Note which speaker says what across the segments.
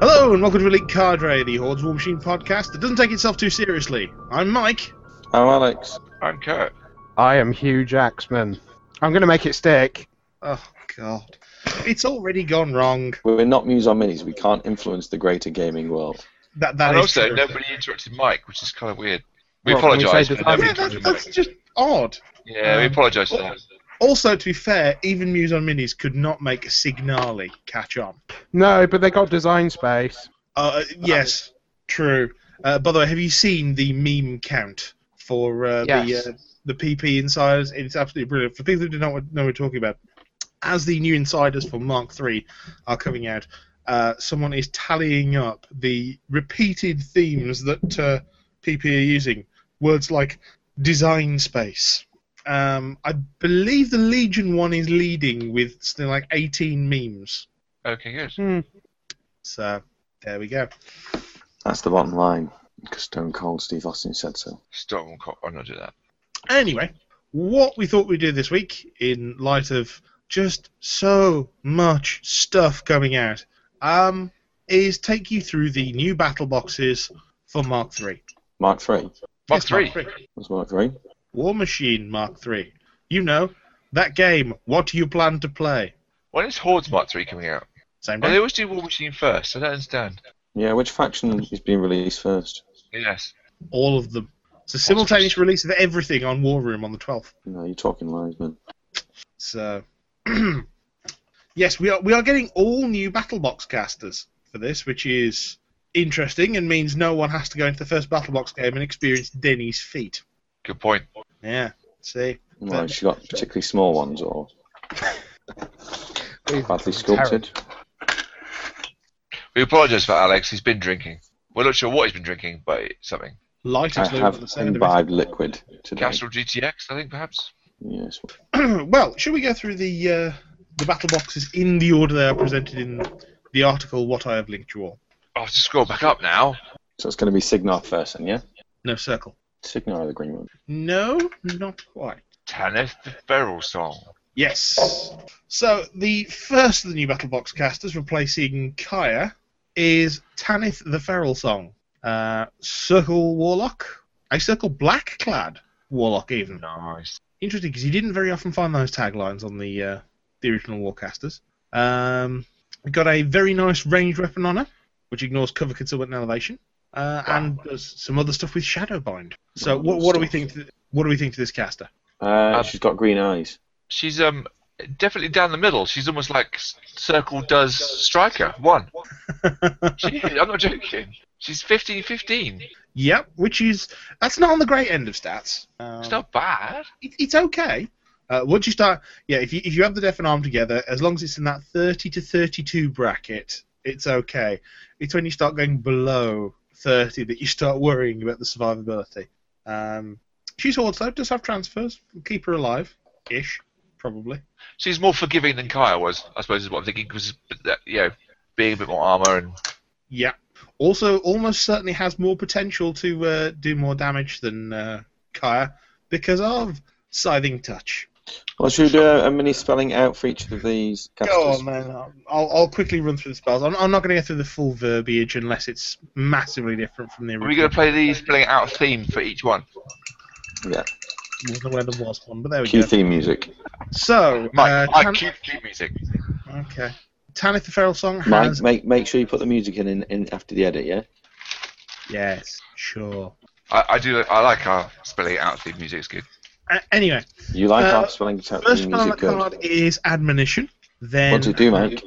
Speaker 1: Hello and welcome to Elite Card Raid, the Hordes War Machine podcast that doesn't take itself too seriously. I'm Mike.
Speaker 2: I'm Alex.
Speaker 3: I'm Kurt.
Speaker 4: I am Hugh Jackman. I'm going to make it stick.
Speaker 1: Oh God, it's already gone wrong.
Speaker 2: We're not Muse on Minis. We can't influence the greater gaming world.
Speaker 1: That that
Speaker 3: and
Speaker 1: is
Speaker 3: also,
Speaker 1: true.
Speaker 3: nobody interrupted Mike, which is kind of weird. We
Speaker 4: Well, can we
Speaker 3: apologise
Speaker 4: say
Speaker 3: for
Speaker 4: that-
Speaker 3: nobody
Speaker 1: Yeah, that,
Speaker 3: interrupted Mike.
Speaker 1: that's just odd.
Speaker 3: Yeah, we
Speaker 1: um,
Speaker 3: apologise for
Speaker 1: oh.
Speaker 3: that.
Speaker 1: Also, to be fair, even Muse on Minis could not make Signali catch on.
Speaker 4: No, but they got design space.
Speaker 1: Uh, yes, true. Uh, by the way, have you seen the meme count for uh,
Speaker 4: Yes.
Speaker 1: the uh, the PP insiders? It's absolutely brilliant. For people who do not know what we're talking about, as the new insiders for Mark III are coming out, uh, someone is tallying up the repeated themes that uh, PP are using. Words like design space. Um, I believe the Legion one is leading with something like 18 memes.
Speaker 3: Okay, good.
Speaker 4: Hmm.
Speaker 1: So there we go.
Speaker 2: That's the bottom line. Because Stone Cold Steve Austin said so.
Speaker 3: Storm Cop. I'm not do that.
Speaker 1: Anyway, what we thought we'd do this week, in light of just so much stuff coming out, um, is take you through the new battle boxes for Mark III.
Speaker 2: Mark three.
Speaker 3: Mark
Speaker 1: Yes,
Speaker 3: three.
Speaker 2: Was Mark three?
Speaker 1: War Machine Mark III. You know, that game, what do you plan to play?
Speaker 3: When is Hordes Mark three coming out?
Speaker 1: Same
Speaker 3: Well, they
Speaker 1: day.
Speaker 3: always do War Machine first. I don't understand.
Speaker 2: Yeah. Which faction is being released first?
Speaker 3: Yes.
Speaker 1: All of them. It's a simultaneous release of everything on War Room on the 12th.
Speaker 2: No, you're talking lies, man.
Speaker 1: So, yes, we are we are getting all new battle box casters for this, which is interesting and means no one has to go into the first battle box game and experience Denny's feet.
Speaker 3: Good point.
Speaker 1: Yeah, see,
Speaker 2: No, she got particularly small ones or badly sculpted.
Speaker 3: We apologise for Alex. He's been drinking. We're not sure what he's been drinking, but it's something.
Speaker 1: light
Speaker 2: I
Speaker 1: as though
Speaker 2: have
Speaker 1: the sound of
Speaker 2: imbibed liquid today.
Speaker 3: Castrol GTX, I think perhaps.
Speaker 2: Yes.
Speaker 1: it. well, should we go through the uh, the battle boxes in the order they are presented in the article? What I have linked you all.
Speaker 3: I have Oh, to scroll back up now.
Speaker 2: So it's going to be Signar first, then, yeah.
Speaker 1: No circle.
Speaker 2: Signar the green one.
Speaker 1: No, not quite.
Speaker 3: Tanith the Feral Song.
Speaker 1: Yes. So the first of the new Battle Box casters replacing Kaya is Tanith the Feral Song. Uh, Circle Warlock. A Circle Black Clad Warlock, even.
Speaker 3: Nice.
Speaker 1: Interesting because you didn't very often find those taglines on the uh, the original Warcasters. Um, we got a very nice ranged weapon on her, which ignores cover, concealment, and elevation, uh, and does some other stuff with Shadowbind. So what, what do we think? To, what do we think to this caster?
Speaker 2: Uh, she's got green eyes.
Speaker 3: She's um definitely down the middle. She's almost like S- Circle does Striker one. She is, I'm not joking. She's 15-15.
Speaker 1: Yep, which is that's not on the great end of stats. Um,
Speaker 3: It's not bad.
Speaker 1: it, it's okay. Uh, once you start, yeah, if you if you have the deaf and arm together, as long as it's in that thirty to thirty-two bracket, it's okay. It's when you start going below thirty that you start worrying about the survivability. Um, she's also does have transfers, keep her alive, ish, probably.
Speaker 3: She's more forgiving than Kaya was, I suppose, is what I'm thinking, because you know, being a bit more armor and
Speaker 1: Yeah. Also, almost certainly has more potential to uh, do more damage than uh, Kaya because of scything touch.
Speaker 2: Well, should we do a, a mini spelling out for each of these casters?
Speaker 1: Go on, man. I'll, I'll quickly run through the spells. I'm, I'm not going to go through the full verbiage unless it's massively different from the
Speaker 3: are
Speaker 1: original.
Speaker 3: we going to play these filling out a theme for each one?
Speaker 2: Yeah.
Speaker 1: I wasn't aware there was one, but there we
Speaker 2: Cue
Speaker 1: go.
Speaker 2: theme music.
Speaker 1: So, uh,
Speaker 3: Mike,
Speaker 1: Tan-
Speaker 3: Mike, keep, keep music.
Speaker 1: okay. Tanith the Feral Song
Speaker 2: Mike,
Speaker 1: has.
Speaker 2: make make sure you put the music in, in, in after the edit, yeah.
Speaker 1: Yes, sure.
Speaker 3: I, I do. I like our spelling out theme music. It's good.
Speaker 1: Uh, anyway,
Speaker 2: You like
Speaker 1: Uh,
Speaker 2: our spelling out
Speaker 1: first
Speaker 2: theme
Speaker 1: spell on that
Speaker 2: music good.
Speaker 1: card is Admonition. Then
Speaker 2: What do you do, Mike?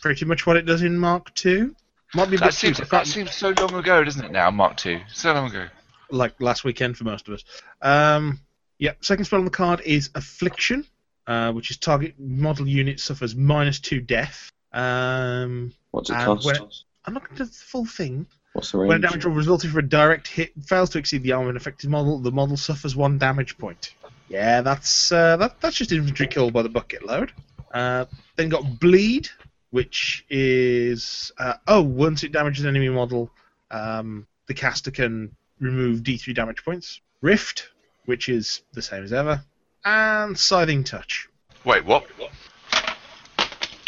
Speaker 1: pretty much what it does in Mark Two. Might be a
Speaker 3: That
Speaker 1: bit
Speaker 3: seems
Speaker 1: too-
Speaker 3: that seems so long ago, doesn't it? Now Mark Two, so long ago.
Speaker 1: like last weekend for most of us. Um, yeah, second spell on the card is Affliction, uh, which is target model unit suffers minus two death. Um,
Speaker 2: What's it
Speaker 1: and
Speaker 2: cost?
Speaker 1: when it- I'm not going to do the full thing.
Speaker 2: What's the
Speaker 1: When a
Speaker 2: range?
Speaker 1: damage roll resulting from a direct hit fails to exceed the arm of an affected model, the model suffers one damage point. Yeah, that's uh, that, that's just infantry killed by the bucket load. Uh, then got bleed, which is uh, oh, once it damages an enemy model, um, the caster can remove D3 damage points. Rift, which is the same as ever, and scything touch.
Speaker 3: Wait, what?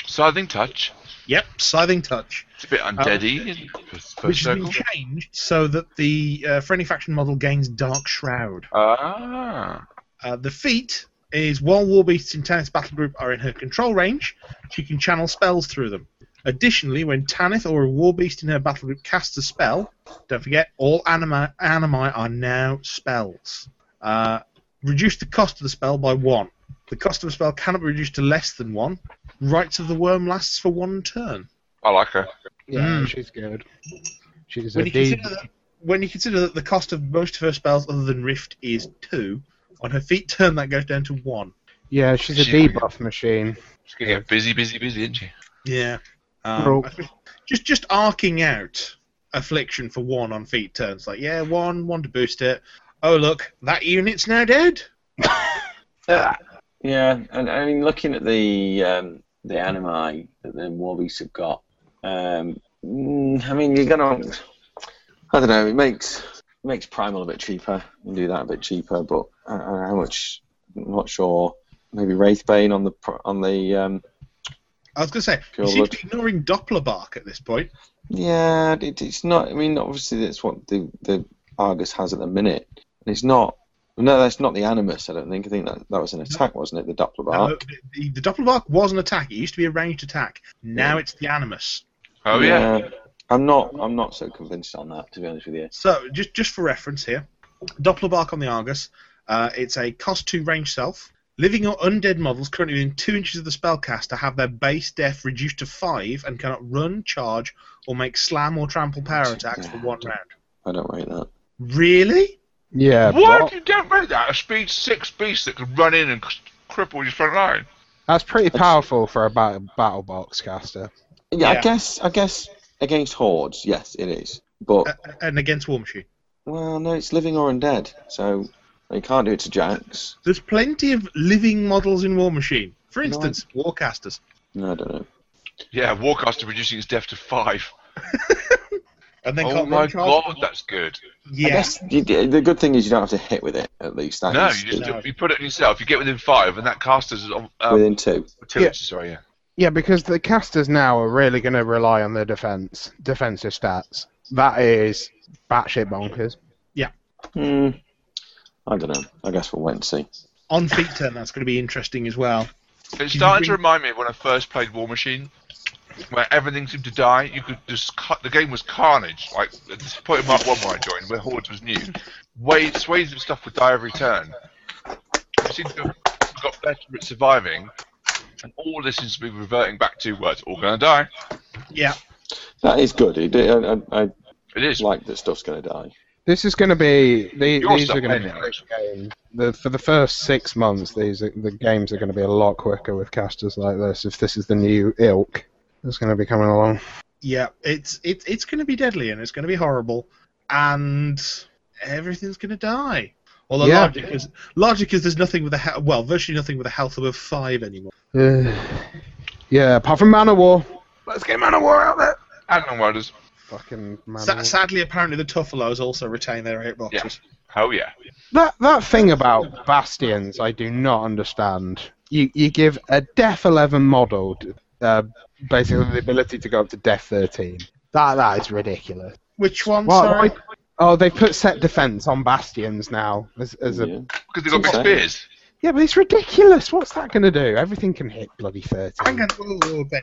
Speaker 3: Scything touch.
Speaker 1: Yep, Scything Touch.
Speaker 3: It's a bit undeady. Uh,
Speaker 1: Um, which has been changed so that the uh, friendly faction model gains Dark Shroud.
Speaker 3: Ah.
Speaker 1: Uh, the feat is while Warbeast's intense battle group are in her control range, she can channel spells through them. Additionally, when Tanith or a Warbeast in her battle group casts a spell, don't forget, all anima, animi are now spells. Uh, reduce the cost of the spell by one. The cost of a spell cannot be reduced to less than one. Rites of the Worm lasts for one turn.
Speaker 3: I like her.
Speaker 4: Yeah,
Speaker 1: Mm.
Speaker 4: she's good. She's
Speaker 1: when
Speaker 4: a
Speaker 1: you,
Speaker 4: D.
Speaker 1: consider that, when you consider that the cost of most of her spells other than Rift is two, on her feet turn that goes down to one.
Speaker 4: Yeah, she's a
Speaker 3: She-
Speaker 4: debuff machine.
Speaker 3: She's going to get busy, busy, busy, isn't she?
Speaker 1: Yeah. Um,
Speaker 4: Bro.
Speaker 1: I think- Just just arcing out affliction for one on feet turns like yeah one one to boost it. Oh look, that unit's now dead.
Speaker 2: Yeah, and I mean, looking at the um, the animi that the Warbeasts have got, um, mm, I mean, you're gonna, I don't know, it makes makes Primal a bit cheaper. You can do that a bit cheaper, but I, I don't know how much? I'm not sure. Maybe Wraithbane on the pro- on the. Um,
Speaker 1: I was gonna say you
Speaker 2: Cool,
Speaker 1: seem
Speaker 2: look.
Speaker 1: to be ignoring Doppler bark at this point.
Speaker 2: yeah, it, it's not. I mean, obviously that's what the the Argus has at the minute. And it's not. No, that's not the Animus. I don't think. I think that that was an attack, wasn't it? The Doppler
Speaker 1: Uh,
Speaker 2: bark.
Speaker 1: the, the Doppler bark was an attack. It used to be a ranged attack. Now
Speaker 2: Yeah.
Speaker 1: it's the Animus.
Speaker 3: Oh, yeah.
Speaker 2: I'm not. I'm not so convinced on that, to be honest with you.
Speaker 1: So, just just for reference here, Doppler Bark on the Argus. Uh, it's a cost two range self. Living or undead models currently within two inches of the spellcaster have their base death reduced to five and cannot run, charge, or make slam or trample power attacks for one round.
Speaker 2: I don't rate that.
Speaker 1: Really?
Speaker 4: Yeah.
Speaker 3: what?
Speaker 4: but
Speaker 3: You don't rate that. A speed 6 beast that could run in and c- cripple your front line.
Speaker 4: That's pretty powerful for a battle, battle box caster.
Speaker 2: Yeah,
Speaker 1: Yeah.
Speaker 2: I guess. I guess against hordes, yes, it is. But
Speaker 1: Uh, and against War Machine.
Speaker 2: well, no, it's living or undead, so you can't do it to Jax.
Speaker 1: There's plenty of living models in War Machine. For
Speaker 2: No,
Speaker 1: instance, Warcasters.
Speaker 2: No, I don't know.
Speaker 3: Yeah, Warcaster reducing its death to 5.
Speaker 1: And then
Speaker 3: oh
Speaker 1: can't
Speaker 3: my
Speaker 1: run, charge.
Speaker 3: god, that's good.
Speaker 2: I
Speaker 1: Yes.
Speaker 2: guess you, the good thing is you don't have to hit with it. At least that
Speaker 3: No,
Speaker 2: is
Speaker 3: you just
Speaker 1: No.
Speaker 3: you put it on yourself. You get within 5, and that caster's on. Um,
Speaker 2: within two.
Speaker 3: two
Speaker 4: Yeah.
Speaker 3: inches, sorry, yeah.
Speaker 4: Yeah, because the casters now are really going to rely on their defense, defensive stats. That is batshit bonkers.
Speaker 2: Hmm. I don't know. I guess we'll wait and see.
Speaker 1: On feet turn, that's going to be interesting as well.
Speaker 3: It's
Speaker 1: you
Speaker 3: starting to
Speaker 1: think-
Speaker 3: remind me of when I first played War Machine, where everything seemed to die. You could just cut. The game was carnage. Like this point in Mark One where I joined, where Horde was new, waves waves of stuff would die every turn. It seemed to have got better at surviving, and all this seems to be reverting back to well, it's all gonna die.
Speaker 1: Yeah.
Speaker 2: That is good. It- I, I, I
Speaker 3: It is.
Speaker 2: like that stuff's going to die.
Speaker 4: This is going to be the,
Speaker 3: You're
Speaker 4: these
Speaker 3: stuck
Speaker 4: are going
Speaker 3: in it,
Speaker 4: to be the, for the first six months. These are, the games are going to be a lot quicker with casters like this. If this is the new ilk that's going to be coming along,
Speaker 1: Yeah, it's it's it's going to be deadly and it's going to be horrible, and everything's going to die. Although
Speaker 4: Yeah.
Speaker 1: logic is logic is there's nothing with a he- well virtually nothing with a health above five anymore.
Speaker 4: yeah. Apart from Manowar, let's get Manowar out there.
Speaker 3: I don't know what it is.
Speaker 4: Fucking
Speaker 1: Sa-
Speaker 4: Manowar.
Speaker 1: sadly, apparently the Tuffalos also retain their eight boxes.
Speaker 3: Oh yeah.
Speaker 4: That that thing about bastions, I do not understand. You you give a Def Eleven model uh, basically the ability to go up to Def Thirteen. That that is ridiculous.
Speaker 1: Which one?
Speaker 4: Why-
Speaker 1: sorry.
Speaker 4: why- oh, they put set defense on bastions now. As, as a, yeah.
Speaker 2: Yeah.
Speaker 3: Because they've got big
Speaker 2: Insane.
Speaker 3: spears.
Speaker 4: but it's ridiculous. What's that going to do? Everything can hit bloody
Speaker 1: Hang
Speaker 4: thirteen.
Speaker 1: on, whoa, whoa, Ben.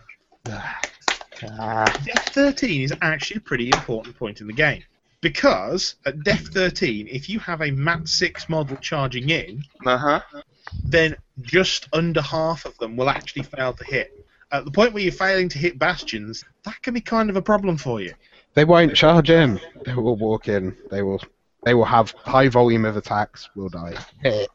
Speaker 4: Ah,
Speaker 1: Death 13 is actually a pretty important point in the game. Because at Death 13, if you have a Mat 6 model charging in,
Speaker 3: Uh
Speaker 2: Uh-huh.
Speaker 3: huh.
Speaker 1: then just under half of them will actually fail to hit. At the point where you're failing to hit bastions, that can be kind of a problem for you.
Speaker 4: they won't charge in. They will walk in. They will. They will have high volume of attacks. Will die. Eh.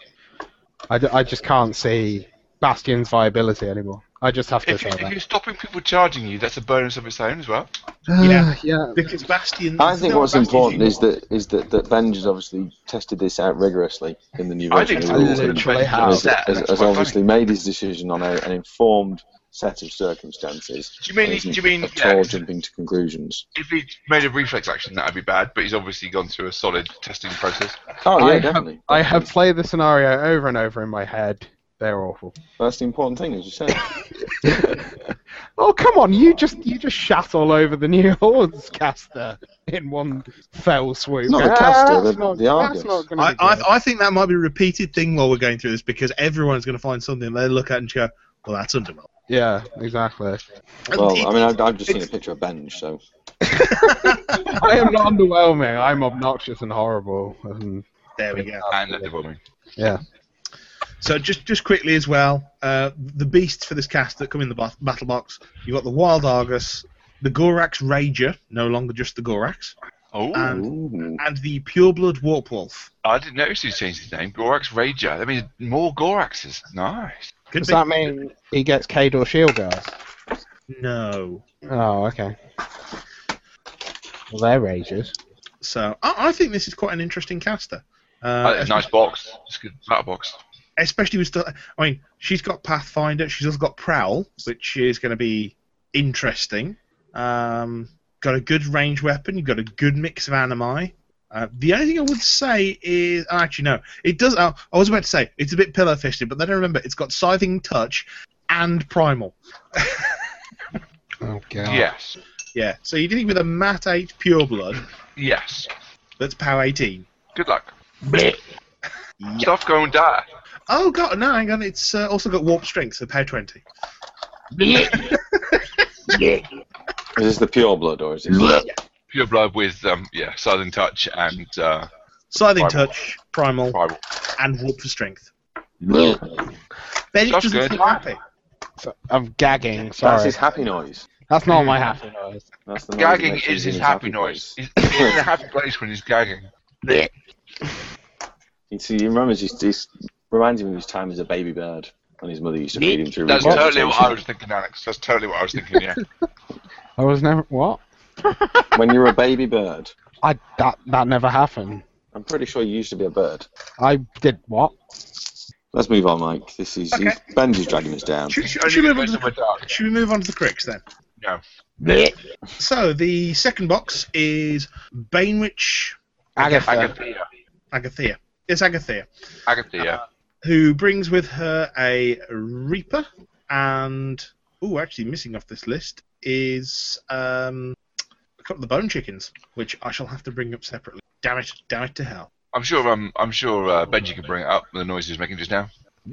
Speaker 4: I, d- I just can't see Bastion's viability anymore. I just have to
Speaker 3: If, you,
Speaker 4: say
Speaker 3: if
Speaker 4: that.
Speaker 3: you're stopping people charging you, that's a bonus of its own as well.
Speaker 1: Yeah.
Speaker 4: Ah, yeah.
Speaker 1: Because bastions.
Speaker 2: I think
Speaker 1: no,
Speaker 2: what's
Speaker 1: bastions
Speaker 2: important
Speaker 1: you-
Speaker 2: is that is that that Benj has obviously tested this out rigorously in the new
Speaker 3: I
Speaker 2: version
Speaker 3: think
Speaker 2: of
Speaker 3: it's
Speaker 2: the rules and
Speaker 4: literally how-
Speaker 2: has,
Speaker 3: that-
Speaker 2: has,
Speaker 3: that's
Speaker 2: has
Speaker 3: quite
Speaker 2: obviously made his decision on a, an informed set of circumstances.
Speaker 3: Do you mean?
Speaker 2: and
Speaker 3: Do
Speaker 2: isn't
Speaker 3: you mean?
Speaker 2: at
Speaker 3: yeah,
Speaker 2: all jumping to conclusions?
Speaker 3: if he made a reflex action, that'd be bad. But he's obviously gone through a solid testing process.
Speaker 2: Oh yeah,
Speaker 4: I have-
Speaker 2: definitely.
Speaker 4: I have played the scenario over and over in my head They're awful.
Speaker 2: That's the important thing, as you said.
Speaker 4: Oh come on! You just you just shat all over the new horns caster in one fell swoop.
Speaker 2: Not the
Speaker 4: Ah,
Speaker 2: caster,
Speaker 4: that's
Speaker 2: the-
Speaker 4: not-
Speaker 2: the Argus.
Speaker 4: that's not gonna
Speaker 1: I,
Speaker 4: be good.
Speaker 1: I, I think that might be a repeated thing while we're going through this because everyone's going to find something they look at and go, well, that's underwhelming.
Speaker 4: Yeah, exactly.
Speaker 1: And
Speaker 2: well,
Speaker 1: it-
Speaker 2: I mean, I've, I've just seen a
Speaker 1: it's-
Speaker 2: picture of Bench, so
Speaker 4: I am not underwhelming. I'm obnoxious and horrible. Um, And
Speaker 1: there we go.
Speaker 3: And underwhelming.
Speaker 4: yeah,
Speaker 1: So just just quickly as well, uh, the beasts for this cast that come in the bat- battle box. You've got the Wild Argus, the Gorax Rager, no longer just the Gorax,
Speaker 3: Oh,
Speaker 2: Um,
Speaker 1: and
Speaker 2: Ooh.
Speaker 1: and the Pureblood Warp Wolf.
Speaker 3: I didn't notice he changed his name. Gorax Rager. That means more Goraxes. Nice.
Speaker 1: Could
Speaker 4: does
Speaker 1: be.
Speaker 4: that mean he gets Kador Shield guys?
Speaker 1: No.
Speaker 4: Oh, okay. Well, they're rages.
Speaker 1: So I, I think this is quite an interesting caster. Uh,
Speaker 3: Uh,
Speaker 1: espe-
Speaker 3: nice box. It's good. That box.
Speaker 1: Especially with stuff. I mean, she's got Pathfinder. She's also got Prowl, which is going to be interesting. Um, got a good range weapon. You've got a good mix of animi. Uh, the only thing I would say is oh, actually no, it does. Oh, I was about to say it's a bit pillow fisted, but then I remember it's got Scything Touch and Primal.
Speaker 4: Oh god.
Speaker 3: Yes.
Speaker 1: Yeah, so you're dealing with a Mat Eight Pureblood
Speaker 3: Yes.
Speaker 1: that's Power 18.
Speaker 3: Good luck.
Speaker 1: Yeah.
Speaker 3: Stuff going die.
Speaker 1: Oh god, no, hang on. It's uh, also got warp strength, so power twenty.
Speaker 2: is this the pure blood or is it?
Speaker 3: Pure blood with um yeah, Southern touch and uh
Speaker 1: Scything
Speaker 3: Primal.
Speaker 1: touch, primal,
Speaker 3: primal.
Speaker 1: and warp for strength. Bennett
Speaker 3: That's
Speaker 1: doesn't
Speaker 3: good.
Speaker 1: seem happy.
Speaker 4: So- I'm gagging.
Speaker 2: That's
Speaker 4: Sorry.
Speaker 2: his happy noise.
Speaker 4: That's not my happy noise.
Speaker 2: That's the noise he
Speaker 3: Gagging
Speaker 2: makes when
Speaker 3: is
Speaker 2: he's
Speaker 3: his
Speaker 2: Oh, in
Speaker 3: happy noise.
Speaker 2: place.
Speaker 3: He's he's in a happy place when he's gagging.
Speaker 2: You see, he remembers he's, he's reminds him of his time as a baby bird when his mother used to feed him through.
Speaker 3: That's
Speaker 2: regurgitation.
Speaker 3: totally what I was thinking, Alex. That's totally what I was thinking, yeah.
Speaker 4: I was never what?
Speaker 2: When you were a baby bird,
Speaker 4: I that that never happened.
Speaker 2: I'm pretty sure you used to be a bird.
Speaker 4: I did what?
Speaker 2: Let's move on, Mike. This is
Speaker 1: Okay.
Speaker 2: he's, Benji's dragging us down.
Speaker 1: Should, should-
Speaker 3: Only
Speaker 1: should we move on
Speaker 3: because
Speaker 1: to
Speaker 3: of
Speaker 1: the,
Speaker 3: a dog.
Speaker 1: should we move on to the cricks then?
Speaker 3: No.
Speaker 1: So the second box is Bainwich
Speaker 4: Agatha.
Speaker 3: Agathea.
Speaker 1: Agathea. It's Agathea,
Speaker 3: Agathea.
Speaker 1: who brings with her a Reaper and oh, actually missing off this list is um, a couple of the bone chickens, which I shall have to bring up separately. Damn it! Damn it to hell!
Speaker 3: I'm sure um I'm sure uh, Benji can bring it up with the noise he's making just now.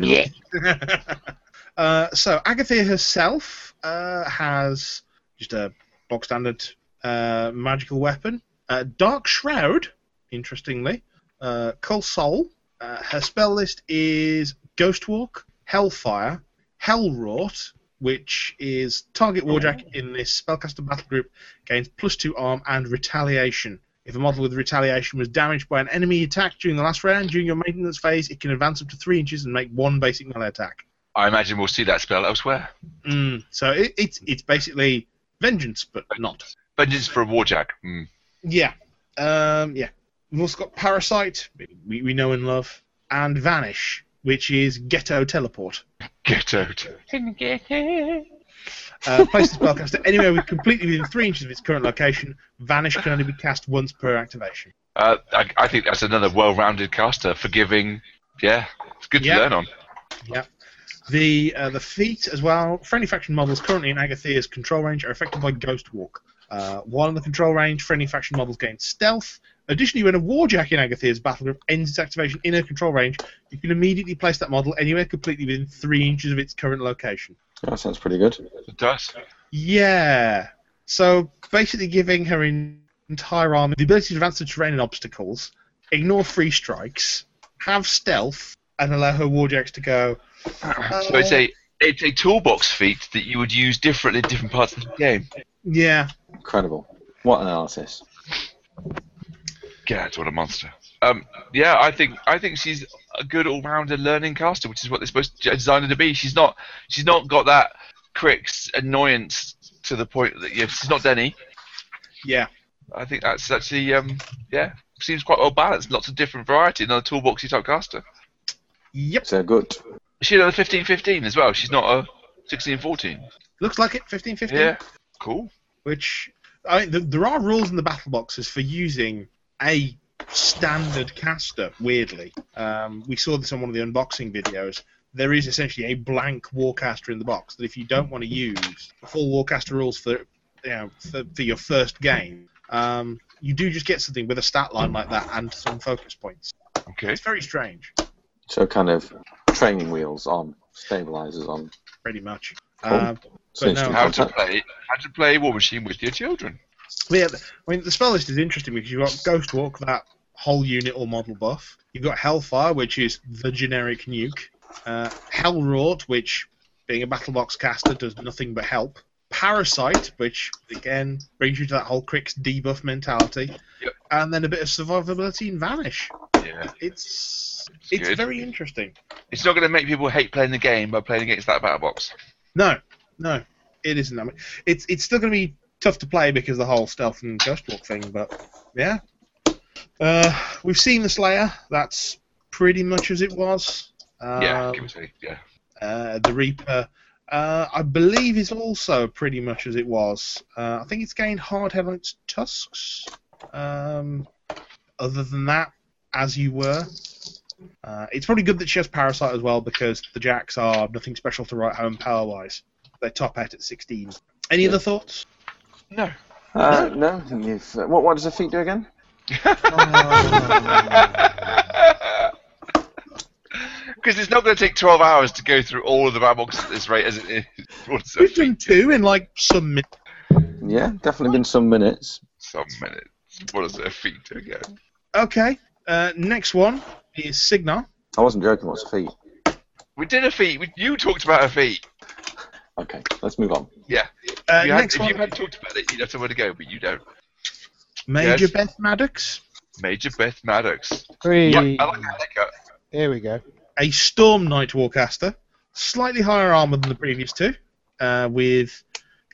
Speaker 1: uh, so Agathea herself uh, has just a bog standard uh, magical weapon, uh, Dark Shroud. Interestingly, uh, Cull Soul. Uh, her spell list is Ghost Walk, Hellfire, Hellwrought, which is target Warjack in this spellcaster battle group gains plus two arm and retaliation. If a model with retaliation was damaged by an enemy attack during the last round, during your maintenance phase, it can advance up to three inches and make one basic melee attack.
Speaker 3: I imagine we'll see that spell elsewhere.
Speaker 1: Mm, so it, it's it's basically vengeance, but not.
Speaker 3: Vengeance for a warjack. Mm.
Speaker 1: Yeah. Um, yeah. We've also got Parasite, we, we know and love, and Vanish, which is Ghetto Teleport.
Speaker 3: Get out.
Speaker 1: Uh, place the spellcaster anywhere with completely within three inches of its current location. Vanish can only be cast once per activation.
Speaker 3: Uh, I, I think that's another well-rounded caster, forgiving. Yeah, it's good
Speaker 1: Yeah.
Speaker 3: to learn on.
Speaker 1: The uh, the feat as well. Friendly faction models currently in Agathea's control range are affected by Ghost Walk. Uh, while in the control range, friendly faction models gain stealth. Additionally, when a Warjack in Agathea's battle group ends its activation in her control range, you can immediately place that model anywhere completely within three inches of its current location.
Speaker 2: That sounds pretty good.
Speaker 3: It does.
Speaker 1: Yeah. So basically, giving her en- entire army the ability to advance the terrain and obstacles, ignore free strikes, have stealth, and allow her warjacks to go.
Speaker 3: so it's a it's a toolbox feat that you would use differently in different parts of the game.
Speaker 1: Yeah.
Speaker 2: Incredible. What analysis?
Speaker 3: God, what a monster. Um, yeah, I think I think she's a good all-rounder learning caster, which is what they're supposed to design her to be. She's not she's not got that Crick's annoyance to the point that yeah, she's not Denny.
Speaker 1: Yeah.
Speaker 3: I think that's actually um, yeah seems quite well balanced. Lots of different variety. Another toolboxy type caster.
Speaker 1: Yep.
Speaker 2: So good.
Speaker 3: She's another 15-15 as well. She's not a 16-14.
Speaker 1: Looks like it. Fifteen fifteen.
Speaker 3: Yeah, cool.
Speaker 1: Which I mean, th- there are rules in the battle boxes for using a standard caster. Weirdly, um, we saw this on one of the unboxing videos. there is essentially a blank warcaster in the box that if you don't want to use full warcaster rules for you know, for, for your first game, um, you do just get something with a stat line like that and some focus points.
Speaker 3: Okay.
Speaker 1: It's very strange,
Speaker 2: So kind of training wheels on, stabilizers on.
Speaker 1: pretty much. Um,
Speaker 2: Since
Speaker 1: no.
Speaker 2: you-
Speaker 3: How to play? How to play War Machine with your children?
Speaker 1: But yeah, I mean, the spell list is interesting because you've got Ghost Walk, that whole unit or model buff. You've got Hellfire, which is the generic nuke. Uh, Hellwrought, which, being a battle box caster, does nothing but help. Parasite, which, again, brings you to that whole Crix debuff mentality.
Speaker 3: Yep.
Speaker 1: And then a bit of survivability and Vanish.
Speaker 3: Yeah.
Speaker 1: It's,
Speaker 3: It's
Speaker 1: it's
Speaker 3: good.
Speaker 1: very interesting.
Speaker 3: It's not going to make people hate playing the game by playing against that battle box.
Speaker 1: No, no, it isn't. I mean, it's it's still going to be tough to play because of the whole stealth and ghost walk thing, but yeah. Uh, we've seen the Slayer. That's pretty much as it was. Um,
Speaker 3: yeah. Give or take. Yeah.
Speaker 1: uh, the Reaper, uh, I believe, is also pretty much as it was. Uh, I think it's gained hard headlights tusks. Um, other than that, as you were. Uh, it's probably good that she has Parasite as well because the Jacks are nothing special to write home power wise. They top out at 16. Any other thoughts?
Speaker 3: No.
Speaker 2: Uh, no, you've. Uh, what, what does the feet do again?
Speaker 3: Because it's not going to take 12 hours to go through all of the battle boxes at this rate, as it is. What's that
Speaker 1: We've done two in like some minutes.
Speaker 2: Yeah, definitely been some minutes.
Speaker 3: Some minutes. What is their feet again?
Speaker 1: Okay. Uh, next one is Signar.
Speaker 2: I wasn't joking. What's the feet?
Speaker 3: We did a feat. We, you talked about a feat.
Speaker 2: Okay, let's move on.
Speaker 3: Yeah.
Speaker 1: Uh,
Speaker 3: If you had,
Speaker 1: next
Speaker 3: if
Speaker 1: one,
Speaker 3: you had talked about it, you'd have somewhere to go, but you don't.
Speaker 1: Major
Speaker 3: yes.
Speaker 1: Beth Maddox,
Speaker 3: Major Beth Maddox.
Speaker 4: Three.
Speaker 3: Yeah, I like that haircut.
Speaker 4: Here we go.
Speaker 1: a Storm Knight Warcaster, slightly higher armor than the previous two, uh, with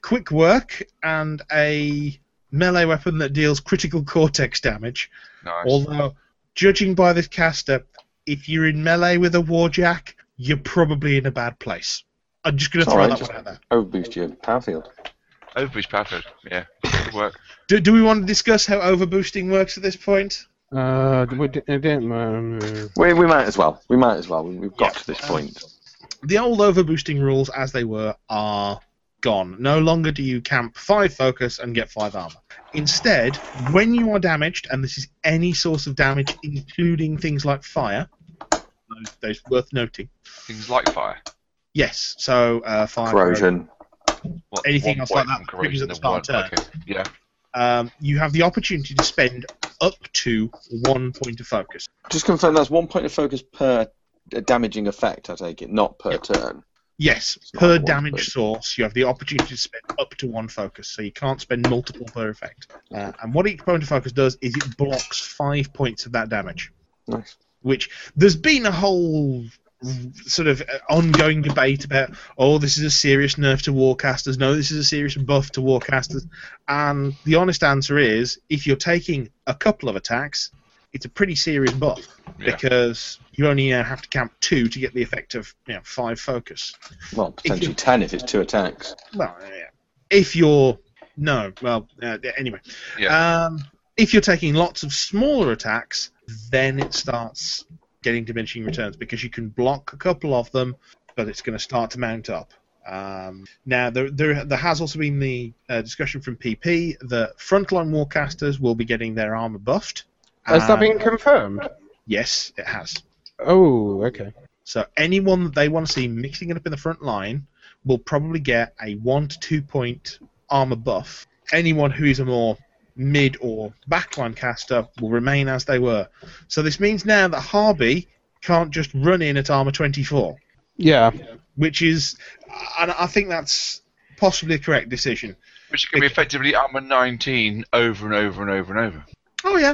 Speaker 1: quick work and a melee weapon that deals critical cortex damage.
Speaker 3: Nice.
Speaker 1: Although, judging by this caster, if you're in melee with a Warjack, you're probably in a bad place. I'm just going to
Speaker 2: It's
Speaker 1: throw
Speaker 2: alright,
Speaker 1: that
Speaker 2: just-
Speaker 1: one out there.
Speaker 2: Overboost your power field.
Speaker 3: Overbridge Pafford. Oh, Yeah. Good work.
Speaker 1: Do, do we want to discuss how overboosting works at this point?
Speaker 4: Uh, we di- I didn't. Um,
Speaker 2: We, we might as well. We might as well. We, we've got to this point.
Speaker 1: the old overboosting rules as they were are gone. No longer do you camp five focus and get five armor. Instead, when you are damaged, and this is any source of damage, including things like fire, those, those worth noting.
Speaker 3: Things like fire.
Speaker 1: Yes, so uh, fire
Speaker 2: Corrosion.
Speaker 3: What,
Speaker 1: Anything
Speaker 3: one
Speaker 1: else like
Speaker 3: point
Speaker 1: that
Speaker 3: on corrosion
Speaker 1: triggers at the
Speaker 3: and
Speaker 1: start uh,
Speaker 3: one-
Speaker 1: of
Speaker 3: okay, Yeah.
Speaker 1: Um, you have the opportunity to spend up to one point of focus.
Speaker 2: Just confirm that's one point of focus per uh, damaging effect, I take it, not per turn.
Speaker 1: Yes,
Speaker 2: not
Speaker 1: per
Speaker 2: one
Speaker 1: damage
Speaker 2: focus.
Speaker 1: source, you have the opportunity to spend up to one focus, so you can't spend multiple per effect. Uh, and what each point of focus does is it blocks five points of that damage.
Speaker 2: Nice.
Speaker 1: Which there's been a whole sort of uh, ongoing debate about, oh, this is a serious nerf to warcasters. No, this is a serious buff to warcasters. And the honest answer is, if you're taking a couple of attacks, it's a pretty serious buff
Speaker 3: Yeah.
Speaker 1: because you only now have to camp two to get the effect of you know, five focus.
Speaker 2: Well, potentially ten if it's two attacks.
Speaker 1: Well, yeah. if you're no, well, uh, anyway, um, if you're taking lots of smaller attacks, then it starts getting diminishing returns because you can block a couple of them, but it's going to start to mount up. Um, now, there, there, there has also been the uh, discussion from PP that frontline warcasters will be getting their armor buffed.
Speaker 4: has that
Speaker 1: Um,
Speaker 4: been confirmed?
Speaker 1: Yes, it has.
Speaker 4: Oh, okay.
Speaker 1: So anyone that they want to see mixing it up in the front line will probably get a one to two point armor buff. Anyone who is a more mid or backline caster will remain as they were. So this means now that Harby can't just run in at armor 24,
Speaker 4: Yeah.
Speaker 1: which is, and I think that's possibly a correct decision.
Speaker 3: Which can be effectively armor 19 over and over and over and over.
Speaker 1: Oh yeah,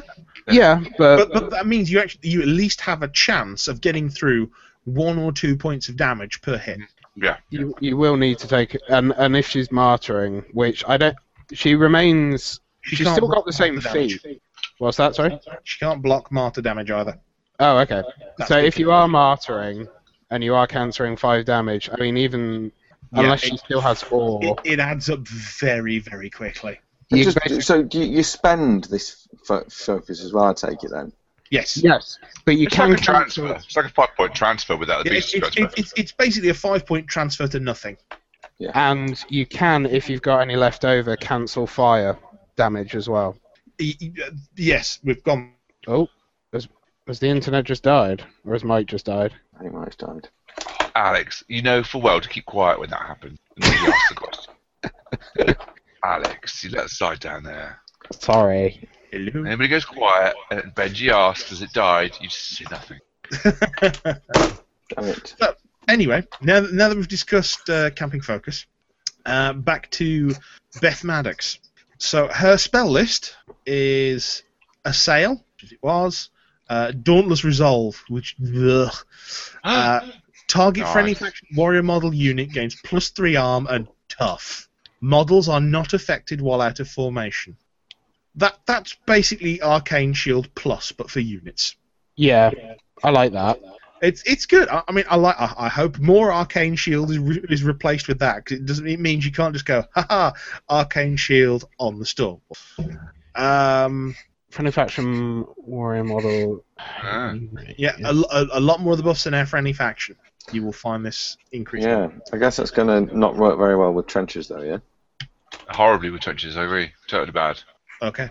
Speaker 4: Yeah,
Speaker 1: but
Speaker 4: uh,
Speaker 1: but that means you actually you at least have a chance of getting through one or two points of damage per hit.
Speaker 3: Yeah.
Speaker 4: You, you will need to take and and if she's martyring, which I don't, she remains.
Speaker 1: She
Speaker 4: she's
Speaker 1: can't
Speaker 4: still got
Speaker 1: block
Speaker 4: the same
Speaker 1: martyr damage.
Speaker 4: feet. What's that? Sorry.
Speaker 1: She can't block martyr damage either.
Speaker 4: Oh, okay.
Speaker 1: That's
Speaker 4: So
Speaker 1: good
Speaker 4: if
Speaker 1: to
Speaker 4: you are martyring and you are countering five damage, I mean even
Speaker 1: Yeah,
Speaker 4: unless
Speaker 1: it-
Speaker 4: she still has awe,
Speaker 1: it, it adds up very, very quickly.
Speaker 4: you
Speaker 2: Just-
Speaker 4: basically-
Speaker 2: so do you, you spend this fo- focus as well, I take it then?
Speaker 1: Yes.
Speaker 4: Yes, but you
Speaker 3: it's
Speaker 4: can
Speaker 3: like a transfer. It's like a five point transfer without the
Speaker 1: Yeah,
Speaker 3: beast
Speaker 1: it's, it's,
Speaker 3: transfer.
Speaker 1: it's, it's basically a five point transfer to nothing.
Speaker 4: and you can, if you've got any left over, cancel fire damage as well.
Speaker 1: E- e- uh, Yes, we've gone.
Speaker 4: Oh, has, has the internet just died, or has Mike just died?
Speaker 2: I think Mike's died.
Speaker 3: Alex, you know full well to keep quiet when that happens. And then you ask the question. Alex, you let us die down there.
Speaker 4: Sorry.
Speaker 1: Hello.
Speaker 3: Anybody goes quiet, and Benji asks, "Has it died?" You just say nothing.
Speaker 2: Damn it.
Speaker 1: anyway, now that, now that we've discussed uh, Camping Focus, uh, back to Beth Maddox. So her spell list is Assail, as it was, uh, Dauntless Resolve, which. Ugh, uh, target for any
Speaker 3: Nice.
Speaker 1: faction warrior model unit gains plus three arm and tough. Models are not affected while out of formation. That That's basically Arcane Shield Plus, but for units.
Speaker 4: Yeah, I like that.
Speaker 1: It's it's good. I, I mean, I like. I, I hope more Arcane Shield is, re- is replaced with that 'cause it doesn't. It means you can't just go, haha, Arcane Shield on the store. Um,
Speaker 4: Friendly faction warrior model.
Speaker 3: Ah.
Speaker 1: yeah, a, lo- a, a lot more of the buffs are now for any faction. You will find this increase.
Speaker 2: Yeah, I guess that's going to not work very well with trenches, though, yeah?
Speaker 3: Horribly with touches, I agree. Totally bad.
Speaker 1: Okay.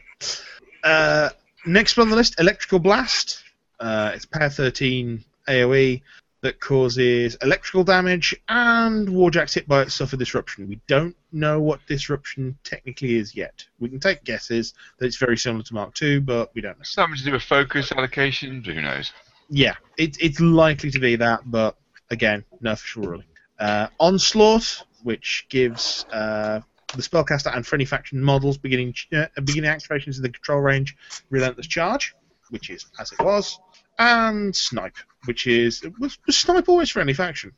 Speaker 1: Uh, next one on the list, Electrical Blast. Uh, it's power 13 AoE E that causes electrical damage and Warjack's hit by it suffer disruption. We don't know what disruption technically is yet. We can take guesses that it's very similar to Mark II, but we don't know.
Speaker 3: Something to do with focus allocation. Who knows?
Speaker 1: Yeah, it, it's likely to be that, but again, no official ruling. Uh, Onslaught, which gives uh, the spellcaster and friendly faction models beginning uh, beginning activations in the control range, relentless charge, which is as it was, and snipe, which is was, was snipe always friendly faction.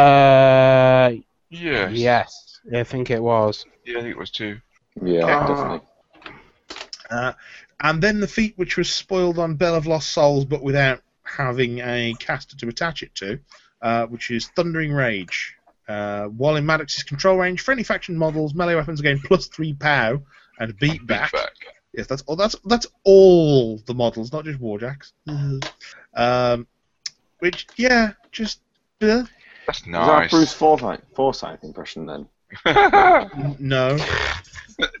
Speaker 4: Uh,
Speaker 3: Yeah.
Speaker 4: yes, I think it was.
Speaker 3: Yeah, I think it was two.
Speaker 2: Yeah,
Speaker 1: Ah.
Speaker 2: definitely.
Speaker 1: Uh, and then the feat which was spoiled on Bell of Lost Souls, but without having a caster to attach it to, uh, which is Thundering Rage. Uh, while in Maddox's control range, friendly faction models, melee weapons gain plus three POW and beat back.
Speaker 3: Feedback.
Speaker 1: Yes, that's all. That's that's all the models, not just Warjacks.
Speaker 4: Mm-hmm.
Speaker 1: um, which yeah, just uh,
Speaker 3: That's
Speaker 2: Is that
Speaker 3: Oh, nice.
Speaker 2: Bruce Forsyth, Forsyth impression then?
Speaker 1: n- no.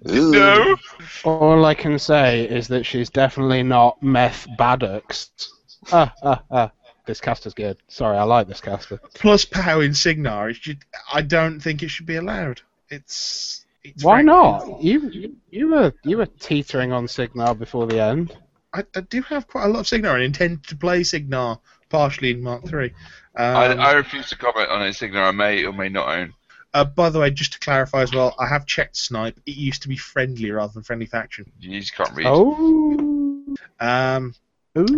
Speaker 3: no.
Speaker 4: All I can say is that she's definitely not meth Baddocks. Ah, ah, ah. This caster's good. Sorry, I like this caster.
Speaker 1: Plus POW in Signar. It's just, I don't think it should be allowed. It's, it's
Speaker 4: Why
Speaker 1: very-
Speaker 4: not? You, you you were you were teetering on Signar before the end.
Speaker 1: I, I do have quite a lot of Signar and intend to play Signar partially in Mark III. Um,
Speaker 3: I, I refuse to comment on a signal I may or may not own.
Speaker 1: uh, by the way, just to clarify as well, I have checked Snipe. It used to be friendly rather than friendly faction.
Speaker 3: You just can't read.
Speaker 4: Oh.
Speaker 1: Um,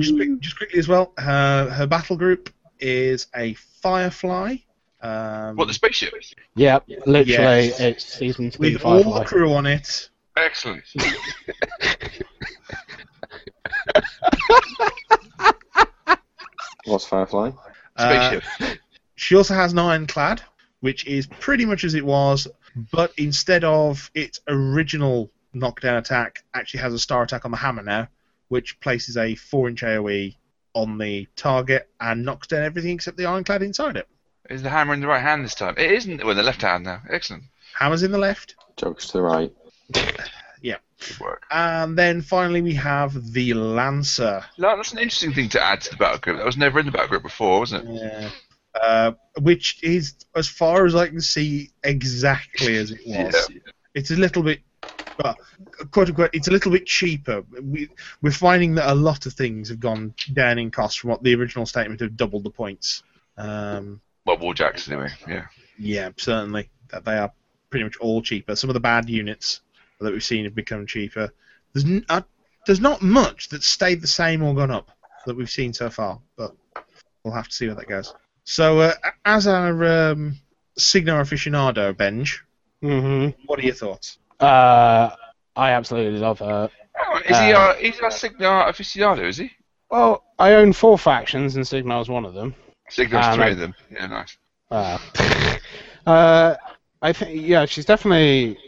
Speaker 1: just, quick, just quickly as well, her, her battle group is a Firefly. Um,
Speaker 3: What the spaceship?
Speaker 4: Yep, literally,
Speaker 1: Yes.
Speaker 4: it's season two.
Speaker 1: with
Speaker 4: Firefly.
Speaker 1: all the crew on it.
Speaker 3: Excellent.
Speaker 2: What's Firefly?
Speaker 1: Uh,
Speaker 3: Spaceship.
Speaker 1: She also has an ironclad, which is pretty much as it was, but instead of its original knockdown attack, actually has a star attack on the hammer now, which places a four-inch AOE on the target and knocks down everything except the ironclad inside it.
Speaker 3: Uh, Is the hammer in the right hand this time? It isn't. Well, in the left hand now. Excellent.
Speaker 1: Hammers in the left,
Speaker 2: Jokes to the right.
Speaker 3: Good work.
Speaker 1: and then finally we have the lancer.
Speaker 3: No, that's an interesting thing to add to the battle group. That was never in the battle group before, wasn't it?
Speaker 1: Yeah. Uh, which is, as far as I can see, exactly as it was. it's a little bit, well, quote unquote, it's a little bit cheaper. We, we're finding that a lot of things have gone down in cost from what the original statement of doubled the points. Um,
Speaker 3: Well, Warjacks anyway. Yeah.
Speaker 1: yeah, certainly that they are pretty much all cheaper. Some of the bad units that we've seen have become cheaper. There's n- uh, there's not much that stayed the same or gone up that we've seen so far, but we'll have to see where that goes. So, uh, a- as our um, Signar aficionado, Benj,
Speaker 4: Mhm.
Speaker 1: what are your thoughts?
Speaker 4: Uh, I absolutely love her.
Speaker 3: Oh, is he
Speaker 4: Uh,
Speaker 3: our, he's our Signar aficionado, is he?
Speaker 4: Well, I own four factions, and Signar's one of them.
Speaker 3: Signar's
Speaker 1: Uh,
Speaker 4: Um,
Speaker 3: three of them. Yeah, nice.
Speaker 4: Uh, uh, I think yeah, she's definitely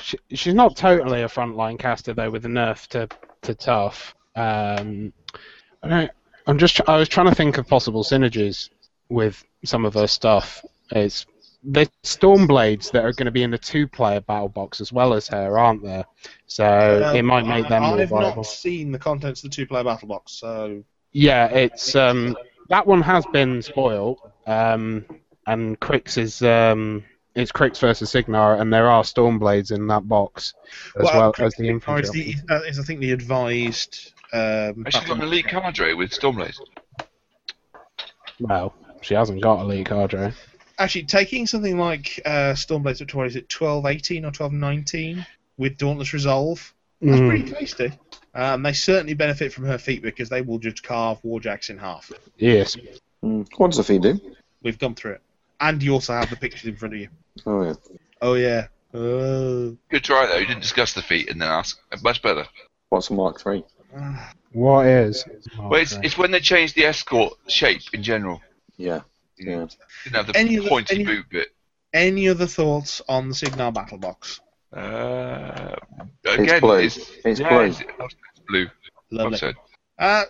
Speaker 4: she, she's not totally a frontline caster though with the nerf to to tough. Um, I, I'm just. I was trying to think of possible synergies with some of her stuff. It's there's Stormblades that are going to be in the two-player battle box as well as her, aren't there? So
Speaker 1: Um,
Speaker 4: Uh, it might make them
Speaker 1: I-
Speaker 4: more
Speaker 1: I've
Speaker 4: viable.
Speaker 1: not seen the contents of the two-player battle box, so
Speaker 4: Yeah, it's um, that one has been spoiled. Um, and Crix is um, it's Crix versus Signar, and there are Stormblades in that box as well,
Speaker 1: Well,
Speaker 4: as the
Speaker 1: or is,
Speaker 4: infantry.
Speaker 1: the, uh, is I think the advised. Um,
Speaker 3: And she's got an elite cadre with Stormblade.
Speaker 4: Well, she hasn't got a league cadre.
Speaker 1: Actually, taking something like uh, Stormblade's up to what is it, twelve eighteen or twelve nineteen with Dauntless Resolve, that's
Speaker 4: Mm,
Speaker 1: pretty tasty. Um, they certainly benefit from her feet because they will just carve Warjacks in half.
Speaker 4: yes.
Speaker 2: Mm. What does the feed do?
Speaker 1: We've gone through it, and you also have the pictures in front of you.
Speaker 2: Oh yeah.
Speaker 1: Oh yeah. Oh.
Speaker 3: Good try though. You didn't discuss the feat and then ask. Much better.
Speaker 2: What's a Mark Three?
Speaker 4: What is? Oh,
Speaker 1: Oh,
Speaker 3: Well, it's, it's when they changed the escort shape in general.
Speaker 2: Yeah.
Speaker 3: Mm.
Speaker 2: Yeah.
Speaker 3: Didn't have the
Speaker 1: Any other-
Speaker 3: pointy
Speaker 1: any-
Speaker 3: boot bit.
Speaker 1: Any other thoughts on the Signar Battle Box?
Speaker 3: Uh, again,
Speaker 2: blue.
Speaker 3: It's,
Speaker 2: It's
Speaker 3: yeah,
Speaker 2: blue.
Speaker 3: It's, it's blue.
Speaker 1: Lovely.
Speaker 3: Upside.
Speaker 1: Uh,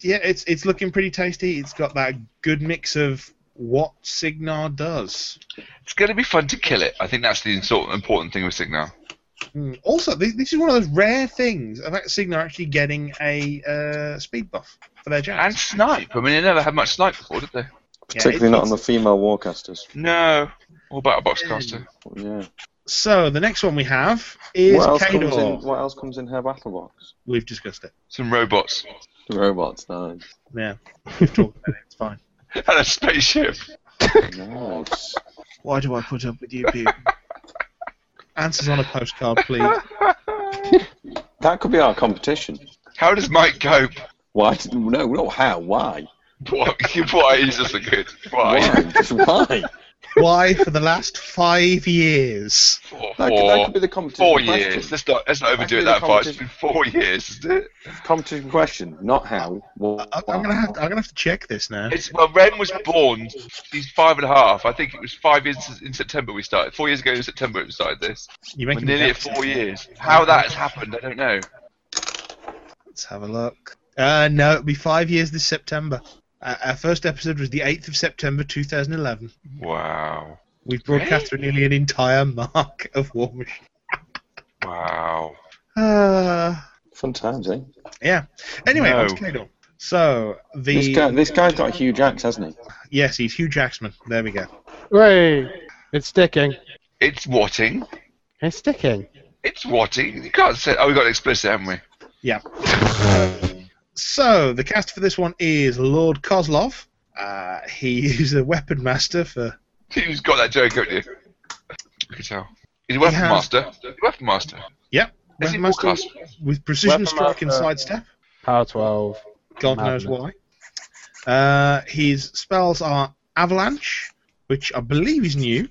Speaker 1: yeah, it's it's looking pretty tasty. It's got that good mix of what Signar does.
Speaker 3: It's going to be fun to kill it. I think that's the sort of important thing with Signal.
Speaker 1: Mm. Also, this, this is one of those rare things about Signar actually getting a uh, speed buff for their jacks.
Speaker 3: And snipe. I mean, they never had much snipe before, did they?
Speaker 2: Particularly not on the female warcasters.
Speaker 3: No. Or battle box caster.
Speaker 2: Yeah.
Speaker 1: So the next one we have is
Speaker 2: what else comes in?
Speaker 1: Kador.
Speaker 2: What else comes in her battle box?
Speaker 1: We've discussed it.
Speaker 3: Some robots
Speaker 2: Robots. Nice.
Speaker 1: Yeah, we've talked about it. It's fine.
Speaker 3: and a spaceship.
Speaker 2: Nice.
Speaker 1: Why do I put up with you people? Answers on a postcard, please.
Speaker 2: That could be our competition.
Speaker 3: How does Mike cope?
Speaker 2: Why? did- No, not how. Why?
Speaker 3: Why, why is this a good?
Speaker 2: Why?
Speaker 3: Why?
Speaker 2: Just why?
Speaker 1: Why for the last five years?
Speaker 3: Four,
Speaker 2: That could, that
Speaker 3: four,
Speaker 2: could be the competition.
Speaker 3: four
Speaker 2: question.
Speaker 3: years. Let's not, let's not
Speaker 2: That
Speaker 3: overdo
Speaker 2: could
Speaker 3: it
Speaker 2: be the
Speaker 3: that far. It's
Speaker 2: competition.
Speaker 3: been four years, isn't it?
Speaker 2: Competition question, not how. Why.
Speaker 1: I, I'm gonna have to, I'm gonna have to check this now.
Speaker 3: It's well, Ren was born. She's five and a half. I think it was five years in September we started. Four years ago in September we started this.
Speaker 1: You're
Speaker 3: We're
Speaker 1: making me
Speaker 3: nearly at
Speaker 1: nervous.
Speaker 3: four years. How that has happened, I don't know.
Speaker 1: Let's have a look. Uh, no, it'll be five years this September. Uh, our first episode was the 8th of September 2011.
Speaker 3: Wow.
Speaker 1: We've broadcast for nearly an entire mark of War Machine.
Speaker 3: Wow.
Speaker 1: Uh,
Speaker 2: Fun times, eh?
Speaker 1: yeah. Anyway,
Speaker 3: No.
Speaker 1: on to Kador. So,
Speaker 2: This, guy,
Speaker 1: the.
Speaker 2: this guy's got a huge axe, hasn't he?
Speaker 1: Yes, he's Hugh Jackman. There we go.
Speaker 4: Wait, it's sticking.
Speaker 3: It's watting.
Speaker 4: It's sticking.
Speaker 3: It's watting. You can't say. Oh, we got explicit, haven't we?
Speaker 1: So, the cast for this one is Lord Kozlov. Uh, he is a weapon master for.
Speaker 3: You've got that joke, haven't you? You can tell. He's a weapon
Speaker 1: has-
Speaker 3: master. Weapon master. Is Uh, he
Speaker 1: Weapon master
Speaker 3: Warcaster?
Speaker 1: with precision
Speaker 4: Weapon
Speaker 1: strike and
Speaker 4: master.
Speaker 1: sidestep.
Speaker 4: Power 12.
Speaker 1: God knows why. Uh, his spells are Avalanche, which I believe is new,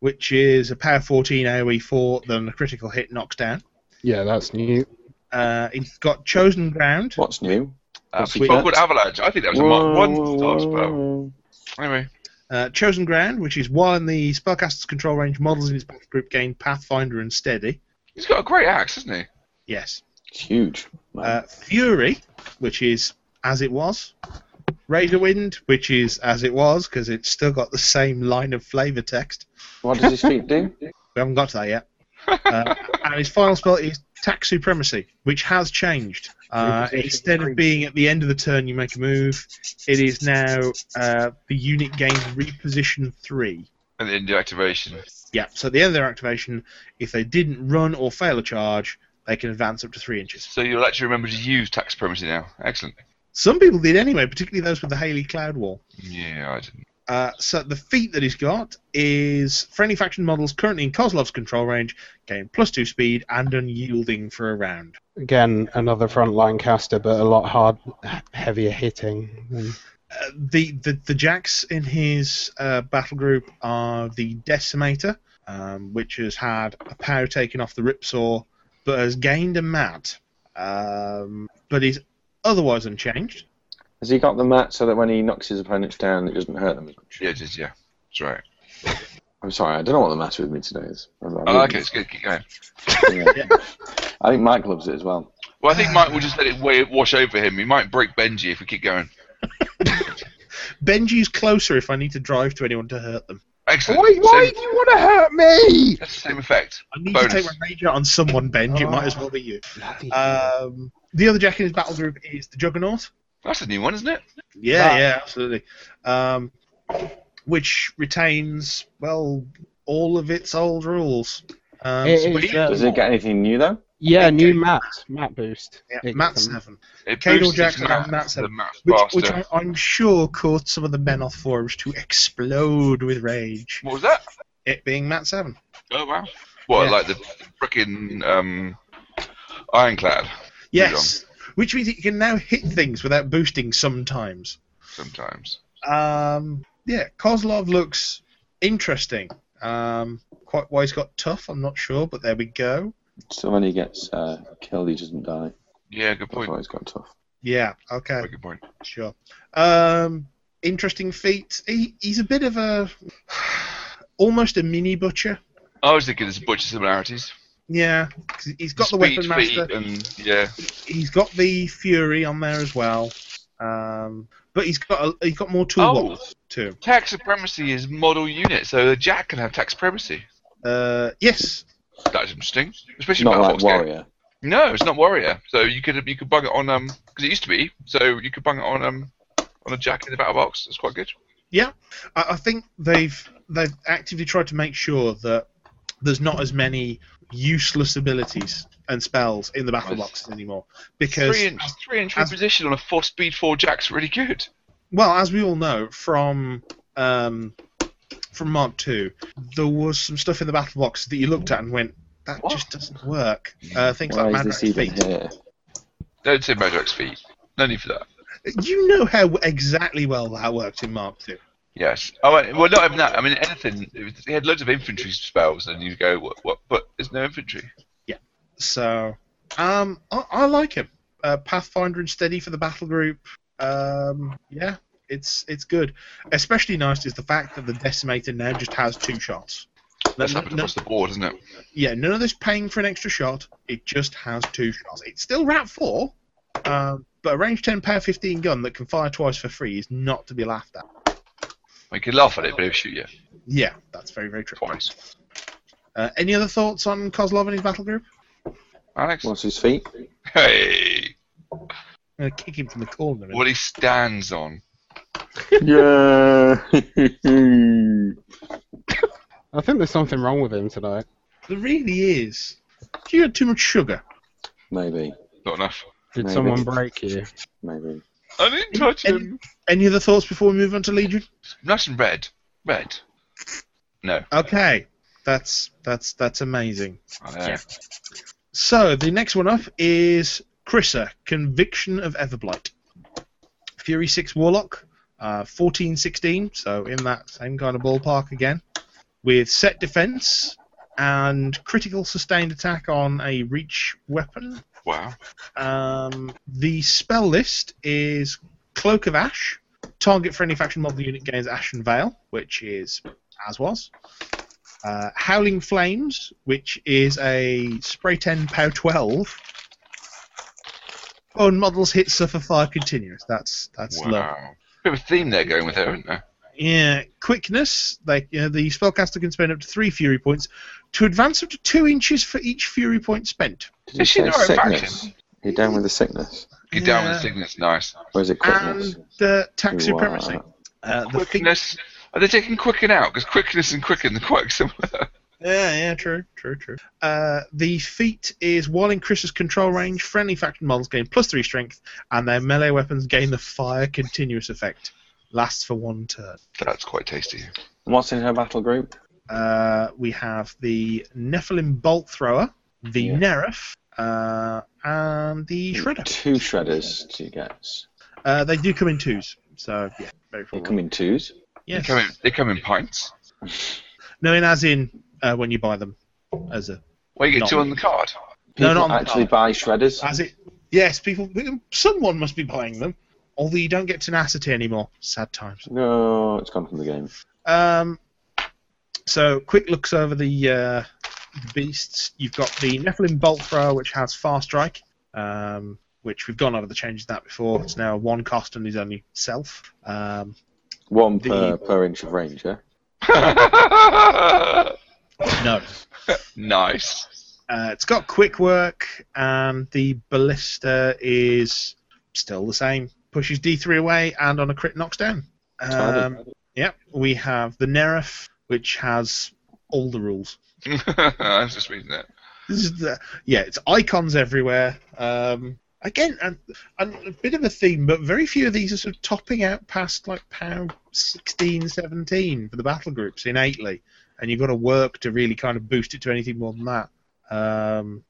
Speaker 1: which is a power 14 AoE 4 than a critical hit knocks down.
Speaker 4: Yeah, that's new.
Speaker 1: Uh, he's got Chosen Ground.
Speaker 2: What's new?
Speaker 3: Uh,
Speaker 2: What's he got?
Speaker 3: Bogwood Avalanche. I think that was a Mark One star spell.
Speaker 2: whoa.
Speaker 3: Anyway,
Speaker 1: Uh, Chosen Ground, which is while in the spellcaster's control range, models in his battle group gain Pathfinder and Steady.
Speaker 3: he's got a great axe, hasn't he?
Speaker 1: Yes.
Speaker 2: It's huge. man.
Speaker 1: Uh, Fury, which is as it was. Razor Wind, which is as it was, because it's still got the same line of flavour text.
Speaker 2: what does his feet do?
Speaker 1: We haven't got to that yet. Uh, and his final spell is Tax Supremacy, which has changed. Uh, instead of being at the end of the turn, you make a move. It is now uh, the unit gains reposition three.
Speaker 3: And then deactivation.
Speaker 1: Yeah. So at the end of their activation, if they didn't run or fail a charge, they can advance up to three inches.
Speaker 3: So you'll actually remember to use tax supremacy now. Excellent.
Speaker 1: Some people did anyway, particularly those with the Haley Cloud Wall.
Speaker 3: Yeah, I didn't.
Speaker 1: Uh, so the feat that he's got is friendly faction models currently in Kozlov's control range gain plus two speed and unyielding for a round.
Speaker 4: Again, another frontline caster, but a lot hard, heavier hitting. than-
Speaker 1: Uh, the, the the jacks in his uh, battle group are the Decimator, um, which has had a power taken off the Ripsaw, but has gained a mat, um, but is otherwise unchanged.
Speaker 2: Has he got the mat so that when he knocks his opponents down, it doesn't hurt them as much?
Speaker 3: Yeah, just yeah. That's right.
Speaker 2: I'm sorry, I don't know what the matter with me today is. I,
Speaker 3: Oh, I like it. It's good. Keep going.
Speaker 2: Yeah. I think Mike loves it as well.
Speaker 3: Well, I think Mike will just let it wa- wash over him. He might break Benji if we keep going.
Speaker 1: Benji's closer if I need to drive to anyone to hurt them.
Speaker 3: Excellent.
Speaker 4: Why, why
Speaker 3: Same,
Speaker 4: do you want to hurt me?
Speaker 3: that's the same effect.
Speaker 1: I need
Speaker 3: Bonus.
Speaker 1: to take my rage out on someone, Benji. It might as well be you. Um, the other Jack in his battle group is the Juggernaut.
Speaker 3: That's a new one, isn't it?
Speaker 1: Yeah,
Speaker 4: That-
Speaker 1: yeah, absolutely. Um, which retains well all of its old rules. Um,
Speaker 4: It
Speaker 1: so-
Speaker 4: is, uh,
Speaker 2: Does it get anything new though?
Speaker 4: yeah, new
Speaker 1: okay.
Speaker 4: mat, mat boost.
Speaker 1: yeah,
Speaker 4: It- um,
Speaker 1: Matt Seven,
Speaker 3: It
Speaker 1: Cadel
Speaker 3: boosts
Speaker 1: Jackson
Speaker 3: his mass,
Speaker 1: and that's it.
Speaker 3: the mass
Speaker 1: which,
Speaker 3: faster.
Speaker 1: which I, I'm sure caused some of the men off forums to explode with rage.
Speaker 3: What was that?
Speaker 1: It being Matt Seven.
Speaker 3: Oh wow. What
Speaker 1: Yeah.
Speaker 3: like the frickin' um, ironclad
Speaker 1: Yes, which means it can now hit things without boosting sometimes.
Speaker 3: sometimes.
Speaker 1: Um, yeah, Kozlov looks interesting. Um, quite why he's got tough, I'm not sure, but there we go.
Speaker 2: So when he gets uh, killed, he doesn't die.
Speaker 3: Yeah, good
Speaker 2: That's
Speaker 3: point.
Speaker 2: why he's got tough.
Speaker 1: Yeah, okay,
Speaker 3: Very Good point.
Speaker 1: sure. Um, interesting feat. He, he's a bit of a almost a mini butcher.
Speaker 3: I was thinking there's a bunch of similarities.
Speaker 1: Yeah, 'cause he's got the, weapon
Speaker 3: Speed,
Speaker 1: master.
Speaker 3: feet, and yeah,
Speaker 1: He's got the fury on there as well. Um, but he's got a, he's got more toolbox
Speaker 3: Oh.
Speaker 1: too.
Speaker 3: tax supremacy is model unit, so Jack can have tax supremacy.
Speaker 1: Uh, yes,
Speaker 3: That's interesting, especially
Speaker 2: Not
Speaker 3: Metal
Speaker 2: like
Speaker 3: Fox game.
Speaker 2: Warrior.
Speaker 3: No, it's not Warrior. So you could you could bung it on um because it used to be. So you could bung it on um on a Jack in the battle box. That's quite good.
Speaker 1: I, I think they've they've actively tried to make sure that there's not as many useless abilities and spells in the battle
Speaker 3: Nice.
Speaker 1: boxes anymore. Because
Speaker 3: three inch three inch
Speaker 1: as-
Speaker 3: reposition on a four speed four Jack's really good.
Speaker 1: well, as we all know from um, from Mark Two, there was some stuff in the battle box that you looked at and went, that
Speaker 3: What?
Speaker 1: just doesn't work. Uh, things
Speaker 2: Why
Speaker 1: like
Speaker 2: is
Speaker 1: Madrak's
Speaker 2: this even
Speaker 1: feet.
Speaker 2: here?
Speaker 3: Don't say Madrox feet. No need for that.
Speaker 1: You know how exactly well that worked in Mark Two.
Speaker 3: Yes. Oh wait, well, not even that. I mean, anything. It was- He had loads of infantry spells, and you go, what, what? But there's no infantry.
Speaker 1: So, um, I, I like him. Uh, Pathfinder and Steady for the battle group. Um, yeah, it's it's good. Especially nice is the fact that the Decimator now just has two shots.
Speaker 3: That's
Speaker 1: No-
Speaker 3: happened
Speaker 1: no-
Speaker 3: across the board, isn't it?
Speaker 1: yeah, none of this paying for an extra shot. It just has two shots. It's still Rat Four, um, but a range ten power fifteen gun that can fire twice for free is not to be laughed at.
Speaker 3: We could laugh at it, but it'll shoot you
Speaker 1: Yeah, that's very very true.
Speaker 3: twice.
Speaker 1: Uh, any other thoughts on Kozlov and his battle group?
Speaker 3: Alex.
Speaker 2: What's his feet?
Speaker 3: Hey.
Speaker 1: I'm gonna kick him from the corner.
Speaker 3: What he stands on.
Speaker 2: yeah.
Speaker 4: I think there's something wrong with him tonight.
Speaker 1: There really is. You had too much sugar.
Speaker 2: maybe.
Speaker 3: Not enough.
Speaker 4: Did
Speaker 2: Maybe.
Speaker 4: someone break you?
Speaker 2: Maybe.
Speaker 3: I didn't touch
Speaker 1: Any-
Speaker 3: him.
Speaker 1: Any other thoughts before we move on to Legion?
Speaker 3: Nice and red. Red. No.
Speaker 1: Okay, that's that's that's amazing.
Speaker 3: I know.
Speaker 1: Yeah. So the next one up is Chrissa, Conviction of Everblight, Fury Six Warlock, uh, fourteen sixteen. So in that same kind of ballpark again, with set defense and critical sustained attack on a reach weapon.
Speaker 3: Wow.
Speaker 1: Um, the spell list is Cloak of Ash. Target for any faction model unit gains Ashen Veil, which is as was. Uh, Howling Flames, which is a spray 10 POW 12. Oh, and models hit suffer fire continuous. That's that's low.
Speaker 3: wow. Bit of a theme there going with it, isn't there?
Speaker 1: Yeah, quickness. Like you know, the spellcaster can spend up to three fury points to advance up to two inches for each fury point spent.
Speaker 2: Did you
Speaker 3: Is she
Speaker 2: say
Speaker 3: in her own
Speaker 2: sickness?
Speaker 3: faction?
Speaker 2: You're down with the sickness.
Speaker 3: Get down with
Speaker 1: Yeah.
Speaker 3: the sickness. Nice.
Speaker 2: Or is it quickness?
Speaker 1: And uh, tax
Speaker 2: You are-
Speaker 1: supremacy. Uh, the thing-
Speaker 3: Quickness. Are they taking quicken out? Because quickness and quicken are quite similar.
Speaker 1: Yeah, yeah, true, true, true. Uh, the feat is while in Chris's control range, friendly faction models gain plus three strength, and their melee weapons gain the fire continuous effect. Lasts for one turn.
Speaker 3: That's quite tasty.
Speaker 2: And what's in her battle group?
Speaker 1: Uh, we have the Nephilim Bolt Thrower, the
Speaker 2: Yeah.
Speaker 1: Nerif, uh, and the Shredder.
Speaker 2: Two shredders she gets.
Speaker 1: Uh, they do come in twos, so yeah, very
Speaker 2: They
Speaker 1: cool.
Speaker 2: come in twos.
Speaker 1: Yes.
Speaker 3: They come in. They come in pints.
Speaker 1: No, in as in uh, when you buy them, as a
Speaker 3: Well, you get
Speaker 1: Not
Speaker 3: two on
Speaker 1: me.
Speaker 3: the card.
Speaker 1: No,
Speaker 2: People
Speaker 1: not on the
Speaker 2: actually
Speaker 1: card.
Speaker 2: buy shredders.
Speaker 1: as it. Yes, people. Someone must be buying them. Although you don't get tenacity anymore. Sad times.
Speaker 2: No, it's gone from the game.
Speaker 1: Um, so quick looks over the uh, beasts. You've got the Nephilim Bolt Thrower, which has fast strike. um, which we've gone over the changes in that before. It's now one cost and his only self. Um,
Speaker 2: One
Speaker 1: The-
Speaker 2: per, per inch of range, yeah?
Speaker 1: no,
Speaker 3: nice.
Speaker 1: Uh, it's got quick work, and the ballista is still the same. Pushes D3 away, and on a crit knocks down. Um, yep, we have the Nerif, which has all the rules.
Speaker 3: I was just reading it.
Speaker 1: This is the, yeah, it's icons everywhere. Um, again, and, and a bit of a theme, but very few of these are sort of topping out past like POW 16, 17 for the battle groups innately, and you've got to work to really kind of boost it to anything more than that. Um,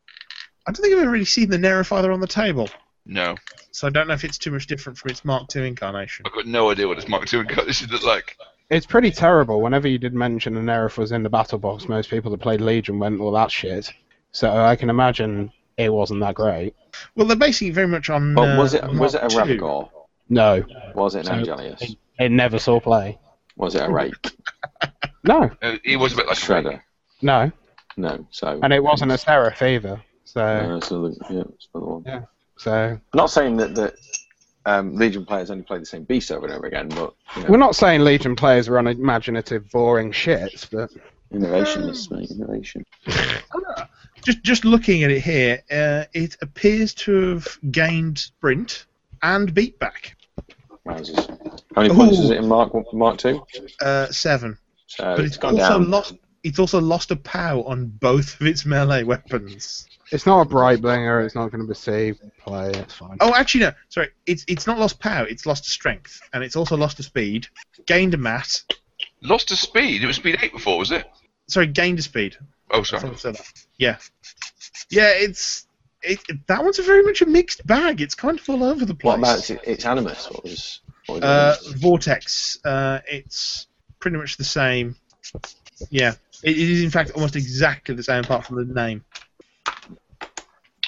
Speaker 1: I don't think I've ever really seen the Nerif either on the table,
Speaker 3: No,
Speaker 1: so I don't know if it's too much different from its Mark II incarnation.
Speaker 3: I've got no idea what this Mark II got. This should look like.
Speaker 4: It's pretty terrible. Whenever you did mention an Nerf was in the battle box, most people that played Legion went, well, that's shit. So I can imagine it wasn't that great.
Speaker 1: Well, they're basing it very much on.
Speaker 2: But was
Speaker 1: uh,
Speaker 2: it was it a
Speaker 1: Mark II.
Speaker 2: Ravgor?
Speaker 4: No,
Speaker 2: Was it
Speaker 4: So-
Speaker 2: an Angelius?
Speaker 4: it never saw play.
Speaker 2: Was it a Rake?
Speaker 4: No,
Speaker 3: Uh, He was a bit like a
Speaker 2: Shredder?
Speaker 4: no.
Speaker 2: No, so.
Speaker 4: And it wasn't a Seraph either. So,
Speaker 2: No, it's another, yeah, it's another one.
Speaker 4: Yeah. so
Speaker 2: Not saying that, that um, Legion players only play the same beast over and over again, but you know,
Speaker 4: we're not saying Legion players were unimaginative, boring shits, but
Speaker 2: innovation is mate, innovation.
Speaker 1: just just looking at it here, uh, it appears to have gained sprint and beatback.
Speaker 2: Wowzers. How many points
Speaker 1: Ooh.
Speaker 2: is it in Mark one- Mark Two?
Speaker 1: Uh, seven,
Speaker 2: So
Speaker 1: but it's
Speaker 2: it's gone
Speaker 1: also
Speaker 2: down.
Speaker 1: lost. It's also lost a POW on both of its melee weapons.
Speaker 4: it's not a bright blinger. It's not going to be save play. It's fine.
Speaker 1: Oh, actually no, sorry. It's it's not lost POW. It's lost a strength, and it's also lost a speed. Gained a mat.
Speaker 3: Lost to speed. It was speed eight before, was it?
Speaker 1: Sorry, gained a speed.
Speaker 3: Oh,
Speaker 1: I thought
Speaker 3: sorry.
Speaker 1: I said that. Yeah, yeah. It's it, that one's a very much a mixed bag. It's kind of all over the place.
Speaker 2: What about its, its animus? What was? What was
Speaker 1: Uh,
Speaker 2: it?
Speaker 1: Vortex. Uh, it's pretty much the same. Yeah, it it is in fact almost exactly the same apart from the name.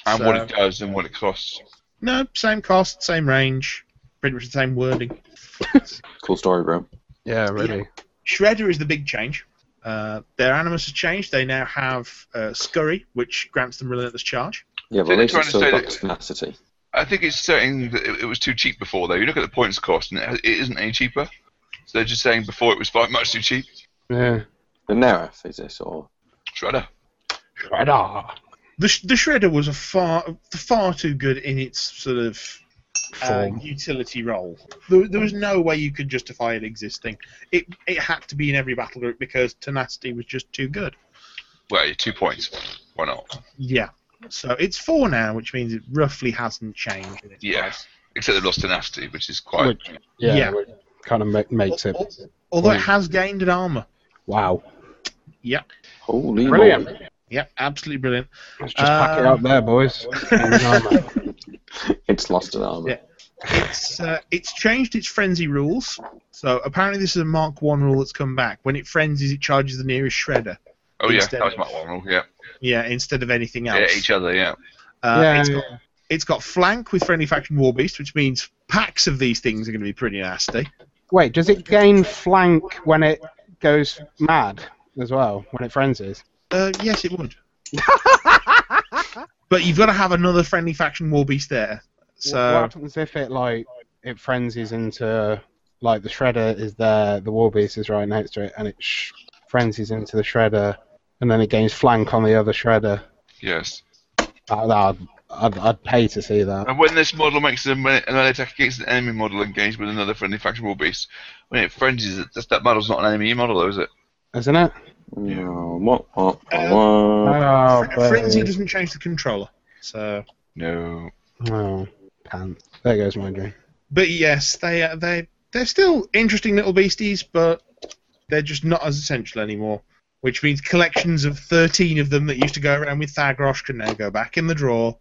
Speaker 3: And what
Speaker 1: So-
Speaker 3: it does and what it costs.
Speaker 1: No, same cost, same range, pretty much the same wording.
Speaker 2: cool story, bro.
Speaker 4: Yeah, really.
Speaker 1: Shredder is the big change. Uh, their animus has changed. They now have uh, Scurry, which grants them relentless charge.
Speaker 2: Yeah, but
Speaker 3: So
Speaker 2: at
Speaker 3: they're
Speaker 2: least
Speaker 3: trying
Speaker 2: it's
Speaker 3: to
Speaker 2: still
Speaker 3: say
Speaker 2: got
Speaker 3: that-
Speaker 2: tenacity.
Speaker 3: I think it's saying that it, it was too cheap before, though. You look at the points cost, and it, it isn't any cheaper. So they're just saying before it was far, much too cheap.
Speaker 4: Yeah.
Speaker 2: The Nereth is this, or
Speaker 3: Shredder.
Speaker 4: Radar.
Speaker 1: The, sh- the Shredder was a far far too good in its sort of uh,
Speaker 4: Form.
Speaker 1: utility role. There, there was no way you could justify it existing. It it had to be in every battle group because tenacity was just too good.
Speaker 3: Well, yeah, two points. Why not?
Speaker 1: Yeah. So it's four now, which means it roughly hasn't changed. in its
Speaker 3: Yeah.
Speaker 1: price.
Speaker 3: Except they lost tenacity, which is quite.
Speaker 4: Which- yeah.
Speaker 1: Yeah.
Speaker 4: which Kind of ma- makes it.
Speaker 1: Although
Speaker 3: Oh.
Speaker 1: it has gained an armor.
Speaker 4: Wow.
Speaker 2: holy
Speaker 4: Brilliant.
Speaker 2: moly.
Speaker 1: Yeah, absolutely brilliant.
Speaker 4: Let's just pack it up
Speaker 1: Um,
Speaker 4: there, boys.
Speaker 1: Uh,
Speaker 2: It's lost an armor.
Speaker 1: Yeah. It's uh, it's changed its frenzy rules. So apparently this is a Mark One rule that's come back. When it frenzies, it charges the nearest shredder.
Speaker 3: Oh, yeah,
Speaker 1: instead
Speaker 3: that was
Speaker 1: of-
Speaker 3: my one rule. Yeah.
Speaker 1: Yeah, instead of anything else.
Speaker 3: yeah, each other, yeah.
Speaker 1: Uh,
Speaker 4: yeah,
Speaker 1: it's got It's got flank with friendly faction war beast, which means packs of these things are going to be pretty nasty.
Speaker 4: Wait, does it gain flank when it goes mad as well? When it frenzies?
Speaker 1: Uh, yes, it would. but you've got to have another friendly faction war beast there.
Speaker 4: So what
Speaker 1: So
Speaker 4: happens if it like it frenzies into like the shredder is there, the war beast is right next to it, and it sh- frenzies into the shredder, and then it gains flank on the other shredder?
Speaker 3: Yes.
Speaker 4: That, that, I'd, I'd, I'd pay to see that.
Speaker 3: And when this model makes a melee attack against an enemy model engaged with another friendly faction war beast, when it frenzies it, that's- that model's not an enemy model, though, is it?
Speaker 4: Isn't it?
Speaker 2: No, what, what,
Speaker 1: Uh,
Speaker 2: what?
Speaker 4: Oh,
Speaker 1: fr-
Speaker 4: but-
Speaker 1: frenzy doesn't change the controller. So,
Speaker 3: No.
Speaker 4: Oh, pants. There goes my dream.
Speaker 1: but yes, they are they they're still interesting little beasties, but they're just not as essential anymore. Which means collections of thirteen of them that used to go around with Thagrosh can now go back in the drawer.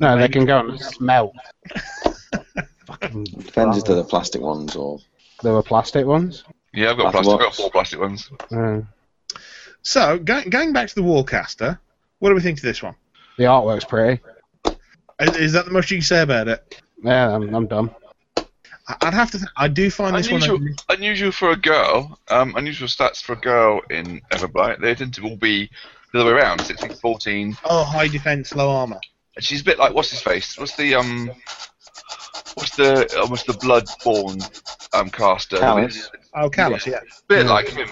Speaker 4: No, they can go and smell. Fucking
Speaker 2: Fences to the plastic ones, or
Speaker 4: There were plastic ones.
Speaker 3: Yeah, I've got
Speaker 2: That's
Speaker 3: plastic. I've got
Speaker 2: lots.
Speaker 3: four plastic ones.
Speaker 4: Uh,
Speaker 1: So, go- going back to the Warcaster, what do we think of this one?
Speaker 4: the artwork's pretty.
Speaker 1: Is, is that the most you can say about it?
Speaker 4: Yeah, I'm, I'm dumb.
Speaker 1: I- I'd have to. Th- I do find this
Speaker 3: Unusual,
Speaker 1: one.
Speaker 3: unusual for a girl. Um, unusual stats for a girl in Everblight. They tend to all be the other way around, 16, 14.
Speaker 1: Oh, high defense, low armor.
Speaker 3: And she's a bit like what's his face? What's the um? What's the almost the bloodborne um caster?
Speaker 2: Callus.
Speaker 1: Oh, Callus, yeah.
Speaker 3: Bit
Speaker 4: Yeah.
Speaker 3: like him.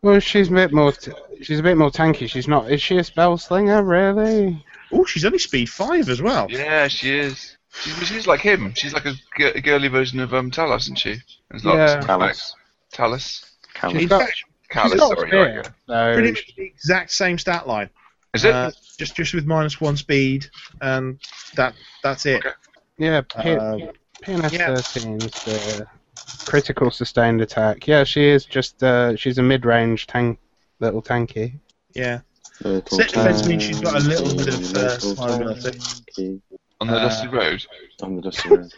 Speaker 4: Well, she's a bit more. T- she's a bit more tanky. She's not. Is she a spell slinger really?
Speaker 1: Oh, she's only speed five as well.
Speaker 3: Yeah, she is. She's, she's like him. She's like a, gi- a girly version of um Talos, isn't she? There's lots
Speaker 4: Yeah.
Speaker 3: of
Speaker 2: Callus.
Speaker 3: Talos.
Speaker 2: Callus.
Speaker 1: She's
Speaker 4: got-
Speaker 1: got
Speaker 3: Callus,
Speaker 4: she's got
Speaker 3: sorry. there you
Speaker 4: fear,
Speaker 3: go.
Speaker 1: pretty
Speaker 4: so
Speaker 1: much the exact same stat line.
Speaker 3: Is it?
Speaker 1: Uh, just just with minus one speed, and that that's it.
Speaker 3: Okay.
Speaker 4: yeah, P-
Speaker 1: Um,
Speaker 4: PNS
Speaker 1: yeah.
Speaker 4: 13's the critical sustained attack. Yeah, she is just. Uh, she's a mid-range tank, little tanky.
Speaker 1: yeah.
Speaker 2: Little
Speaker 1: Set defense
Speaker 2: town,
Speaker 1: means she's got a little bit of uh,
Speaker 2: little
Speaker 1: survivability.
Speaker 2: town,
Speaker 3: On the
Speaker 1: uh,
Speaker 3: dusty road.
Speaker 2: On the dusty road.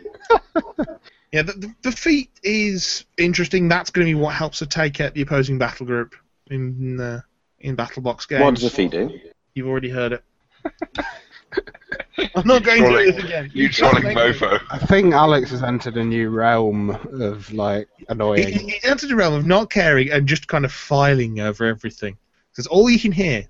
Speaker 1: Yeah, the, the, the feat is interesting. That's going to be what helps her take out the opposing battle group in uh, in battle box games.
Speaker 2: What does a fee do?
Speaker 1: You've already heard it. I'm not going to do this again.
Speaker 3: You trolling mofo.
Speaker 4: I think Alex has entered a new realm of like
Speaker 1: He,
Speaker 4: annoying.
Speaker 1: he entered the realm of not caring and just kind of filing over everything. Because all you can hear.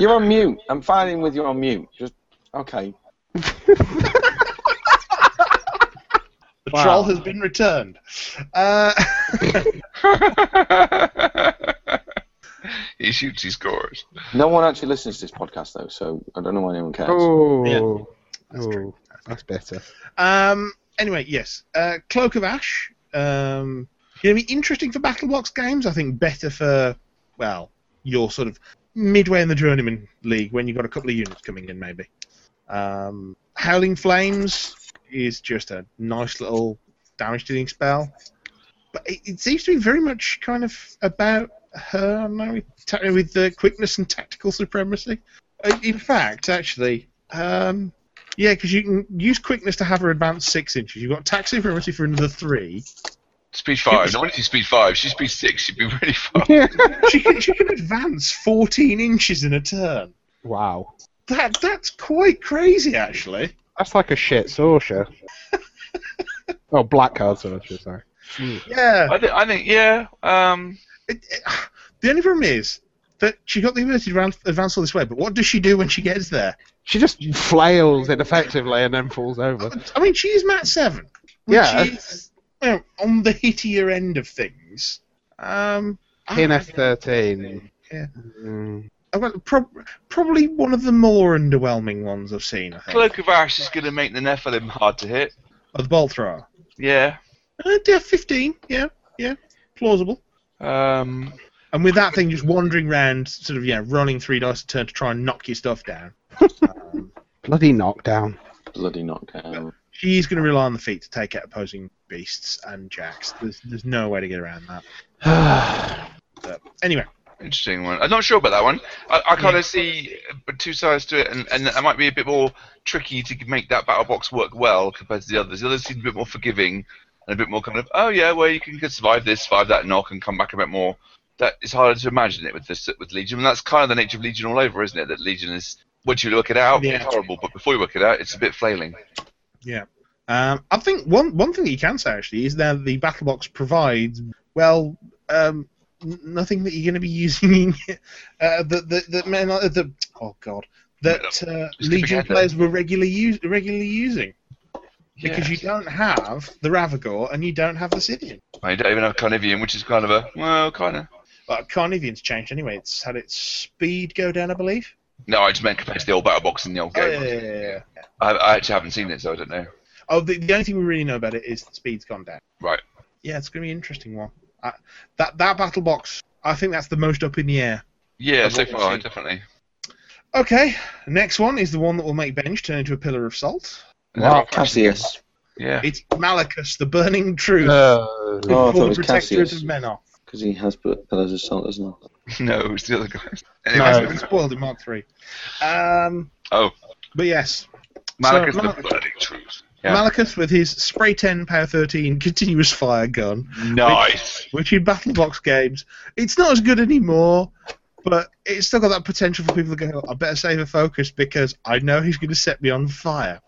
Speaker 2: You're on mute. I'm fighting with you on mute. Just okay.
Speaker 1: The
Speaker 4: Wow.
Speaker 1: troll has been returned. Uh,
Speaker 3: he shoots, he scores.
Speaker 2: No one actually listens to this podcast though, so I don't know why anyone cares.
Speaker 4: Oh,
Speaker 1: Yeah. That's true.
Speaker 4: oh, that's better.
Speaker 1: um, anyway, yes. Uh, Cloak of Ash. Um, you know, be interesting for battle box games. I think better for, well, your sort of midway in the journeyman league when you've got a couple of units coming in, maybe. Um, Howling Flames is just a nice little damage dealing spell. But it, it seems to be very much kind of about her, I don't know, with, ta- with the quickness and tactical supremacy. Uh, In fact, actually, um, yeah, because you can use quickness to have her advance six inches. You've got tax supremacy for another three.
Speaker 3: Speed five. No wonder she's speed five. She's speed six. She'd be really fast.
Speaker 1: She can, she can advance 14 inches in a turn.
Speaker 4: wow,
Speaker 1: That That's quite crazy, actually.
Speaker 4: that's like a shit sorcerer. oh, black card sorcerer. Sorry.
Speaker 1: Yeah.
Speaker 3: I, thi- I think, yeah. Um,
Speaker 1: It, it, the only problem is that she got the ability to advance, advance all this way, but what does she do when she gets there?
Speaker 4: She just flails ineffectively and then falls over.
Speaker 1: I mean, she is Mat 7. Which
Speaker 4: Yeah.
Speaker 1: is you know, on the hittier end of things. Um, I-
Speaker 4: PNF 13.
Speaker 1: Yeah.
Speaker 4: Mm.
Speaker 1: I- well, prob- probably one of the more underwhelming ones I've seen, I think.
Speaker 3: Cloak of Ash is going to make the Nephilim hard to hit.
Speaker 1: Oh, the bolt thrower.
Speaker 3: Yeah.
Speaker 1: Uh, yeah, 15. Yeah, yeah. Plausible.
Speaker 3: Um,
Speaker 1: And with that thing just wandering round, sort of, yeah, rolling three dice a turn to try and knock your stuff down. um,
Speaker 4: Bloody knockdown.
Speaker 2: Bloody knockdown.
Speaker 1: she's going to rely on the feet to take out opposing beasts and jacks. There's, there's no way to get around that.
Speaker 4: Uh,
Speaker 1: But anyway,
Speaker 3: Interesting one. I'm not sure about that one. I, I kind of see uh, two sides to it, and, and it might be a bit more tricky to make that battle box work well compared to the others. The others seem a bit more forgiving and a bit more kind of, oh yeah, well you can survive this, survive that knock, and come back a bit more. That it's harder to imagine it with this with Legion, and that's kind of the nature of Legion all over, isn't it? That Legion is once you work it out,
Speaker 1: Yeah.
Speaker 3: it's horrible, but before you work it out, it's a bit flailing.
Speaker 1: um, I think one one thing that you can say actually is that the battle box provides well um, n- nothing that you're going to be using uh, that that that men uh, the oh god that uh,
Speaker 3: Just keep
Speaker 1: Legion
Speaker 3: it
Speaker 1: players were regularly use, regularly using because
Speaker 3: Yeah.
Speaker 1: you don't have the Ravagor and you don't have the Sidian.
Speaker 3: Well, you don't even have Carnivian, which is kind of a well, kind of.
Speaker 1: But Carnivian's changed anyway. It's had its speed go down, I believe.
Speaker 3: No, I just meant compared to the old battle box in the old game.
Speaker 1: Oh, yeah, yeah, yeah, yeah.
Speaker 3: I, I actually haven't seen it, so I don't know.
Speaker 1: Oh, the, the only thing we really know about it is the speed's gone down.
Speaker 3: Right.
Speaker 1: Yeah, it's going to be an interesting one. I, that that battle box, I think that's the most up in the air.
Speaker 3: Yeah,
Speaker 1: Of
Speaker 3: so
Speaker 1: what we've
Speaker 3: far,
Speaker 1: seen.
Speaker 3: definitely.
Speaker 1: Okay, next one is the one that will make Benj turn into a pillar of salt.
Speaker 2: Wow, Cassius.
Speaker 3: Yeah.
Speaker 1: It's Malachus, the burning truth,
Speaker 4: Uh,
Speaker 1: the
Speaker 2: Oh, I thought it
Speaker 1: former
Speaker 2: was
Speaker 1: protectorate
Speaker 2: Cassius.
Speaker 1: of Menoth.
Speaker 2: Because he has put pillars of salt, doesn't he?
Speaker 3: No, it's the other guys.
Speaker 1: No,
Speaker 3: Anyway,
Speaker 1: it's
Speaker 4: No.
Speaker 1: been spoiled in Mark Three. Um,
Speaker 3: Oh.
Speaker 1: but yes,
Speaker 3: Malachus
Speaker 1: So,
Speaker 3: the
Speaker 1: Mal-
Speaker 3: burning truth. Yeah.
Speaker 1: Malachus with his spray ten power thirteen continuous fire gun,
Speaker 3: Nice.
Speaker 1: which in battle box games, it's not as good anymore, but it's still got that potential for people to go, I better save a focus because I know he's going to set me on fire.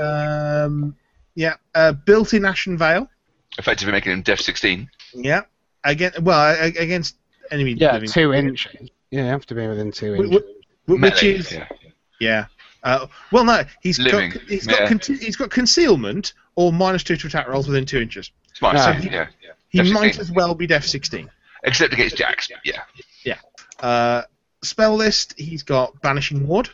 Speaker 1: Um, yeah, uh, built in Ashen Vale.
Speaker 3: Effectively making him deaf 16.
Speaker 1: Yeah, again, well, a- a- against enemy
Speaker 4: yeah,
Speaker 1: living,
Speaker 4: two inches. Yeah, you have to be within two
Speaker 1: Wh-
Speaker 4: inches.
Speaker 1: wh- which
Speaker 3: Melee,
Speaker 1: is
Speaker 3: yeah.
Speaker 1: yeah, Uh, well, no, he's
Speaker 3: Living,
Speaker 1: got he's
Speaker 3: yeah.
Speaker 1: got con- he's got concealment or minus two to attack rolls within two inches.
Speaker 3: It's my
Speaker 4: Ah.
Speaker 3: save, yeah. yeah.
Speaker 1: He
Speaker 3: Def
Speaker 1: might
Speaker 3: 16.
Speaker 1: as well be Def 16.
Speaker 3: Except against Jax, yeah.
Speaker 1: Uh, spell list, he's got Banishing Ward,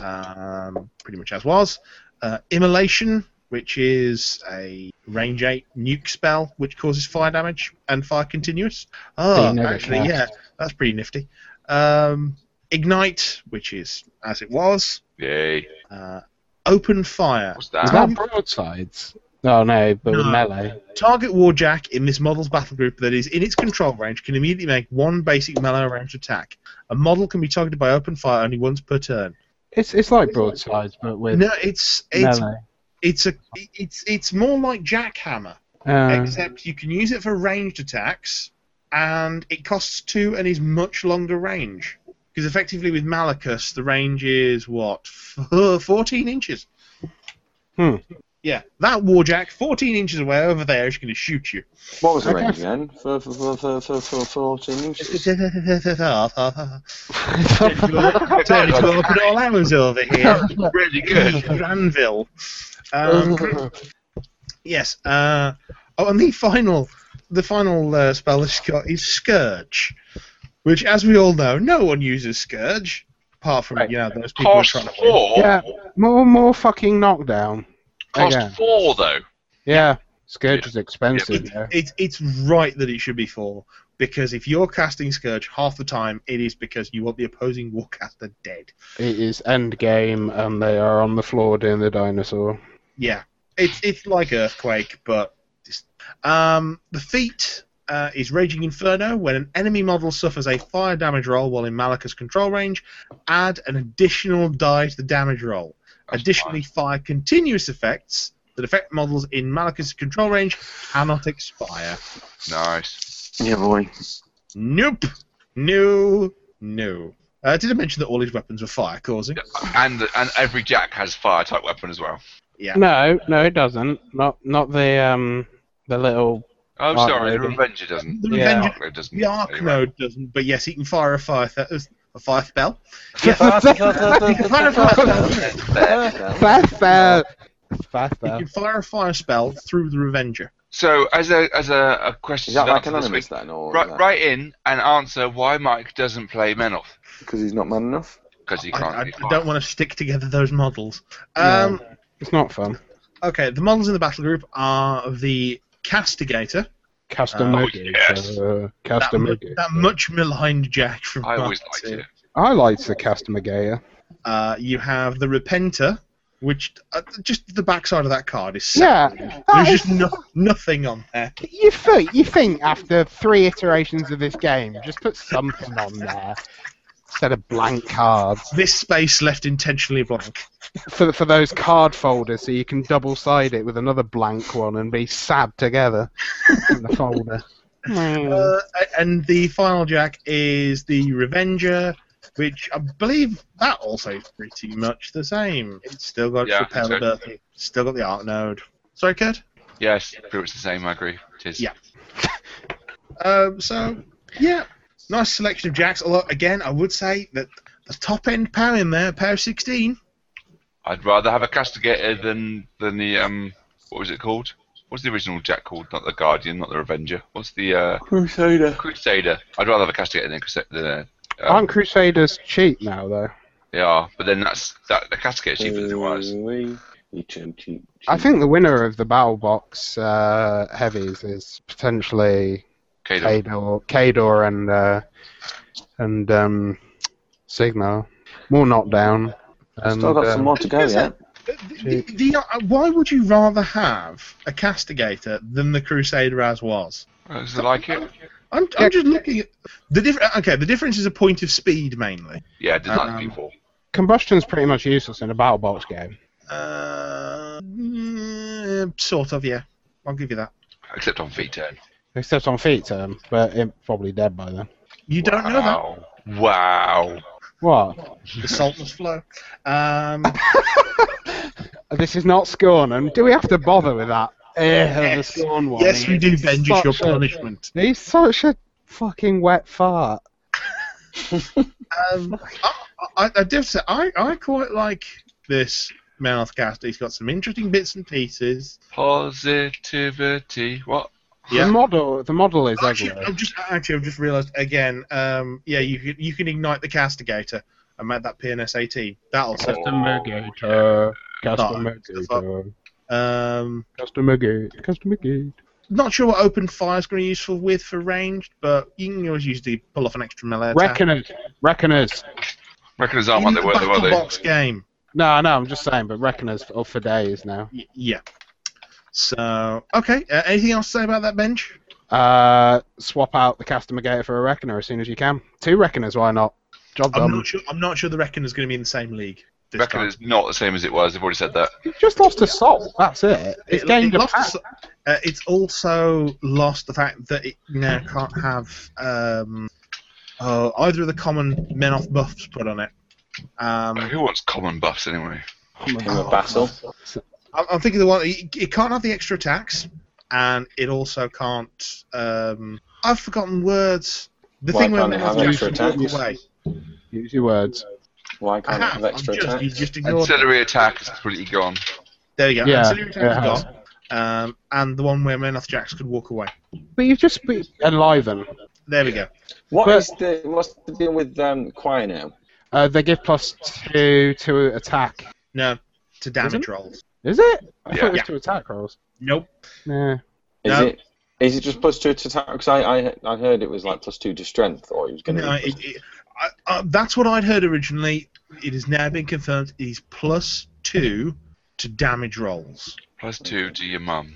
Speaker 1: um, pretty much as was. Uh, Immolation, which is a range 8 nuke spell, which causes fire damage and fire continuous.
Speaker 4: They
Speaker 1: Oh,
Speaker 4: never
Speaker 1: actually,
Speaker 4: cast.
Speaker 1: yeah, that's pretty nifty. Um, Ignite, which is as it was.
Speaker 3: Yay.
Speaker 1: Uh, open Fire.
Speaker 3: What's
Speaker 4: Is
Speaker 3: that?
Speaker 4: that broadsides? Oh no, but with
Speaker 1: No.
Speaker 4: melee.
Speaker 1: Target Warjack in this model's battle group that is in its control range can immediately make one basic melee ranged attack. A model can be targeted by open fire only once per turn.
Speaker 4: It's it's like broadsides, but with
Speaker 1: No, it's it's
Speaker 4: melee.
Speaker 1: it's a it's it's more like jackhammer,
Speaker 4: Uh,
Speaker 1: except you can use it for ranged attacks, and it costs two and is much longer range. Because effectively with Malachus, the range is what f- fourteen inches.
Speaker 4: Hmm.
Speaker 1: Yeah, that Warjack, fourteen inches away over there, is going to shoot you.
Speaker 2: What was the
Speaker 4: Okay.
Speaker 2: range again? For, for, for, for, for, for 14 inches?
Speaker 1: It's only 12 and all hours over here.
Speaker 3: really good.
Speaker 1: Granville. Um, yes. Uh, oh, and the final, the final uh, spell this got is Scourge, which, as we all know, no one uses Scourge apart from
Speaker 4: Right.
Speaker 1: you know those people who are
Speaker 3: Cost
Speaker 1: trying to win.
Speaker 3: four.
Speaker 4: yeah, Uh, more more fucking knockdown.
Speaker 3: Cost
Speaker 4: Again.
Speaker 3: four though.
Speaker 4: Yeah, Scourge is
Speaker 1: It,
Speaker 4: expensive. Yeah.
Speaker 1: it, it's right that it should be four because if you're casting Scourge half the time, it is because you want the opposing warcaster dead.
Speaker 4: It is end game, and they are on the floor doing the dinosaur.
Speaker 1: Yeah, it's it's like earthquake, but just- um, the feat uh, is raging inferno. When an enemy model suffers a fire damage roll while in Malachus control range, add an additional die to the damage roll.
Speaker 3: That's
Speaker 1: Additionally, fire continuous effects that affect models in Malachus control range cannot expire.
Speaker 3: fine. Nice.
Speaker 2: Yeah, boy.
Speaker 1: Nope, no, no. Uh, did I mention that all his weapons were fire causing?
Speaker 3: And and every Jack has fire type weapon as well.
Speaker 1: Yeah.
Speaker 4: No, no, it doesn't. Not not the um the little.
Speaker 3: Oh,
Speaker 4: Arc
Speaker 3: sorry, the
Speaker 4: Lady.
Speaker 3: Revenger doesn't.
Speaker 1: The
Speaker 4: Yeah.
Speaker 1: Revenger-
Speaker 3: Arc doesn't.
Speaker 1: The Arc
Speaker 3: Anyway.
Speaker 1: Node doesn't, but yes, he can fire a fire th- a fire spell. Fire a fire spell.
Speaker 4: Faster,
Speaker 1: You
Speaker 4: faster.
Speaker 1: can fire a fire spell through the Revenger.
Speaker 3: So as a as a, a question
Speaker 2: Is that
Speaker 3: to
Speaker 2: like
Speaker 3: answer
Speaker 2: anonymous
Speaker 3: this week,
Speaker 2: then, or
Speaker 3: Write, write in and answer why Mike doesn't play Menoth
Speaker 2: because he's not man enough?
Speaker 3: because he
Speaker 1: I,
Speaker 3: can't.
Speaker 1: I-
Speaker 3: be
Speaker 1: I
Speaker 3: fire.
Speaker 1: don't want to stick together those models. Um,
Speaker 4: It's not fun.
Speaker 1: Okay, the models in the battle group are the Castigator,
Speaker 4: Custom
Speaker 1: Oh,
Speaker 4: Mugi.
Speaker 3: yes.
Speaker 4: Uh,
Speaker 1: that,
Speaker 4: custom
Speaker 1: mu-
Speaker 4: Mugi.
Speaker 1: that much maligned Jack from
Speaker 3: I always
Speaker 1: Mark
Speaker 3: liked
Speaker 1: II.
Speaker 3: it.
Speaker 4: I liked the Custom Agea.
Speaker 1: Uh, you have the Repenter, which uh, just the backside of that card is sad.
Speaker 4: Yeah. that
Speaker 1: There's
Speaker 4: is-
Speaker 1: just no- nothing on there.
Speaker 4: You think you think after three iterations of this game, just put something on there instead of blank cards
Speaker 1: This space left intentionally blank.
Speaker 4: for for those card folders, so you can double side it with another blank one and be sad together in the folder.
Speaker 1: Uh, and the final jack is the Revenger, which I believe that also is pretty much the same. It's still got
Speaker 3: Yeah,
Speaker 1: its repel
Speaker 3: so-
Speaker 1: ability, still got the art node. Sorry, Kurt.
Speaker 3: Yes, pretty much the same. I agree. It is.
Speaker 1: Yeah. Um, so yeah, nice selection of jacks. Although again, I would say that the top end pair in there, pair of sixteen,
Speaker 3: I'd rather have a castigator than than the um what was it called? What's the original Jack called? Not the Guardian, not the Revenger. What's the uh,
Speaker 2: Crusader.
Speaker 3: Crusader? I'd rather have a castigator than a Crusade- than a. Um,
Speaker 4: Aren't Crusaders cheap now though?
Speaker 3: they are, but then that's that the castigator's cheaper than it was.
Speaker 2: was.
Speaker 4: I think the winner of the battle box uh, heavies is potentially
Speaker 3: Okay, then.
Speaker 4: Kador, Kador and uh, and um, Signal. More knockdown. And,
Speaker 2: Still got
Speaker 4: um,
Speaker 2: some more to go yet.
Speaker 1: The- the- the- uh, why would you rather have a Castigator than the Crusader as was?
Speaker 3: Uh, Does it like it?
Speaker 1: I'm, I'm just looking at the different. Okay, the difference is a point of speed mainly.
Speaker 3: Yeah, it did like
Speaker 1: Um,
Speaker 3: the people.
Speaker 4: Combustion's pretty much useless in a battle box game.
Speaker 1: Uh, mm, sort of, yeah. I'll give you that.
Speaker 3: Except on V turn.
Speaker 4: Except on feet term, but it's probably dead by then.
Speaker 1: You don't know that.
Speaker 3: wow. Wow.
Speaker 4: What?
Speaker 1: The saltless flow. Um,
Speaker 4: This is not Scorn, and do we have to bother with that? Eh, the
Speaker 1: Yes.
Speaker 4: Scorn one.
Speaker 1: yes, we do
Speaker 4: It's
Speaker 1: vengeance your
Speaker 4: such a-
Speaker 1: punishment.
Speaker 4: He's such a fucking wet fart.
Speaker 1: Um, I, I, I do have to say, I, I quite like this mouthcast. He's got some interesting bits and pieces.
Speaker 3: Positivity. What?
Speaker 1: Yeah.
Speaker 4: The model, the model is
Speaker 1: Actually,
Speaker 4: ugly.
Speaker 1: I've just actually I've just realised again. Um, yeah, you can, you can ignite the castigator and make that PNS 18. That'll set.
Speaker 4: Customer gator,
Speaker 1: No,
Speaker 4: customer
Speaker 1: that's not-
Speaker 4: gator,
Speaker 1: Um,
Speaker 4: customer gate, customer gate.
Speaker 1: not sure what open fire's going to be useful with for ranged, but you can always use the pull off an extra melee attack.
Speaker 4: Reckoners, reckoners.
Speaker 3: Reckon his arm
Speaker 1: In
Speaker 3: on
Speaker 1: the
Speaker 3: there, were they?
Speaker 1: battle
Speaker 3: Were they?
Speaker 1: box game.
Speaker 4: No, no, I'm just saying, but reckoners for, for days now.
Speaker 1: Y- yeah. So okay. Uh, anything else to say about that bench?
Speaker 4: Uh, swap out the customer gator for a reckoner as soon as you can. Two reckoners, why not? Job
Speaker 1: I'm
Speaker 4: done.
Speaker 1: not sure. I'm not sure the reckoner's going to be in the same league. This
Speaker 3: Reckon
Speaker 1: time.
Speaker 3: it's not the same as it was. They've already said that.
Speaker 4: You've just lost assault. That's it. It's
Speaker 1: It-
Speaker 4: gained
Speaker 1: it
Speaker 4: a
Speaker 1: lost
Speaker 4: pack.
Speaker 1: its- uh, it's also lost the fact that it now can't have um, uh, either of the common men off buffs put on it. Um,
Speaker 3: Who wants common buffs anyway?
Speaker 2: Became a vassal.
Speaker 1: I'm, I'm thinking the one it, it can't have the extra attacks, and it also can't. Um, I've forgotten words. The
Speaker 2: Why
Speaker 1: thing where
Speaker 2: can't
Speaker 1: men
Speaker 2: it
Speaker 1: off
Speaker 2: have
Speaker 1: buffs
Speaker 2: extra
Speaker 1: walk
Speaker 2: attacks?
Speaker 1: away.
Speaker 4: Use your words.
Speaker 2: Why
Speaker 1: I
Speaker 2: can't it
Speaker 1: have.
Speaker 2: have
Speaker 1: I'm
Speaker 2: extra
Speaker 1: just,
Speaker 2: attack?
Speaker 1: you just ignored. it.
Speaker 3: Ancillary attack is completely gone.
Speaker 1: There you go.
Speaker 4: Yeah,
Speaker 1: Ancillary
Speaker 4: it
Speaker 1: attack
Speaker 4: has.
Speaker 1: is gone. Um, and the one where Menoth Jacks could walk away.
Speaker 4: But you've just been enliven.
Speaker 1: There we go.
Speaker 2: What
Speaker 4: But-
Speaker 2: is the what's the deal with um, choir now?
Speaker 4: Uh, they give plus two to attack.
Speaker 1: No, to
Speaker 4: Isn't
Speaker 1: damage
Speaker 4: it?
Speaker 1: rolls.
Speaker 4: Is it? I thought it was
Speaker 1: Yeah.
Speaker 4: two attack rolls.
Speaker 1: Nope.
Speaker 4: Yeah.
Speaker 2: Is
Speaker 1: No.
Speaker 2: it is it just plus two to attack? Because I, I I heard it was like plus two to strength, or it was going to.
Speaker 1: No,
Speaker 2: be
Speaker 1: it, it, I, I, that's what I'd heard originally. It has now been confirmed. It is plus two to damage rolls.
Speaker 3: Plus two to your mum.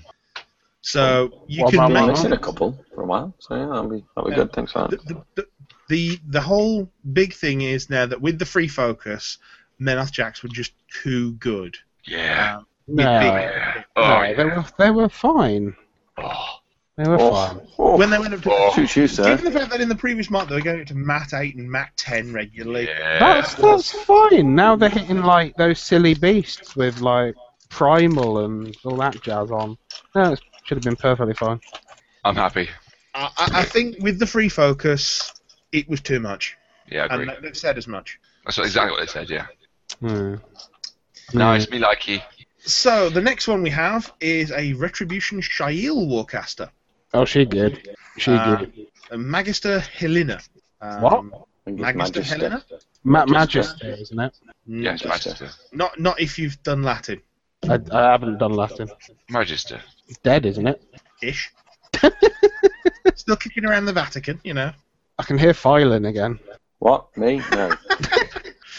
Speaker 1: So you
Speaker 4: Well,
Speaker 1: can
Speaker 4: I'm
Speaker 2: I've been
Speaker 1: make
Speaker 4: not-
Speaker 2: missing a couple for a while, so yeah, that'll be that'll be
Speaker 1: Yeah.
Speaker 2: good. Thanks, man.
Speaker 1: the, the, the, the the whole big thing is now that with the free focus, Menoth Jacks were just too good.
Speaker 3: Yeah.
Speaker 1: Um, with
Speaker 4: No.
Speaker 1: big-
Speaker 3: Yeah.
Speaker 4: no,
Speaker 3: Oh,
Speaker 4: they
Speaker 3: yeah.
Speaker 4: were they were fine.
Speaker 3: Oh.
Speaker 4: They were
Speaker 2: Oh,
Speaker 4: fine.
Speaker 2: oh,
Speaker 1: when they went up to
Speaker 3: Oh.
Speaker 2: shoot you,
Speaker 4: uh,
Speaker 2: sir.
Speaker 1: Given the fact that in the previous month they were going up to Mat 8 and Mat 10 regularly,
Speaker 3: Yeah.
Speaker 4: That's that's fine. Now they're hitting like those silly beasts with like primal and all that jazz on. No, it should have been perfectly fine.
Speaker 3: I'm happy.
Speaker 1: I, I, I think with the free focus, it was too much.
Speaker 3: Yeah,
Speaker 1: And
Speaker 3: I agree.
Speaker 1: they- they've said as much.
Speaker 3: That's exactly what they said, yeah.
Speaker 4: Hmm.
Speaker 3: Nice, me likey.
Speaker 1: So the next one we have is a Retribution Shail Warcaster,
Speaker 4: Oh, she good. She
Speaker 1: Uh,
Speaker 4: good.
Speaker 1: a Magister Helena. Um,
Speaker 4: What?
Speaker 2: Thank you,
Speaker 1: Magister Helena?
Speaker 4: Ma-
Speaker 2: Majesty.
Speaker 4: Majesty, isn't it?
Speaker 1: Mm,
Speaker 3: Yes, Magister.
Speaker 1: Not not if you've done Latin,
Speaker 4: I, I haven't done Latin.
Speaker 3: Magister.
Speaker 4: It's dead, isn't it?
Speaker 1: ish. Still kicking around the Vatican, you know.
Speaker 4: I can hear filing again.
Speaker 2: What? Me? No.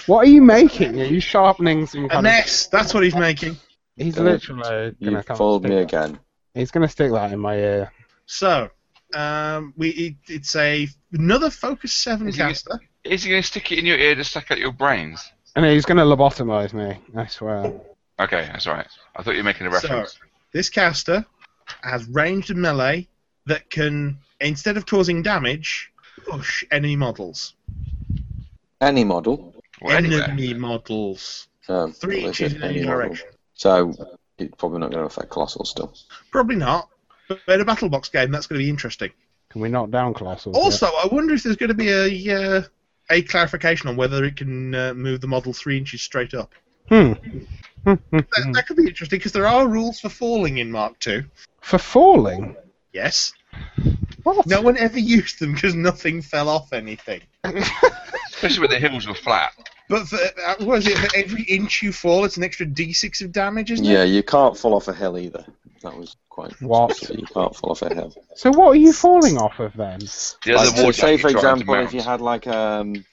Speaker 4: What are you making? Are you sharpening some
Speaker 1: A
Speaker 4: kind of?
Speaker 1: mess. That's what he's making.
Speaker 4: He's
Speaker 2: Don't-
Speaker 4: literally
Speaker 2: you
Speaker 4: gonna come
Speaker 2: fooled
Speaker 4: stick
Speaker 2: me
Speaker 4: that-
Speaker 2: again.
Speaker 4: He's gonna stick that in my ear.
Speaker 1: So, um, we it, it's a another Focus Seven
Speaker 3: Is he-
Speaker 1: caster.
Speaker 3: Is he going to stick it in your ear to suck out your brains?
Speaker 4: And he's gonna lobotomize me. I swear.
Speaker 3: Okay, that's all right. I thought you were making a
Speaker 1: So-
Speaker 3: reference.
Speaker 1: This caster has ranged and melee that can, instead of causing damage, push enemy models.
Speaker 2: Any model.
Speaker 3: Well, anyway.
Speaker 1: Enemy models.
Speaker 2: Um,
Speaker 1: Three
Speaker 2: well, is
Speaker 1: inches
Speaker 2: it
Speaker 1: in any
Speaker 2: model?
Speaker 1: direction.
Speaker 2: So it's probably not going to affect colossal still.
Speaker 1: Probably not. But in a battle box game, that's going to be interesting.
Speaker 4: Can we knock down Colossal?
Speaker 1: Also, I wonder if there's going to be a uh, a clarification on whether it can uh, move the model three inches straight up.
Speaker 4: Hmm. Hmm, hmm,
Speaker 1: That,
Speaker 4: hmm.
Speaker 1: that could be interesting because there are rules for falling in Mark Two.
Speaker 4: For falling?
Speaker 1: Yes.
Speaker 4: What?
Speaker 1: No one ever used them because nothing fell off anything.
Speaker 3: Especially when the hills were flat.
Speaker 1: But for, uh, what is it? For every inch you fall, it's an extra d6 of damage, isn't it?
Speaker 2: Yeah, you can't fall off a hill either. That was quite.
Speaker 4: What?
Speaker 2: So you can't fall off a hill.
Speaker 4: So what are you falling off of then?
Speaker 3: The other
Speaker 2: Like,
Speaker 3: wall
Speaker 2: say,
Speaker 3: jacket
Speaker 2: for
Speaker 3: you tried to
Speaker 2: example,
Speaker 3: mount.
Speaker 2: if you had like um,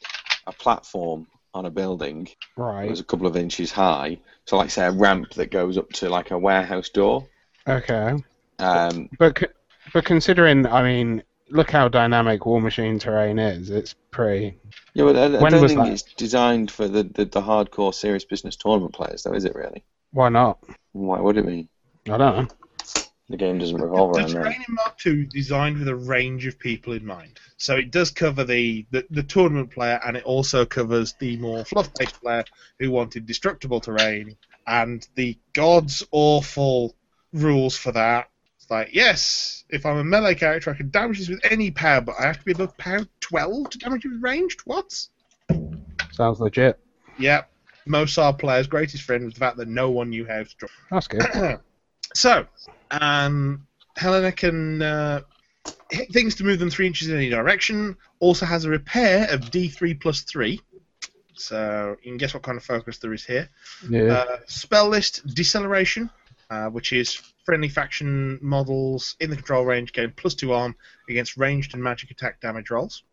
Speaker 2: a platform on a building that
Speaker 4: Right.
Speaker 2: was a couple of inches high, so like say a ramp that goes up to like a warehouse door,
Speaker 4: Okay.
Speaker 2: um,
Speaker 4: But c- but considering, I mean, look how dynamic War Machine terrain is. It's pretty.
Speaker 2: Yeah, but I, I
Speaker 4: When
Speaker 2: don't
Speaker 4: was
Speaker 2: think
Speaker 4: that?
Speaker 2: it's designed for the, the, the hardcore serious business tournament players, though, is it really?
Speaker 4: Why not?
Speaker 2: Why would it be?
Speaker 4: I don't know.
Speaker 2: The game doesn't revolve
Speaker 1: The
Speaker 2: around that.
Speaker 1: terrain in Mark II is designed with a range of people in mind. So it does cover the, the, the tournament player and it also covers the more fluff based player who wanted destructible terrain and the god's awful rules for that. It's like, yes, if I'm a melee character, I can damage this with any power, but I have to be above power 12 to damage it with ranged? What?
Speaker 4: Sounds legit.
Speaker 1: Yep. Mozart player's greatest friend was the fact that no one knew how to draw.
Speaker 4: That's good.
Speaker 1: So, um, Helena can uh, hit things to move them three inches in any direction. Also has a repair of D3 plus 3. So, you can guess what kind of focus there is here.
Speaker 4: Yeah.
Speaker 1: Uh, spell list deceleration, uh, which is friendly faction models in the control range gain plus two arm against ranged and magic attack damage rolls.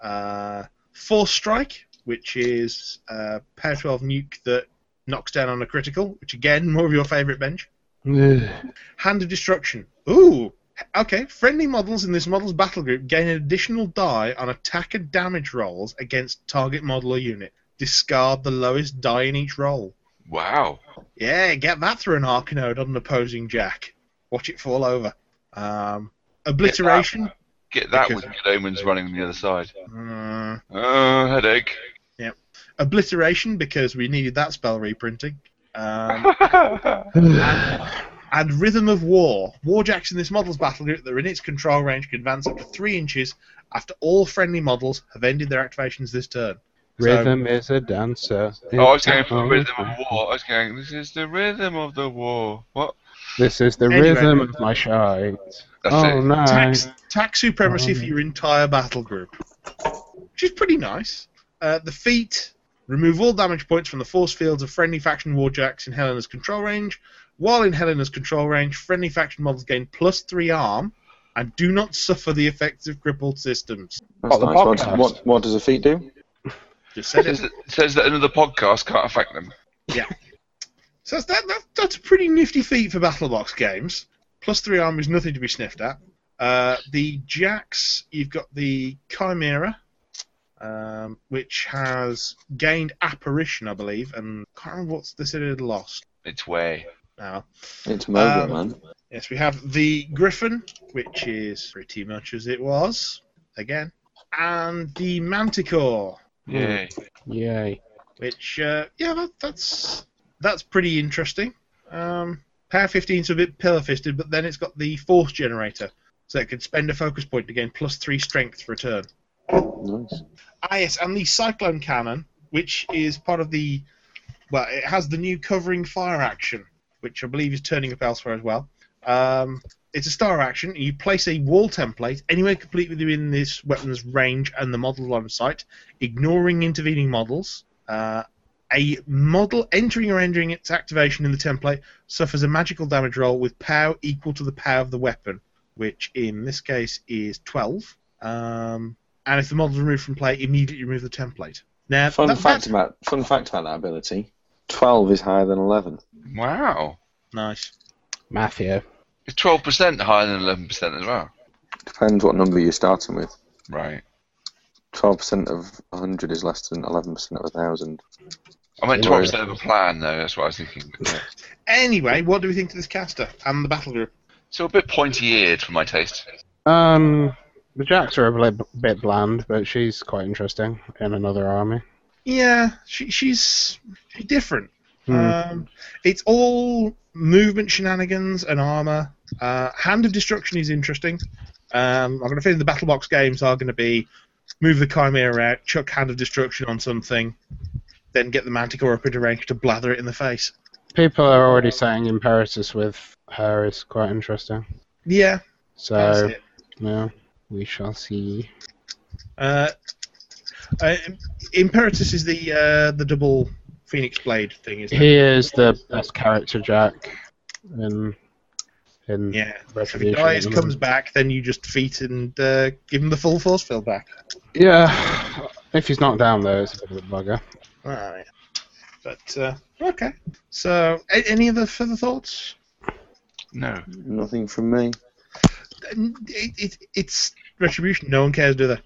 Speaker 1: Uh, force strike, which is uh, power 12 nuke that knocks down on a critical, which again, more of your favourite bench.
Speaker 4: Yeah.
Speaker 1: Hand of Destruction. Ooh. Okay. Friendly models in this model's battle group gain an additional die on attack and damage rolls against target model or unit. Discard the lowest die in each roll.
Speaker 3: Wow.
Speaker 1: Yeah, get that through an Arcanode on an opposing jack. Watch it fall over. Um, obliteration.
Speaker 3: Get that
Speaker 1: Because-
Speaker 3: with good omens running on the other side.
Speaker 1: Uh,
Speaker 3: Uh, headache.
Speaker 1: obliteration because we needed that spell reprinting. Um,
Speaker 3: Oh,
Speaker 1: and Rhythm of War. Warjacks in this model's battle group that are in its control range can advance up to 3 inches after all friendly models have ended their activations this turn.
Speaker 4: Rhythm is a dancer.
Speaker 3: Oh, I was going for the rhythm of war. I was going, this is the rhythm of the war. What?
Speaker 4: This is the
Speaker 1: Anyway.
Speaker 4: rhythm of my shite.
Speaker 3: That's
Speaker 4: oh
Speaker 3: it.
Speaker 4: no.
Speaker 1: Tax, tax supremacy for
Speaker 4: Um.
Speaker 1: your entire battle group, which is pretty nice. Uh, the feat remove all damage points from the force fields of friendly faction warjacks in Helena's control range. While in Helena's control range, friendly faction models gain plus three arm and do not suffer the effects of crippled systems.
Speaker 2: That's
Speaker 4: Oh, the
Speaker 2: nice. What,
Speaker 4: podcast.
Speaker 2: what, what does a feat do?
Speaker 1: Just said
Speaker 3: It says,
Speaker 1: it.
Speaker 3: that, it says that another podcast can't affect them.
Speaker 1: So that's, that, that, that's a pretty nifty feat for battle box games. Plus three arm is nothing to be sniffed at. Uh, the Jacks, you've got the Chimera, um, which has gained Apparition, I believe, and can't remember what's they said it had lost
Speaker 3: It's way.
Speaker 1: now.
Speaker 2: It's murder,
Speaker 1: Um,
Speaker 2: man.
Speaker 1: Yes, we have the Griffin, which is pretty much as it was, again, and the Manticore,
Speaker 3: Yay.
Speaker 4: Yay.
Speaker 1: which uh, yeah, that, that's that's pretty interesting. Um, power 15's a bit pillar fisted, but then it's got the force generator, so it can spend a focus point to gain plus three strength for a turn.
Speaker 2: Nice.
Speaker 1: Ah, yes, and the cyclone cannon, which is part of the well, it has the new covering fire action, which I believe is turning up elsewhere as well. Um, it's a star action. You place a wall template anywhere completely within this weapon's range and the model line of sight, ignoring intervening models. Uh, a model entering or ending its activation in the template suffers a magical damage roll with power equal to the power of the weapon, which in this case is 12. Um, and if the model is removed from play, immediately remove the template. Now,
Speaker 2: Fun
Speaker 1: that-
Speaker 2: fact
Speaker 1: that's
Speaker 2: about fun fact about that ability: twelve is higher than eleven.
Speaker 3: Wow.
Speaker 1: nice.
Speaker 4: Matthew.
Speaker 3: It's 12% higher than 11% as well.
Speaker 2: Depends what number you're starting with.
Speaker 3: Right.
Speaker 2: Twelve percent of hundred is less than eleven percent of thousand.
Speaker 3: I meant
Speaker 2: Yeah.
Speaker 3: 12% of a plan, though. That's what I was thinking.
Speaker 1: Anyway, what do we think of this caster and the battle group?
Speaker 3: So a bit pointy-eared for my taste.
Speaker 4: Um, the Jacks are a bli- bit bland, but she's quite interesting in another army.
Speaker 1: Yeah, she, she's she's different.
Speaker 4: Hmm.
Speaker 1: Um, it's all movement shenanigans and armor. Uh, Hand of Destruction is interesting. Um, I'm going to feel the battle box games are going to be move the Chimera out, chuck Hand of Destruction on something, then get the Manticore up into range to blather it in the face.
Speaker 4: People are already saying Imperatus with her is quite interesting.
Speaker 1: Yeah, that's
Speaker 4: So
Speaker 1: it.
Speaker 4: yeah, we shall see.
Speaker 1: Uh, uh, Imperatus is the uh, the double Phoenix Blade thing, isn't it?
Speaker 4: He is the best character Jack in in
Speaker 1: Yeah. If he
Speaker 4: Retribution. at
Speaker 1: dies,
Speaker 4: the
Speaker 1: comes
Speaker 4: moment.
Speaker 1: back, then you just feet and uh, give him the full force field back.
Speaker 4: Yeah, if he's not down though, it's a bit of a bugger.
Speaker 1: Alright. But, uh, okay. So, a- any other further thoughts?
Speaker 3: No.
Speaker 2: Nothing from me.
Speaker 1: N- It, it, it's Retribution. No one cares, do they?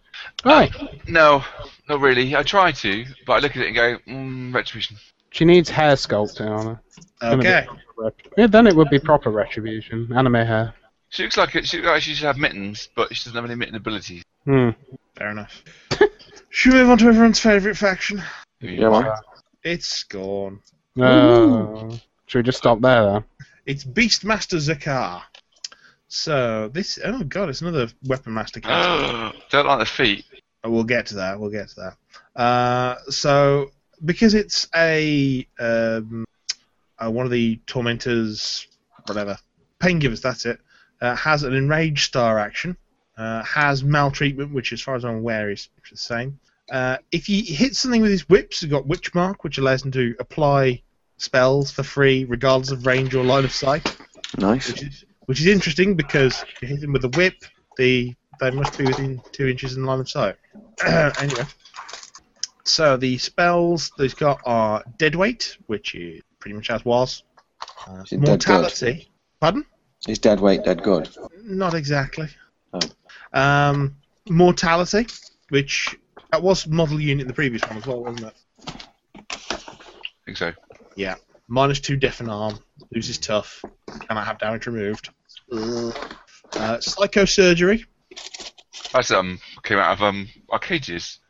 Speaker 4: Right,
Speaker 3: No, not really. I try to, but I look at it and go, mm, retribution.
Speaker 4: she needs hair sculpting on her. Gonna be
Speaker 1: Okay.
Speaker 4: proper ret- Yeah, then it would be proper retribution. Anime hair.
Speaker 3: She looks like it. She looks like she should have mittens, but she doesn't have any mitten abilities.
Speaker 4: Hmm.
Speaker 1: Fair enough. Should we move on to everyone's favourite faction?
Speaker 2: Yeah, man.
Speaker 1: It's Scorn.
Speaker 4: No. Uh, should we just stop there then?
Speaker 1: It's Beastmaster Zakar. So, this. Oh, God, it's another Weapon Master cast.
Speaker 3: Don't like the feet.
Speaker 1: We'll get to that. We'll get to that. Uh, so because it's a um, uh, one of the tormentors, whatever, pain givers. That's it. Uh, has an enraged star action. Uh, has maltreatment, which, as far as I'm aware, is the same. Uh, if you hit something with his whips, he's got witch mark, which allows him to apply spells for free, regardless of range or line of sight,
Speaker 2: Nice.
Speaker 1: which is which is interesting because if you hit him with a whip, the they must be within two inches in line of sight. anyway, so the spells that he's got are deadweight, which is pretty much as was. Uh,
Speaker 2: Is it dead
Speaker 1: mortality. Pardon?
Speaker 2: Is dead weight dead good?
Speaker 1: Not exactly.
Speaker 2: Oh.
Speaker 1: Um, mortality, which that was model unit in the previous one as well, wasn't it?
Speaker 3: I think so.
Speaker 1: Minus two deaf and arm, loses tough, cannot have damage removed. Uh, psychosurgery,
Speaker 3: That's um came out of um Arcadius.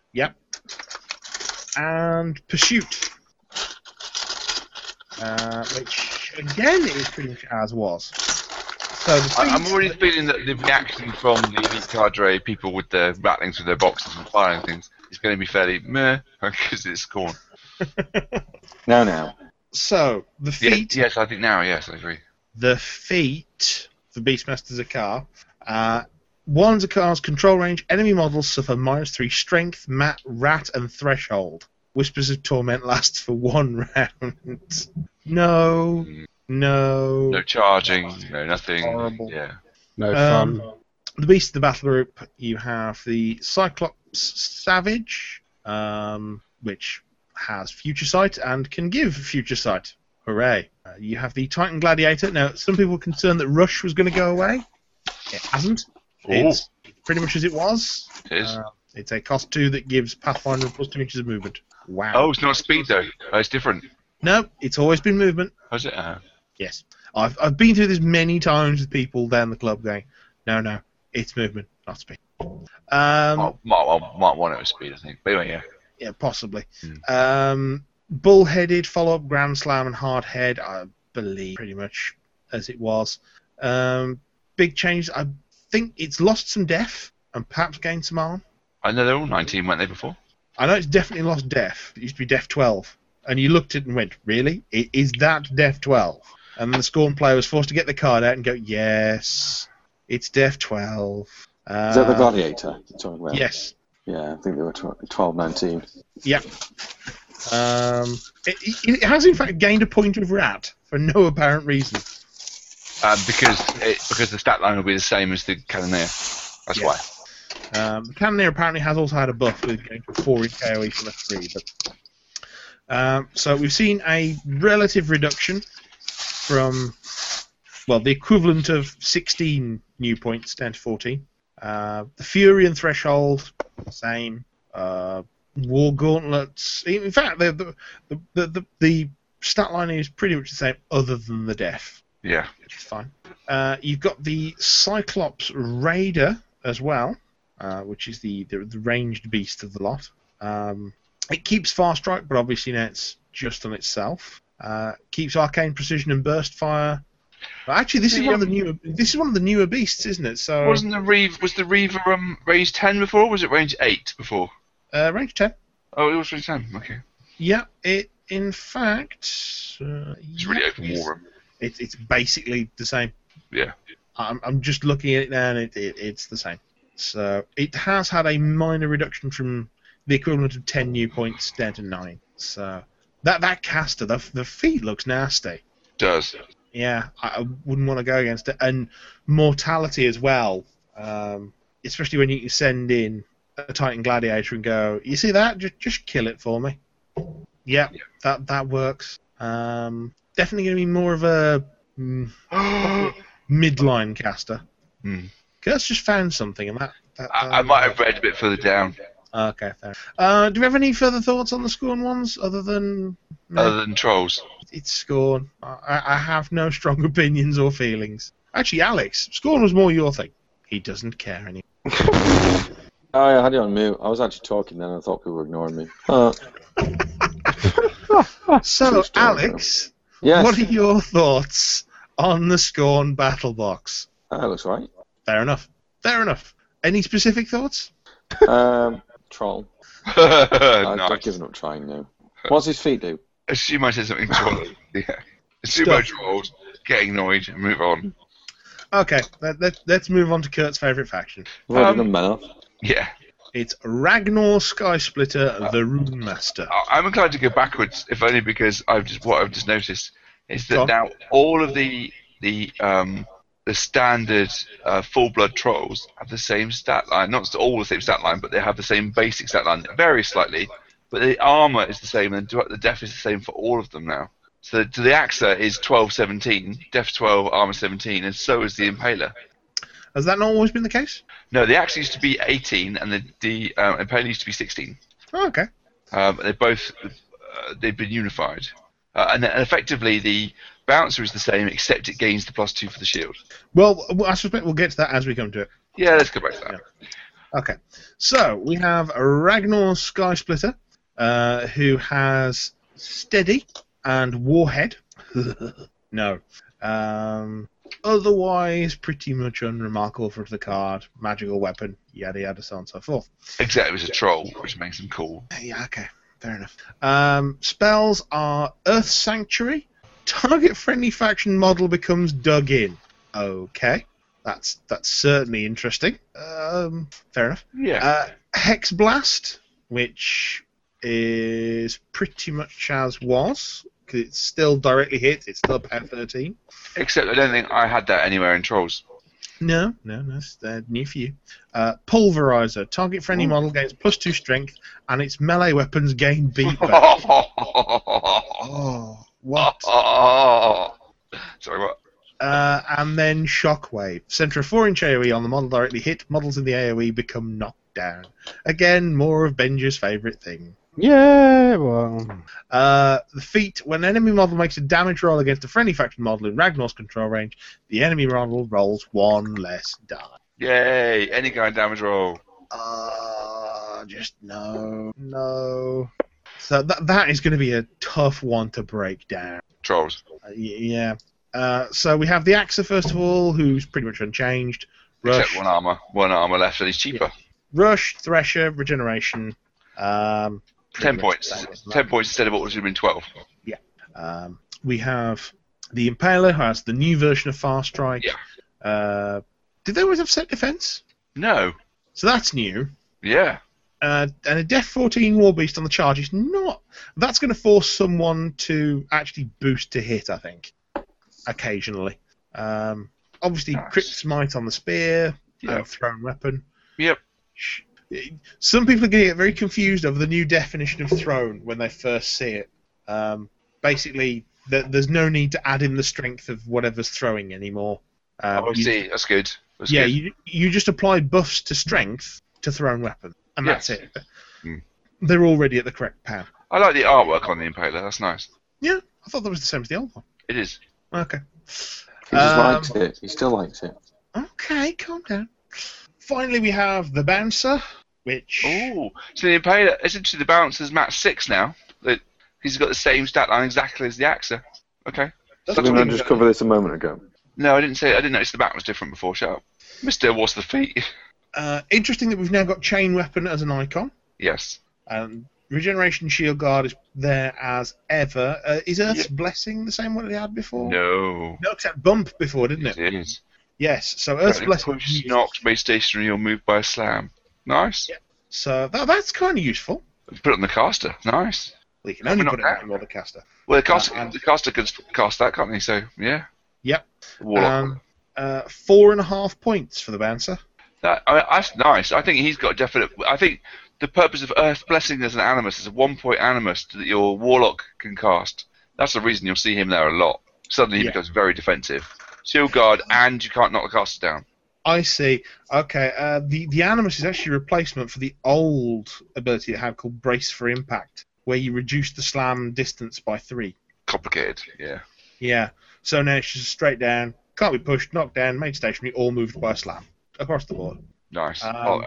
Speaker 1: and pursuit, uh, which again is pretty much as was. So the
Speaker 3: I, I'm
Speaker 1: thing-
Speaker 3: already feeling that the reaction from the elite cadre people with their rattlings with their boxes and firing things is going to be fairly meh because it's corn.
Speaker 2: No, no.
Speaker 1: so the
Speaker 3: Yeah,
Speaker 1: feet.
Speaker 3: yes, I think now. Yes, I agree.
Speaker 1: the feet for Beastmaster's a car. Uh, one's a car's control range. Enemy models suffer minus three strength, mat, rat, and threshold. Whispers of torment lasts for one round. no, no.
Speaker 3: No charging. No nothing.
Speaker 1: Horrible.
Speaker 3: Yeah.
Speaker 4: No
Speaker 1: Um,
Speaker 4: fun.
Speaker 1: the Beast of the Battle Group. You have the Cyclops Savage, um, which has Future Sight and can give Future Sight. Hooray! Uh, you have the Titan Gladiator. Now, some people were concerned that Rush was going to go away. It hasn't. It's pretty much as it was.
Speaker 3: It is.
Speaker 1: Uh, it's a cost two that gives Pathfinder plus two inches of movement. Wow.
Speaker 3: oh, it's not speed though. Oh, it's different.
Speaker 1: no, it's always been movement.
Speaker 3: How's it? Uh,
Speaker 1: Yes. I've, I've been through this many times with people down the club going, no, no, it's movement, not speed. Um,
Speaker 3: Mark, Mark, Mark One it was speed, I think. But anyway, yeah.
Speaker 1: Yeah, possibly.
Speaker 3: Hmm.
Speaker 1: Um, bullheaded, follow up, grand slam, and hard head, I believe, pretty much as it was. Um, big change, I think it's lost some def and perhaps gained some arm.
Speaker 3: I know they're all 19, weren't they before?
Speaker 1: I know it's definitely lost def. It used to be def 12. And you looked at it and went, really? It is that def 12? And the scorn player was forced to get the card out and go, yes, it's def 12. Uh,
Speaker 2: Is that the gladiator you're talking about?
Speaker 1: Yes.
Speaker 2: Yeah, I think they were tw- 12, 19.
Speaker 1: Um, it, it- it has, in fact, gained a point of rat for no apparent reason.
Speaker 3: Um, because it, because the stat line will be the same as the Cannoneer. That's
Speaker 1: Yeah.
Speaker 3: why.
Speaker 1: Um, the Cannoneer apparently has also had a buff with going to 4 in KOE from a 3. But, um, so we've seen a relative reduction from, well, the equivalent of 16 new points down to 14. Uh, the Fury and Threshold, same. Uh, War Gauntlets. In fact, the, the, the, the, the, the stat line is pretty much the same, other than the Death
Speaker 3: Yeah.
Speaker 1: which is fine. Uh, you've got the Cyclops Raider as well, uh, which is the, the, the ranged beast of the lot. Um, it keeps fast strike, but obviously now it's just on itself. Uh, keeps arcane precision and burst fire. But actually, this is one of the newer this is one of the newer beasts, isn't it? So
Speaker 3: Wasn't the Reeve was the Reaver um range 10 before? Or was it range 8 before?
Speaker 1: uh, range ten.
Speaker 3: Oh, it was range 10. Okay.
Speaker 1: Yeah, it in fact uh,
Speaker 3: It's really
Speaker 1: yeah,
Speaker 3: open war um, room.
Speaker 1: It's it's basically the same.
Speaker 3: Yeah.
Speaker 1: I'm, I'm just looking at it now, and it, it, it's the same. So it has had a minor reduction from the equivalent of ten new points down to nine. So that that caster, the the feet looks nasty.
Speaker 3: Does.
Speaker 1: Yeah, I, I wouldn't want to go against it. And mortality as well, um, especially when you can send in a Titan Gladiator and go, you see that? Just just kill it for me. Yeah,
Speaker 3: Yeah.
Speaker 1: that that works. Um, definitely going to be more of a. mm,
Speaker 3: I,
Speaker 1: midline caster.
Speaker 3: Hmm.
Speaker 1: Kurt's just found something, and that. that
Speaker 3: I might have read a bit further down,
Speaker 1: Okay, fair. Uh, do we have any further thoughts on the Scorn ones, other than no,
Speaker 3: other than trolls.
Speaker 1: it's Scorn? I, I have no strong opinions or feelings. Actually, Alex, Scorn was more your thing. He doesn't care anymore.
Speaker 2: Oh, yeah, I had it on mute. I was actually talking then. I thought people were ignoring me. Uh,
Speaker 1: So,
Speaker 2: True story,
Speaker 1: Alex,
Speaker 2: yes.
Speaker 1: what are your thoughts on the Scorn battle box?
Speaker 2: Ah, that looks right.
Speaker 1: Fair enough. Fair enough. Any specific thoughts?
Speaker 2: Um, troll. I've, I've
Speaker 3: nice.
Speaker 2: given up trying now. What's his feet do?
Speaker 3: Assume I said something wrong. yeah. Assume I
Speaker 1: Stuff.
Speaker 3: drawled, get annoyed, and move on.
Speaker 1: Okay, let, let, let's move on to Kurt's favourite faction.
Speaker 2: I've already
Speaker 3: Um,
Speaker 2: done mine off.
Speaker 3: Yeah.
Speaker 1: It's Ragnar Skysplitter, the Rune Master.
Speaker 3: I- I'm inclined to go backwards, if only because I've just what I've just noticed is that
Speaker 1: Go on.
Speaker 3: now all of the the um, the standard uh, full blood trolls have the same stat line. Not all the same stat line, but they have the same basic stat line. It varies slightly, but the armor is the same, and the def is the same for all of them now. So the, the Axa is 12, 17, def 12, armor 17, and so is the Impaler.
Speaker 1: Has that not always been the case?
Speaker 3: No, the Axa used to be 18, and the, the um, Impaler used to be 16.
Speaker 1: Oh, okay.
Speaker 3: Um, they both uh, they've been unified, uh, and, and effectively the bouncer is the same except it gains the plus two for the shield.
Speaker 1: Well, w- I suspect we'll get to that as we come to it.
Speaker 3: Yeah, let's go back to that.
Speaker 1: Okay, so we have Ragnar Skysplitter, uh, who has Steady and Warhead. no. Um, otherwise, pretty much unremarkable for the card. Magical weapon, yada yada, so on and so forth.
Speaker 3: Except it was a troll, which makes him cool.
Speaker 1: Yeah, okay, fair enough. Um, spells are Earth Sanctuary. Target friendly faction model becomes dug in. Okay, that's that's certainly interesting. Um, fair enough.
Speaker 3: Yeah,
Speaker 1: Uh, Hex Blast, which is pretty much as was, 'cause it's still directly hit. It's still power thirteen.
Speaker 3: except I don't think I had that anywhere in trolls.
Speaker 1: No, no, no, it's uh, new for you. Uh, pulverizer. Target friendly model gains plus two strength, and its melee weapons gain beat. back. oh, what?
Speaker 3: Sorry, what?
Speaker 1: Uh, and then Shockwave. Center a 4 inch AoE on the model directly hit. Models in the AoE become knocked down. Again, more of Benja's favourite thing.
Speaker 4: Yeah, well.
Speaker 1: Uh, the feat when an enemy model makes a damage roll against a friendly faction model in Ragnar's control range, the enemy model rolls one less die.
Speaker 3: Yay! Any kind of damage roll.
Speaker 1: Uh, just no, no. So that that is going to be a tough one to break down.
Speaker 3: Trolls.
Speaker 1: Uh, y- yeah. Uh, so we have the Axa first of all, who's pretty much unchanged. Rush,
Speaker 3: Except one armor. One armor left, and he's cheaper.
Speaker 1: Rush, Thresher, Regeneration. Um, pretty
Speaker 3: Ten
Speaker 1: much
Speaker 3: points.
Speaker 1: that was that.
Speaker 3: Ten points instead of what would have been twelve.
Speaker 1: Um, we have the Impaler who has the new version of Fast Strike. Uh, did they always have set defense?
Speaker 3: No.
Speaker 1: So that's new.
Speaker 3: Yeah.
Speaker 1: Uh, and a Def 14 War Beast on the charge is not. That's going to force someone to actually boost to hit, I think, occasionally. Um, obviously,
Speaker 3: Nice.
Speaker 1: Crit Smite on the spear,
Speaker 3: Yeah.
Speaker 1: and thrown weapon.
Speaker 3: Yep.
Speaker 1: Sh- Some people are going to get very confused over the new definition of thrown when they first see it. Um, basically, th- there's no need to add in the strength of whatever's throwing anymore. Um,
Speaker 3: oh, I
Speaker 1: you-
Speaker 3: see. That's good. That's
Speaker 1: yeah,
Speaker 3: good.
Speaker 1: you, you just apply buffs to strength to thrown weapon, and that's
Speaker 3: Yes.
Speaker 1: it.
Speaker 3: Mm.
Speaker 1: They're already at the correct power.
Speaker 3: I like the artwork on the Impaler. That's nice.
Speaker 1: Yeah, I thought that was the same as the old one.
Speaker 3: It is.
Speaker 1: Okay.
Speaker 2: He just
Speaker 1: Um,
Speaker 2: likes it. He still likes it.
Speaker 1: Okay, calm down. Finally, we have the bouncer, which
Speaker 3: Ooh. So the Impaler, essentially, the bouncer's match six now. That he's got the same stat line exactly as the Axa. Okay.
Speaker 1: That's
Speaker 2: Didn't I
Speaker 1: what we-
Speaker 2: just cover this a moment ago?
Speaker 3: No, I didn't say. I didn't notice the back was different before. Shut up. Mister, what's the feet?
Speaker 1: uh, interesting that we've now got chain weapon as an icon.
Speaker 3: yes.
Speaker 1: Um, regeneration shield guard is there as ever. Uh, is Earth's blessing the same one it had before?
Speaker 3: No.
Speaker 1: No, except bump before, didn't it?
Speaker 3: It is.
Speaker 1: Yes. So Earth's
Speaker 3: Apparently
Speaker 1: blessing.
Speaker 3: Push, knocked, made stationary, or moved by a slam. Nice.
Speaker 1: Yeah. So that, that's kind of useful.
Speaker 3: Put it on the caster. Nice.
Speaker 1: Well, you can
Speaker 3: Maybe
Speaker 1: only
Speaker 3: not
Speaker 1: put it
Speaker 3: now.
Speaker 1: on the caster.
Speaker 3: Well, the caster,
Speaker 1: Uh, and-
Speaker 3: the caster can cast that, can't he? So yeah.
Speaker 1: Yep.
Speaker 3: Warlock.
Speaker 1: Um, uh, four and a half points for the bouncer.
Speaker 3: That, I, that's nice. I think he's got a definite. I think the purpose of Earth Blessing as an animus is a one-point animus that your warlock can cast. That's the reason you'll see him there a lot. Suddenly he
Speaker 1: Yeah.
Speaker 3: becomes very defensive. Shield guard, and you can't knock the caster down.
Speaker 1: I see. Okay, uh, the the animus is actually a replacement for the old ability it had called brace for impact, where you reduce the slam distance by three.
Speaker 3: Complicated. Yeah.
Speaker 1: Yeah. So now it's just straight down, can't be pushed, knocked down, made stationary, or moved by a slam across the board.
Speaker 3: Nice.
Speaker 1: Um,
Speaker 3: Oh, uh,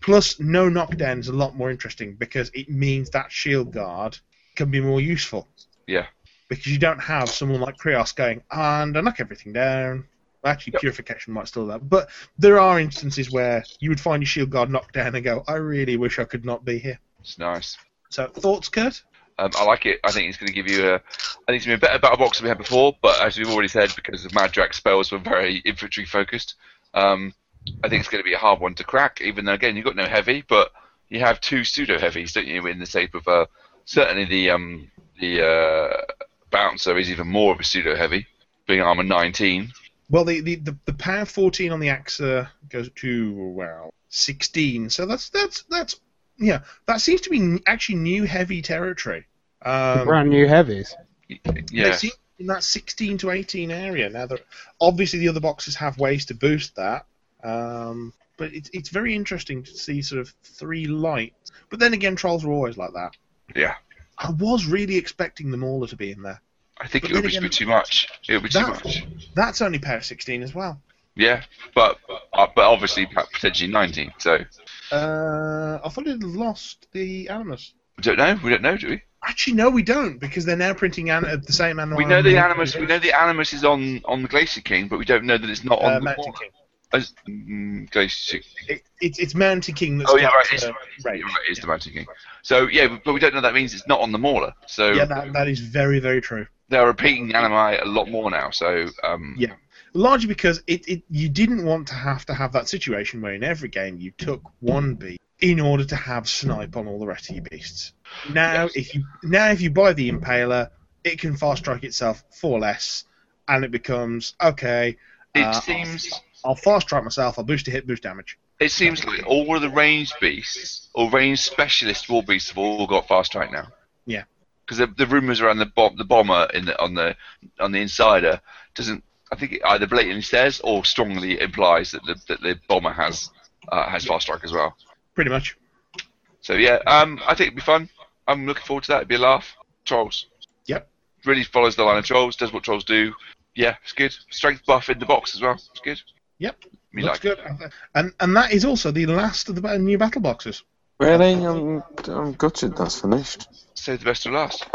Speaker 1: Plus, no knockdown is a lot more interesting because it means that shield guard can be more useful.
Speaker 3: Yeah.
Speaker 1: Because you don't have someone like Krios going, and I knock everything down. Actually,
Speaker 3: Yep.
Speaker 1: purification might still do that. But there are instances where you would find your shield guard knocked down and go, I really wish I could not be here.
Speaker 3: it's nice.
Speaker 1: So, thoughts, Kurt?
Speaker 3: Um, I like it. I think it's going to give you a. I think it's going to be a better battle box than we had before. But as we've already said, because of Mad Jack's spells were very infantry focused, um, I think it's going to be a hard one to crack. Even though again, you've got no heavy, but you have two pseudo heavies, don't you? In the shape of uh, certainly the um, the uh, bouncer is even more of a pseudo heavy, being armor 19.
Speaker 1: Well, the, the, the, the power 14 on the AXA goes to, well, 16. So that's, that's, that's, yeah, that seems to be n- actually new heavy territory. Um,
Speaker 4: Brand new heavies.
Speaker 3: Y-
Speaker 1: They
Speaker 3: Yeah.
Speaker 1: seem in that 16 to 18 area. Now, that obviously the other boxes have ways to boost that, um, but it's it's very interesting to see sort of three lights. But then again, trolls are always like that.
Speaker 3: Yeah.
Speaker 1: I was really expecting them all to be in there.
Speaker 3: I think
Speaker 1: But
Speaker 3: it would
Speaker 1: then
Speaker 3: be,
Speaker 1: again,
Speaker 3: too much. It would be too
Speaker 1: that-
Speaker 3: much.
Speaker 1: That's only power 16 as well.
Speaker 3: Yeah, but uh, but obviously potentially 19. So
Speaker 1: Uh, I thought it lost the animus.
Speaker 3: we don't know. We don't know, do we?
Speaker 1: Actually, no, we don't, because they're now printing an- uh, the same animal.
Speaker 3: We know the animus. We know the animus is on on the Glacier King, but we don't know that it's not on
Speaker 1: Uh,
Speaker 3: the
Speaker 1: Mountain
Speaker 3: Warlock.
Speaker 1: King.
Speaker 3: As- mm, Glacier.
Speaker 1: It, it's it's Mountain King that's
Speaker 3: Oh yeah,
Speaker 1: got,
Speaker 3: right. It's,
Speaker 1: uh,
Speaker 3: right, it is the Mountain King. So yeah, but we don't know that means it's not on the Mauler. So
Speaker 1: yeah, that, that is very very true.
Speaker 3: they're repeating animi a lot more now. So um,
Speaker 1: Yeah. largely because it, it you didn't want to have to have that situation where in every game you took one beast in order to have snipe on all the rest of your beasts. Now
Speaker 3: Yes.
Speaker 1: if you now if you buy the impaler, it can fast strike itself for less, and it becomes okay.
Speaker 3: it
Speaker 1: uh,
Speaker 3: seems
Speaker 1: I'll, I'll fast strike myself. I'll boost a hit, boost damage.
Speaker 3: it seems like all of the range beasts or range specialist war beasts have all got fast track now.
Speaker 1: Yeah.
Speaker 3: Because the, the rumors around the bomb, the bomber in the on the on the insider doesn't. I think it either blatantly says or strongly implies that the that the bomber has uh, has fast strike as well.
Speaker 1: Pretty much.
Speaker 3: So yeah, um, I think it'd be fun. I'm looking forward to that. It'd be a laugh. Trolls.
Speaker 1: Yep.
Speaker 3: Really follows the line of trolls. Does what trolls do. Yeah, it's good. Strength buff in the box as well. It's good.
Speaker 1: Yep.
Speaker 3: Me
Speaker 1: Looks
Speaker 3: like.
Speaker 1: good. And and that is also the last of the ba- new battle boxes.
Speaker 2: Really? I'm, I'm gutted that's finished.
Speaker 3: Save the best to last.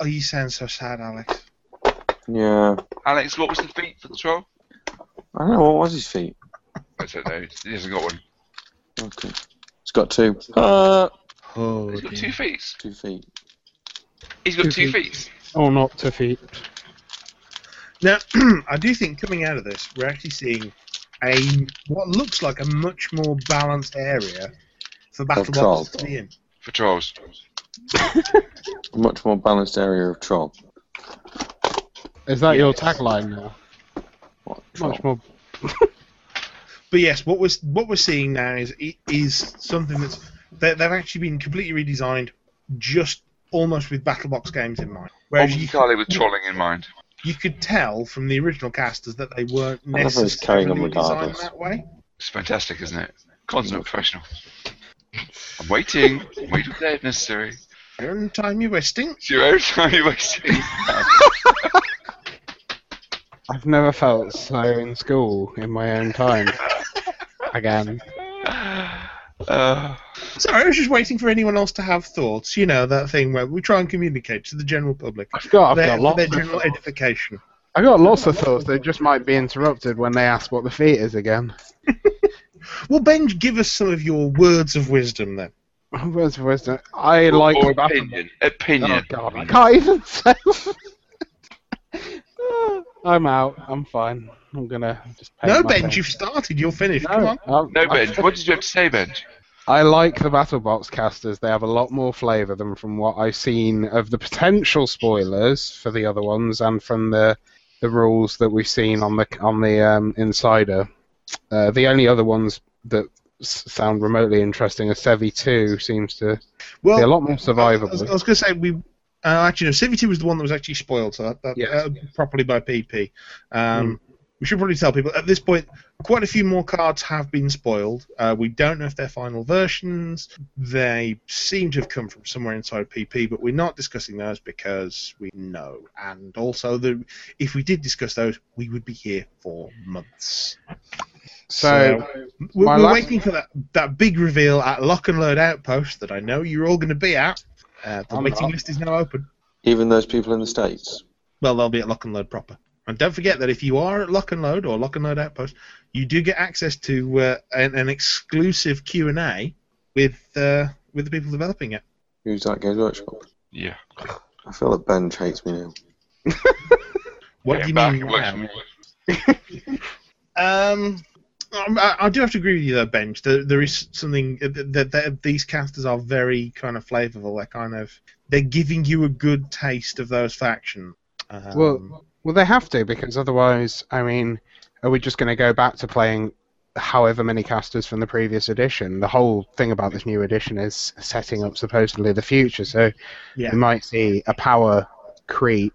Speaker 1: Oh, you sound so sad, Alex.
Speaker 2: Yeah.
Speaker 3: Alex, what was the feat for the troll?
Speaker 2: I don't know, what was his feet?
Speaker 3: I don't know. He hasn't got one.
Speaker 2: Okay. He's got two. Uh,
Speaker 4: Oh,
Speaker 3: He's got two feats.
Speaker 2: two feet.
Speaker 3: He's got
Speaker 4: Two
Speaker 3: two feats.
Speaker 4: oh not to feet.
Speaker 1: Now, I do think coming out of this, we're actually seeing a what looks like a much more balanced area for battle
Speaker 2: Control.
Speaker 1: boxes to be in.
Speaker 3: For trolls.
Speaker 2: A much more balanced area of troll.
Speaker 4: Is that your tagline now?
Speaker 2: What, troll?
Speaker 4: Much more.
Speaker 1: But yes, what we're what we're seeing now is is something that's they, they've actually been completely redesigned, just almost with battle box games in mind.
Speaker 2: Oh
Speaker 1: Whereas
Speaker 3: Almost
Speaker 1: you,
Speaker 3: entirely with trolling in mind.
Speaker 1: you could tell from the original casters that they weren't
Speaker 2: I love how he's carrying on
Speaker 1: necessarily designed
Speaker 2: regardless.
Speaker 1: that way.
Speaker 3: It's fantastic, isn't it? Consummate professional. I'm waiting. Wait all day if necessary.
Speaker 1: Your own time you're wasting.
Speaker 3: It's your own time you're wasting.
Speaker 4: I've never felt so in school in my own time. Again.
Speaker 3: Uh,
Speaker 1: Sorry, I was just waiting for anyone else to have thoughts. You know that thing where we try and communicate to the general public.
Speaker 4: I've got, I've
Speaker 1: their,
Speaker 4: got
Speaker 1: for
Speaker 4: lots
Speaker 1: their
Speaker 4: of
Speaker 1: general
Speaker 4: thoughts.
Speaker 1: edification.
Speaker 4: I've got lots of thoughts. They just might be interrupted when they ask what the feet is again.
Speaker 1: Well, Ben, give us some of your words of wisdom then.
Speaker 4: Where's, where's the, I like
Speaker 3: or
Speaker 4: the battle
Speaker 3: opinion. Opinion.
Speaker 4: Oh god, I can't even say. I'm out. I'm fine. I'm gonna just. pay
Speaker 1: no,
Speaker 4: my
Speaker 1: Ben,
Speaker 4: thing.
Speaker 1: you've started. You're finished.
Speaker 4: No,
Speaker 1: Come on.
Speaker 4: I'm-
Speaker 3: No, Ben.
Speaker 4: I,
Speaker 3: What did you have to say, Ben?
Speaker 4: I like the Battle Box casters. They have a lot more flavour than from what I've seen of the potential spoilers for the other ones and from the the rules that we've seen on the on the um, Insider. Uh, the only other ones that s- sound remotely interesting are Sevi Two seems to be a
Speaker 1: Well,
Speaker 4: lot more
Speaker 1: I was,
Speaker 4: survivable.
Speaker 1: I was going to say we. Uh, actually, no. Civ 2 was the one that was actually spoiled, so that, that,
Speaker 4: Yes. Hmm.
Speaker 1: uh, properly by PP. Um, We should probably tell people at this point. Quite a few more cards have been spoiled. Uh, we don't know if they're final versions. They seem to have come from somewhere inside PP, but we're not discussing those because we know. And also, the if we did discuss those, we would be here for months.
Speaker 4: so
Speaker 1: We're,
Speaker 4: My
Speaker 1: we're
Speaker 4: last-
Speaker 1: waiting for that, that big reveal at Lock and Load Outpost that I know you're all going to be at. Uh, the
Speaker 4: I'm
Speaker 1: waiting
Speaker 4: not.
Speaker 1: list is now open.
Speaker 2: Even those people in the States.
Speaker 1: Well, they'll be at Lock and Load proper. And don't forget that if you are at Lock and Load or Lock and Load Outpost, you do get access to uh, an, an exclusive Q and A with uh, with the people developing it.
Speaker 2: Who's that goes workshop?
Speaker 5: Yeah.
Speaker 2: I feel like Ben hates me now.
Speaker 1: What
Speaker 5: Yeah,
Speaker 1: do you
Speaker 5: back,
Speaker 1: mean?
Speaker 5: it works
Speaker 1: now?
Speaker 5: for me.
Speaker 1: Um, I, I do have to agree with you though, Benj. There, there is something that, that, that these casters are very kind of flavourful. They're kind of they're giving you a good taste of those factions. Um,
Speaker 4: Well, well, they have to because otherwise, I mean, are we just going to go back to playing however many casters from the previous edition? The whole thing about this new edition is setting up supposedly the future, so
Speaker 1: yeah.
Speaker 4: we might see a power creep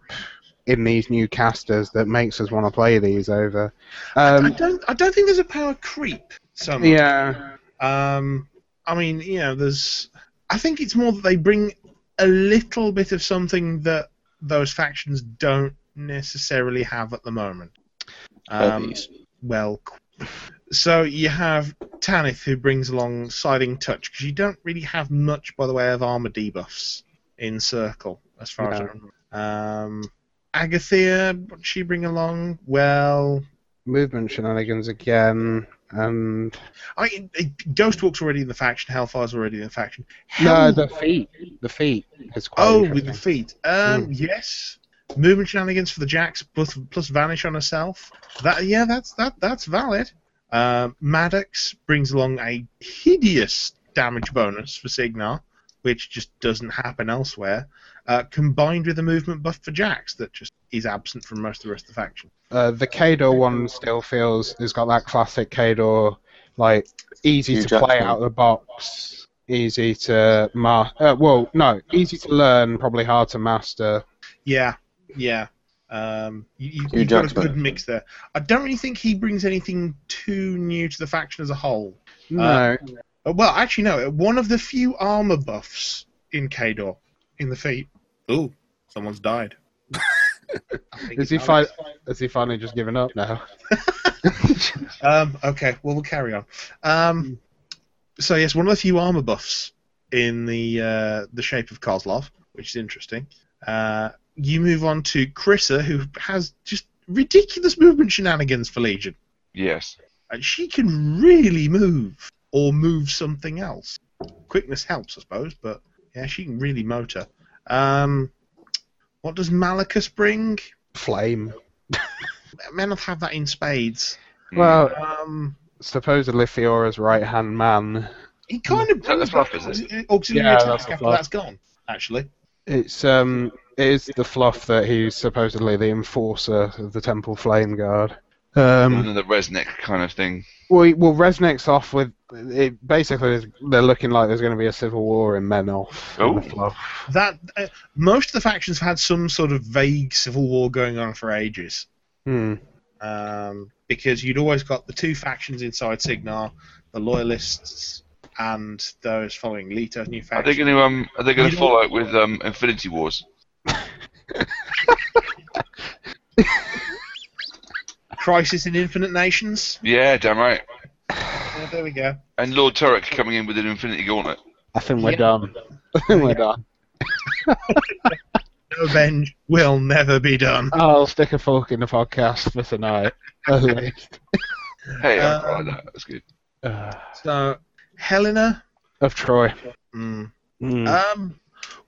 Speaker 4: in these new casters that makes us want to play these over.
Speaker 1: I
Speaker 4: Um,
Speaker 1: don't I don't think there's a power creep. So much.
Speaker 4: yeah,
Speaker 1: Um, I mean, you know, there's. I think it's more that they bring a little bit of something that those factions don't necessarily have at the moment. Um,
Speaker 2: Herpes.
Speaker 1: well, qu- so you have Tanith who brings along Siding Touch because you don't really have much by the way of armor debuffs in Circle, as far as I
Speaker 4: No.
Speaker 1: remember. Um, Agathea, what did she bring along? Well,
Speaker 4: movement shenanigans again, and
Speaker 1: I mean, Ghostwalk's already in the faction. Hellfire's already in the faction.
Speaker 4: no,
Speaker 1: Hell-
Speaker 4: the feet, the feet is quite.
Speaker 1: oh, with
Speaker 4: interesting. Hmm.
Speaker 1: the feet. Um, yes. Movement shenanigans for the Jacks plus plus vanish on herself. That yeah, that's that that's valid. Um, Maddox brings along a hideous damage bonus for Signar, which just doesn't happen elsewhere. Uh, combined with a movement buff for Jax that just is absent from most of the rest of the faction.
Speaker 4: Uh, the Kador one still feels it's got that classic Kador, like easy
Speaker 2: Hugh
Speaker 4: to play
Speaker 2: Jackman.
Speaker 4: out of the box, easy to ma. Uh, well, no, easy to learn, probably hard to master.
Speaker 1: Yeah, yeah. Um, you,
Speaker 2: Hugh
Speaker 1: you, have got a
Speaker 2: Jackman.
Speaker 1: good mix there. I don't really think he brings anything too new to the faction as a whole.
Speaker 4: No,
Speaker 1: Uh, well, actually, no. One of the few armor buffs in Kador in the feet. Ooh, someone's died. I think
Speaker 4: is
Speaker 1: it's
Speaker 4: he
Speaker 1: Alex.
Speaker 4: fi- Has he finally just given up now?
Speaker 1: Um, okay, well, we'll carry on. Um, so yes, one of the few armor buffs in the uh, the shape of Kozlov, which is interesting. Uh, you move on to Chrissa, who has just ridiculous movement shenanigans for Legion.
Speaker 5: Yes.
Speaker 1: And she can really move or move something else. Quickness helps, I suppose, but yeah, she can really motor. Um, what does Malachus bring?
Speaker 4: Flame.
Speaker 1: Menoth have that in spades.
Speaker 2: Hmm.
Speaker 5: Mm.
Speaker 4: Well,
Speaker 1: Um,
Speaker 4: supposedly Fiora's right hand man.
Speaker 1: He kind of
Speaker 5: that
Speaker 1: brings
Speaker 5: the fluff,
Speaker 1: back
Speaker 5: is
Speaker 1: auxi- auxiliary
Speaker 4: Yeah,
Speaker 1: attack
Speaker 4: that's the
Speaker 1: after
Speaker 4: fluff.
Speaker 1: that's gone. Actually,
Speaker 4: It's um, it is the fluff that he's supposedly the enforcer of the Temple Flame Guard.
Speaker 3: Mm.
Speaker 4: Um,
Speaker 2: Mm-hmm.
Speaker 5: Another Resnick kind of thing.
Speaker 4: Well, y- well, Resnick's off with it. Basically, there's- they're looking like there's going to be a civil war in Menoth. and
Speaker 5: Oh.
Speaker 4: the Fluff.
Speaker 1: that uh, most of the factions have had some sort of vague civil war going on for ages.
Speaker 4: Hmm.
Speaker 1: Um, because you'd always got the two factions inside Signar, the Loyalists and those following Leto's new
Speaker 5: Are they
Speaker 1: faction.
Speaker 5: going to um? Are they going
Speaker 1: You
Speaker 5: to
Speaker 1: don't-
Speaker 5: follow it with um Infinity Wars?
Speaker 1: Crisis in Infinite Nations.
Speaker 5: Yeah, damn right.
Speaker 1: Yeah, there we go.
Speaker 5: And Lord Turek coming in with an Infinity Gauntlet.
Speaker 4: I think we're
Speaker 1: Yeah.
Speaker 4: done. I think we're done.
Speaker 1: No Revenge will never be done.
Speaker 4: I'll stick a fork in the podcast for tonight. at least.
Speaker 5: Hey, I
Speaker 1: Um,
Speaker 5: quite like that. That's good.
Speaker 4: Uh,
Speaker 1: So, Helena.
Speaker 4: of Troy.
Speaker 1: Mm,
Speaker 4: Hmm.
Speaker 1: Um,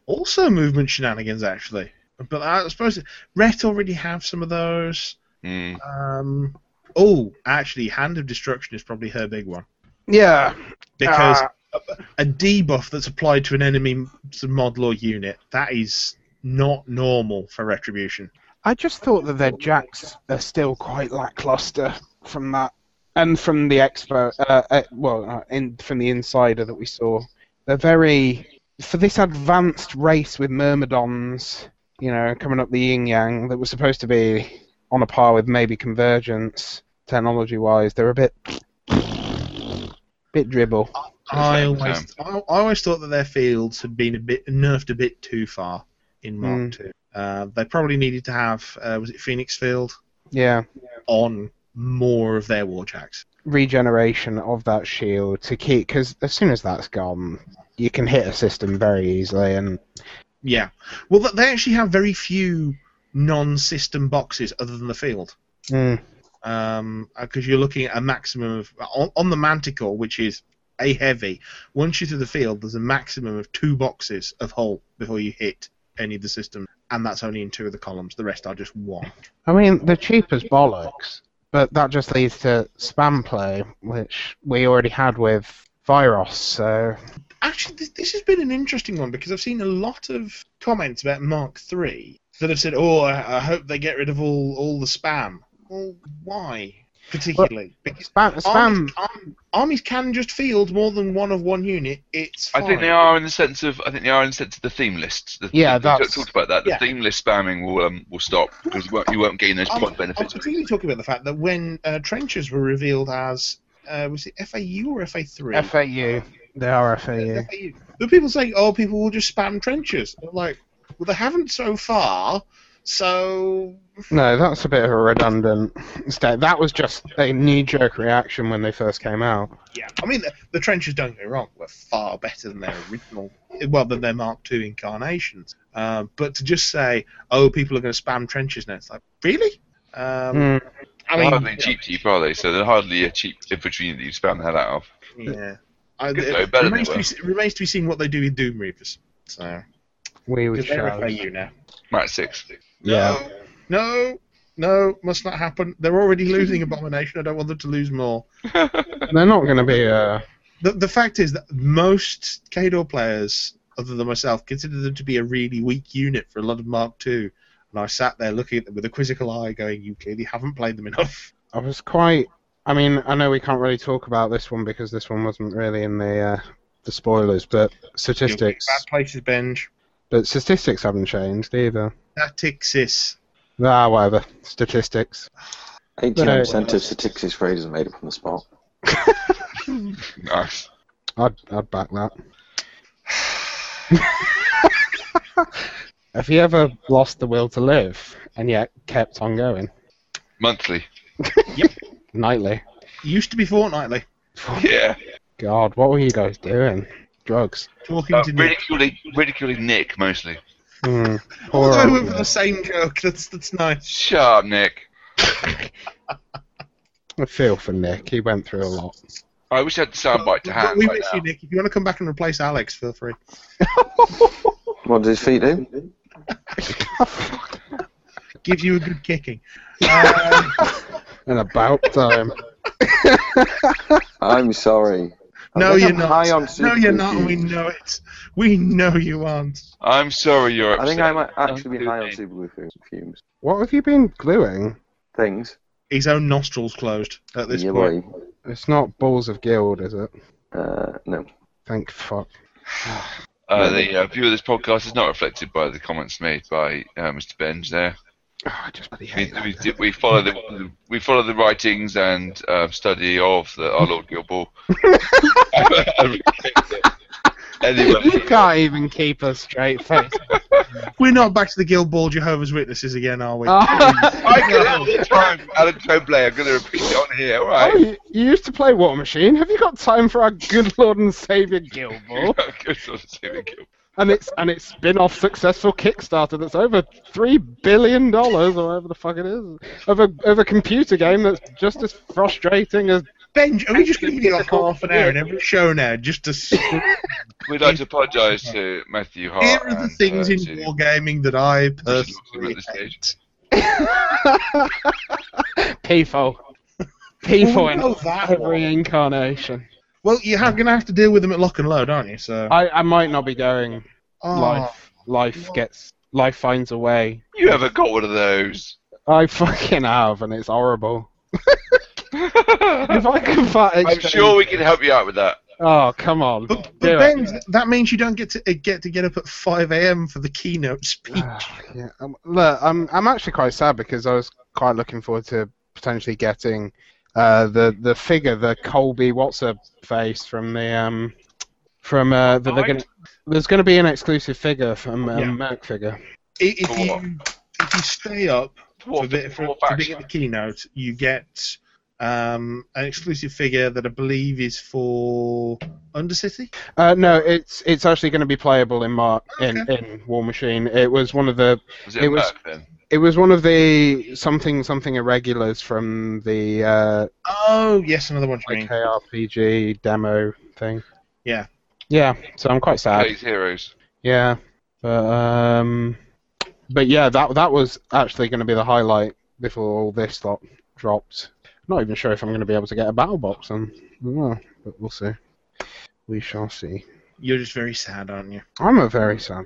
Speaker 1: also movement shenanigans actually, but I suppose Rhett already have some of those.
Speaker 3: Hmm.
Speaker 5: Mm.
Speaker 1: Um, oh, actually, Hand of Destruction is probably her big one
Speaker 4: yeah.
Speaker 1: because
Speaker 4: Ah.
Speaker 1: a, a debuff that's applied to an enemy to mod law unit that is not normal for retribution.
Speaker 4: I just thought that their jacks are still quite lackluster from that, and from the expo, uh, uh, well, uh, in, from the insider that we saw. They're very for this advanced race with myrmidons, you know, coming up the yin yang that was supposed to be on a par with maybe convergence technology-wise. They're a bit, bit dribble.
Speaker 1: I
Speaker 5: fair,
Speaker 1: always, I, I always thought that their fields had been a bit nerfed a bit too far in Mark
Speaker 4: Mm.
Speaker 1: Two. Uh, they probably needed to have uh, was it Phoenix Field
Speaker 4: Yeah,
Speaker 1: on more of their war jacks.
Speaker 4: regeneration of that shield to keep because as soon as that's gone, you can hit a system very easily and.
Speaker 1: Yeah. Well, th- they actually have very few non-system boxes other than the field,
Speaker 4: Mm.
Speaker 1: because you're looking at a maximum of on, on the Manticore, which is a heavy. Once you're through the field, there's a maximum of two boxes of hull before you hit any of the systems, and that's only in two of the columns. The rest are just one.
Speaker 4: I mean, they're cheap as bollocks, but that just leads to spam play, which we already had with Viros. So
Speaker 1: Actually, this, this has been an interesting one because I've seen a lot of comments about Mark III that have said, "Oh, I, I hope they get rid of all all the spam." Well, why particularly? because
Speaker 4: spam, spam.
Speaker 1: Armies, arm, armies can just field more than one of one unit. It's
Speaker 3: I
Speaker 1: fine.
Speaker 3: think they are in the sense of I think they are in the sense of the theme lists. The,
Speaker 4: Yeah,
Speaker 3: we
Speaker 4: that's-
Speaker 3: talked about that. The
Speaker 1: yeah.
Speaker 3: theme list spamming will um, will stop because you won't, you won't gain those
Speaker 1: I'm-
Speaker 3: point
Speaker 1: I
Speaker 3: benefits.
Speaker 1: was really talking about the fact that when uh, trenches were revealed as uh, was it FAU or FA3?
Speaker 4: FAU. They are FAU.
Speaker 1: FAU. But people saying, "Oh, people will just spam trenches." I'm like, well, they haven't so far. So
Speaker 4: No, that's a bit of a redundant state. That was just a knee-jerk reaction when they first came out.
Speaker 1: yeah, I mean, the, the trenches don't get me wrong; were far better than their original, well, than their Mark II incarnations. Uh, but to just say, "Oh, people are going to spam trenches now," it's like, really? Um,
Speaker 4: Hmm.
Speaker 1: I
Speaker 3: They're
Speaker 1: mean,
Speaker 3: hardly cheap to you, are they? So they're hardly a cheap infantry unit that you spam the hell out of.
Speaker 1: yeah. I,
Speaker 3: Good though,
Speaker 1: it,
Speaker 3: better
Speaker 1: remains,
Speaker 3: than
Speaker 1: to be, se- remains to be seen what they do with Doom Reapers. So
Speaker 4: We would
Speaker 1: because they're
Speaker 4: show.
Speaker 1: FAU now.
Speaker 3: Max six.
Speaker 4: Yeah.
Speaker 1: No, no, must not happen. They're already losing Abomination. I don't want them to lose more.
Speaker 4: They're not going to be. Uh,
Speaker 1: The, the fact is that most Kador players, other than myself, consider them to be a really weak unit for a lot of Mark II. And I sat there looking at them with a quizzical eye, going, "You clearly haven't played them enough."
Speaker 4: I was quite. I mean, I know we can't really talk about this one because this one wasn't really in the uh, the spoilers, but
Speaker 1: You'll be in
Speaker 4: statistics.
Speaker 1: Bad places, Benj.
Speaker 4: But statistics haven't changed either.
Speaker 1: Tactics is
Speaker 4: Ah, whatever. Statistics.
Speaker 2: 89% of statistics raiders are made up on the spot.
Speaker 3: Nice.
Speaker 4: I'd, I'd back that. Have you ever lost the will to live and yet kept on going
Speaker 3: Monthly.
Speaker 4: nightly?
Speaker 1: used to be fortnightly.
Speaker 3: Yeah.
Speaker 4: God, what were you guys doing? Drugs.
Speaker 1: Talking
Speaker 3: Uh,
Speaker 1: to Nick.
Speaker 3: ridiculing, ridiculing Nick mostly.
Speaker 4: Hmm.
Speaker 1: Although
Speaker 4: Poor
Speaker 1: I
Speaker 4: old
Speaker 1: went for
Speaker 4: Nick.
Speaker 1: the same joke. That's that's nice.
Speaker 3: Shut up, Nick.
Speaker 4: I feel for Nick. He went through a lot.
Speaker 3: I wish I had the soundbite to hand.
Speaker 1: we
Speaker 3: right
Speaker 1: miss
Speaker 3: now.
Speaker 1: you, Nick. If you want to come back and replace Alex, feel free.
Speaker 2: What did his feet do?
Speaker 1: Gives you a good kicking. Uh,
Speaker 4: And about time.
Speaker 2: I'm sorry. I
Speaker 1: No,
Speaker 2: think
Speaker 1: you're
Speaker 2: I'm
Speaker 1: not.
Speaker 2: high on
Speaker 1: no,
Speaker 2: super
Speaker 1: you're not. and We
Speaker 2: gluten.
Speaker 1: know it. We know you aren't.
Speaker 3: I'm sorry you're upset.
Speaker 2: I think I might actually be high on
Speaker 3: Nick.
Speaker 2: super gluten fumes.
Speaker 4: What have you been gluing?
Speaker 2: Things.
Speaker 1: His own nostrils closed at this
Speaker 2: yeah,
Speaker 1: point.
Speaker 2: boy.
Speaker 4: It's not Balls of Guild, is it?
Speaker 2: Uh, no.
Speaker 4: Thank fuck.
Speaker 3: Uh, the uh, view of this podcast is not reflected by the comments made by uh, Mr. Benj there.
Speaker 4: Oh, I just bloody
Speaker 3: We,
Speaker 4: hate
Speaker 3: we,
Speaker 4: that.
Speaker 3: di- we follow the we follow the writings and uh, study of the, our Lord Gilball.
Speaker 4: You
Speaker 3: anyway,
Speaker 4: can't even keep a straight face.
Speaker 1: We're not back to the Guild Ball Jehovah's Witnesses again, are
Speaker 4: Oh.
Speaker 1: we?
Speaker 3: I get it all the time. Alan Tremblay, I'm going to repeat it on here. All
Speaker 4: Oh,
Speaker 3: right.
Speaker 4: you, you used to play War Machine. Have you got time for our good Lord and Savior
Speaker 1: Oh,
Speaker 4: Gilmore?
Speaker 3: Good sort of saving Gil.
Speaker 4: And it's and its spin-off successful Kickstarter that's over three billion dollars or whatever the fuck it is of a of a computer game that's just as frustrating as
Speaker 1: Benj, are we just going to give you like half an hour in every show now just to. s- Here
Speaker 3: We'd like to apologise to Matthew Hart.
Speaker 1: are the
Speaker 3: and,
Speaker 1: things
Speaker 3: uh,
Speaker 1: in
Speaker 3: to-
Speaker 1: wargaming that I
Speaker 3: Richard Wilson at
Speaker 1: personally.
Speaker 3: this stage.
Speaker 4: PFO.
Speaker 1: Well,
Speaker 4: PFO
Speaker 1: we
Speaker 4: in
Speaker 1: know that
Speaker 4: every
Speaker 1: one.
Speaker 4: incarnation.
Speaker 1: Well, you're going to have to deal with them at lock and load, aren't you? So.
Speaker 4: I, I might not be going.
Speaker 1: Oh,
Speaker 4: life life gets life finds a way.
Speaker 3: You ever got one of those?
Speaker 4: I fucking have, and it's horrible. if I could fight
Speaker 3: I'm sure we can help you out with that.
Speaker 4: Oh come on.
Speaker 1: But, but
Speaker 4: Do it.
Speaker 1: Benj, that means you don't get to uh, get to get up at 5 a.m. for the keynote speech.
Speaker 4: yeah, um, look, I'm I'm actually quite sad because I was quite looking forward to potentially getting uh, the the figure, the Colby what's her face from the um from uh, that they're
Speaker 1: Alright.
Speaker 4: gonna, there's going to be an exclusive figure from um,
Speaker 1: Yeah.
Speaker 4: Merc figure.
Speaker 1: I- if,
Speaker 3: For what?
Speaker 1: you, if you stay up for,
Speaker 3: What,
Speaker 1: the, for,
Speaker 3: what
Speaker 1: for
Speaker 3: faction?
Speaker 1: being at the keynote, you get um, an exclusive figure that I believe is for Undercity.
Speaker 4: Uh, no, it's it's actually going to be playable in Mark in,
Speaker 1: Okay.
Speaker 4: in War Machine. It was one of the
Speaker 3: Was it,
Speaker 4: It was-
Speaker 3: Merc then?
Speaker 4: it was one of the something something irregulars from the uh,
Speaker 1: Oh, yes, another one. You mean.
Speaker 4: like ARPG demo thing.
Speaker 1: Yeah.
Speaker 4: Yeah. So I'm quite sad.
Speaker 3: Plays Heroes.
Speaker 4: Yeah. But um, but yeah, that that was actually going to be the highlight before all this lot drops. Not even sure if I'm going to be able to get a battle box on, well, but we'll see. We shall see.
Speaker 1: You're just very sad, aren't you?
Speaker 4: I'm a very sad.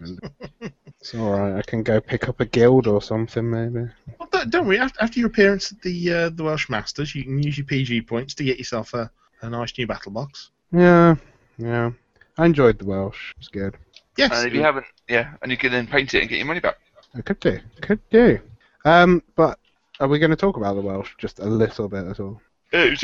Speaker 4: it's all right. I can go pick up a guild or something maybe.
Speaker 1: Well, don't, don't worry. After, after your appearance at the uh, the Welsh Masters, you can use your PG points to get yourself a, a nice new battle box.
Speaker 4: Yeah, yeah. I enjoyed the Welsh. It's good.
Speaker 1: Yes.
Speaker 5: And if you haven't, yeah, and you can then paint it and get your money back.
Speaker 4: I could do. Could do. Um, but are we going to talk about the Welsh just a little bit at all?
Speaker 5: It's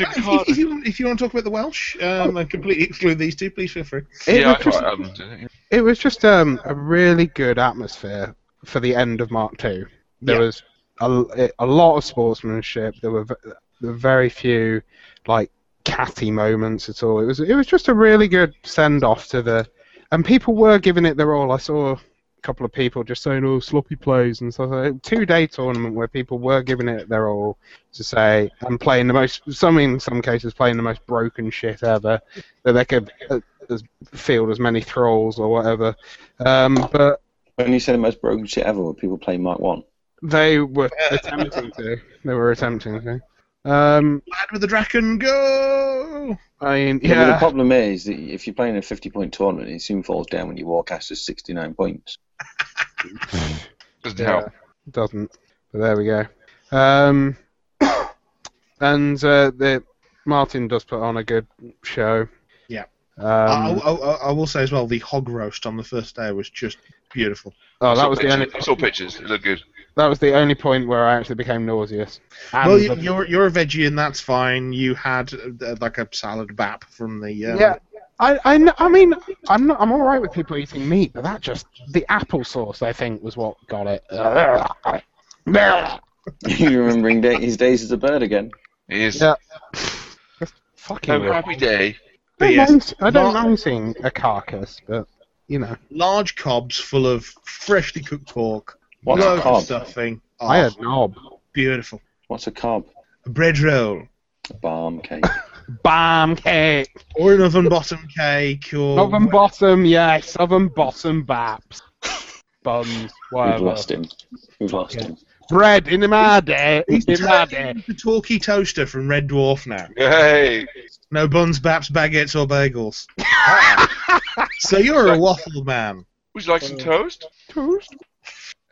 Speaker 1: If you, if, you, want- if you want to talk about the Welsh
Speaker 5: Oh.
Speaker 1: um, and completely exclude these two, please feel free.
Speaker 4: It
Speaker 5: yeah,
Speaker 4: was
Speaker 5: I
Speaker 4: just,
Speaker 5: quite, um,
Speaker 4: it was just um, a really good atmosphere for the end of Mark Two. There
Speaker 1: Yeah.
Speaker 4: was a, a lot of sportsmanship. There were, v- there were very few like catty moments at all. It was it was just a really good send off to the, and people were giving it their all. I saw a couple of people just saying oh sloppy plays and stuff. Like that. Two day tournament where people were giving it their all to say and playing the most some in some cases playing the most broken shit ever that they could. uh, as- Field as many thralls or whatever, um, but
Speaker 2: When you say the most broken shit ever, were people playing Mark One?
Speaker 4: they were attempting to. They were attempting to. Um,
Speaker 1: Lad with the Draken,
Speaker 5: Um,
Speaker 1: go!
Speaker 4: I mean,
Speaker 2: Yeah. but the
Speaker 4: yeah,
Speaker 2: problem is that if you're playing a 50 point tournament, it soon falls down when you walk after 69 points.
Speaker 5: doesn't
Speaker 4: yeah,
Speaker 5: help.
Speaker 4: doesn't. But there we go. Um, and uh, the Martin does put on a good show.
Speaker 1: Yeah. Uh,
Speaker 4: Um,
Speaker 1: I, I, I, I will say as well, the hog roast on the first day was just beautiful.
Speaker 4: oh,
Speaker 5: I
Speaker 4: that
Speaker 5: saw
Speaker 4: was the
Speaker 5: pictures-
Speaker 4: only
Speaker 5: I saw pictures. It looked good.
Speaker 4: that was the only point where I actually became nauseous. And
Speaker 1: well,
Speaker 4: the-
Speaker 1: you, you're you're a veggie and that's fine. You had uh, like a salad bap from the um,
Speaker 4: yeah. I, I, kn- I mean, I'm not, I'm all right with people eating meat, but that just the applesauce I think was what got it.
Speaker 2: You're remembering da his days as a bird again.
Speaker 5: It is.
Speaker 4: Yeah. Fucking.
Speaker 5: No
Speaker 4: awful.
Speaker 5: happy day.
Speaker 4: I don't
Speaker 1: Yes.
Speaker 4: mind- I don't
Speaker 1: Mar-
Speaker 4: mind seeing a carcass, but you know,
Speaker 1: large cobs full of freshly cooked pork,
Speaker 2: What's a
Speaker 1: loads
Speaker 2: cob?
Speaker 1: of stuffing. Oh,
Speaker 4: I had knob
Speaker 1: beautiful.
Speaker 2: What's a cob?
Speaker 1: A bread roll
Speaker 2: A balm cake.
Speaker 4: bam cake,
Speaker 1: or an oven bottom cake or
Speaker 4: oven bottom, yes, oven bottom baps, buns,
Speaker 2: We've
Speaker 4: whatever,
Speaker 2: lost him. We've lost
Speaker 4: Yeah.
Speaker 2: him.
Speaker 4: bread in my day,
Speaker 1: He's
Speaker 4: in my
Speaker 1: turned
Speaker 4: day.
Speaker 1: into the talkie toaster from Red Dwarf now.
Speaker 5: Hey,
Speaker 1: No buns, baps, baguettes, or bagels. so you're a waffle man.
Speaker 5: would you like
Speaker 4: Mm.
Speaker 5: some toast?
Speaker 4: Toast.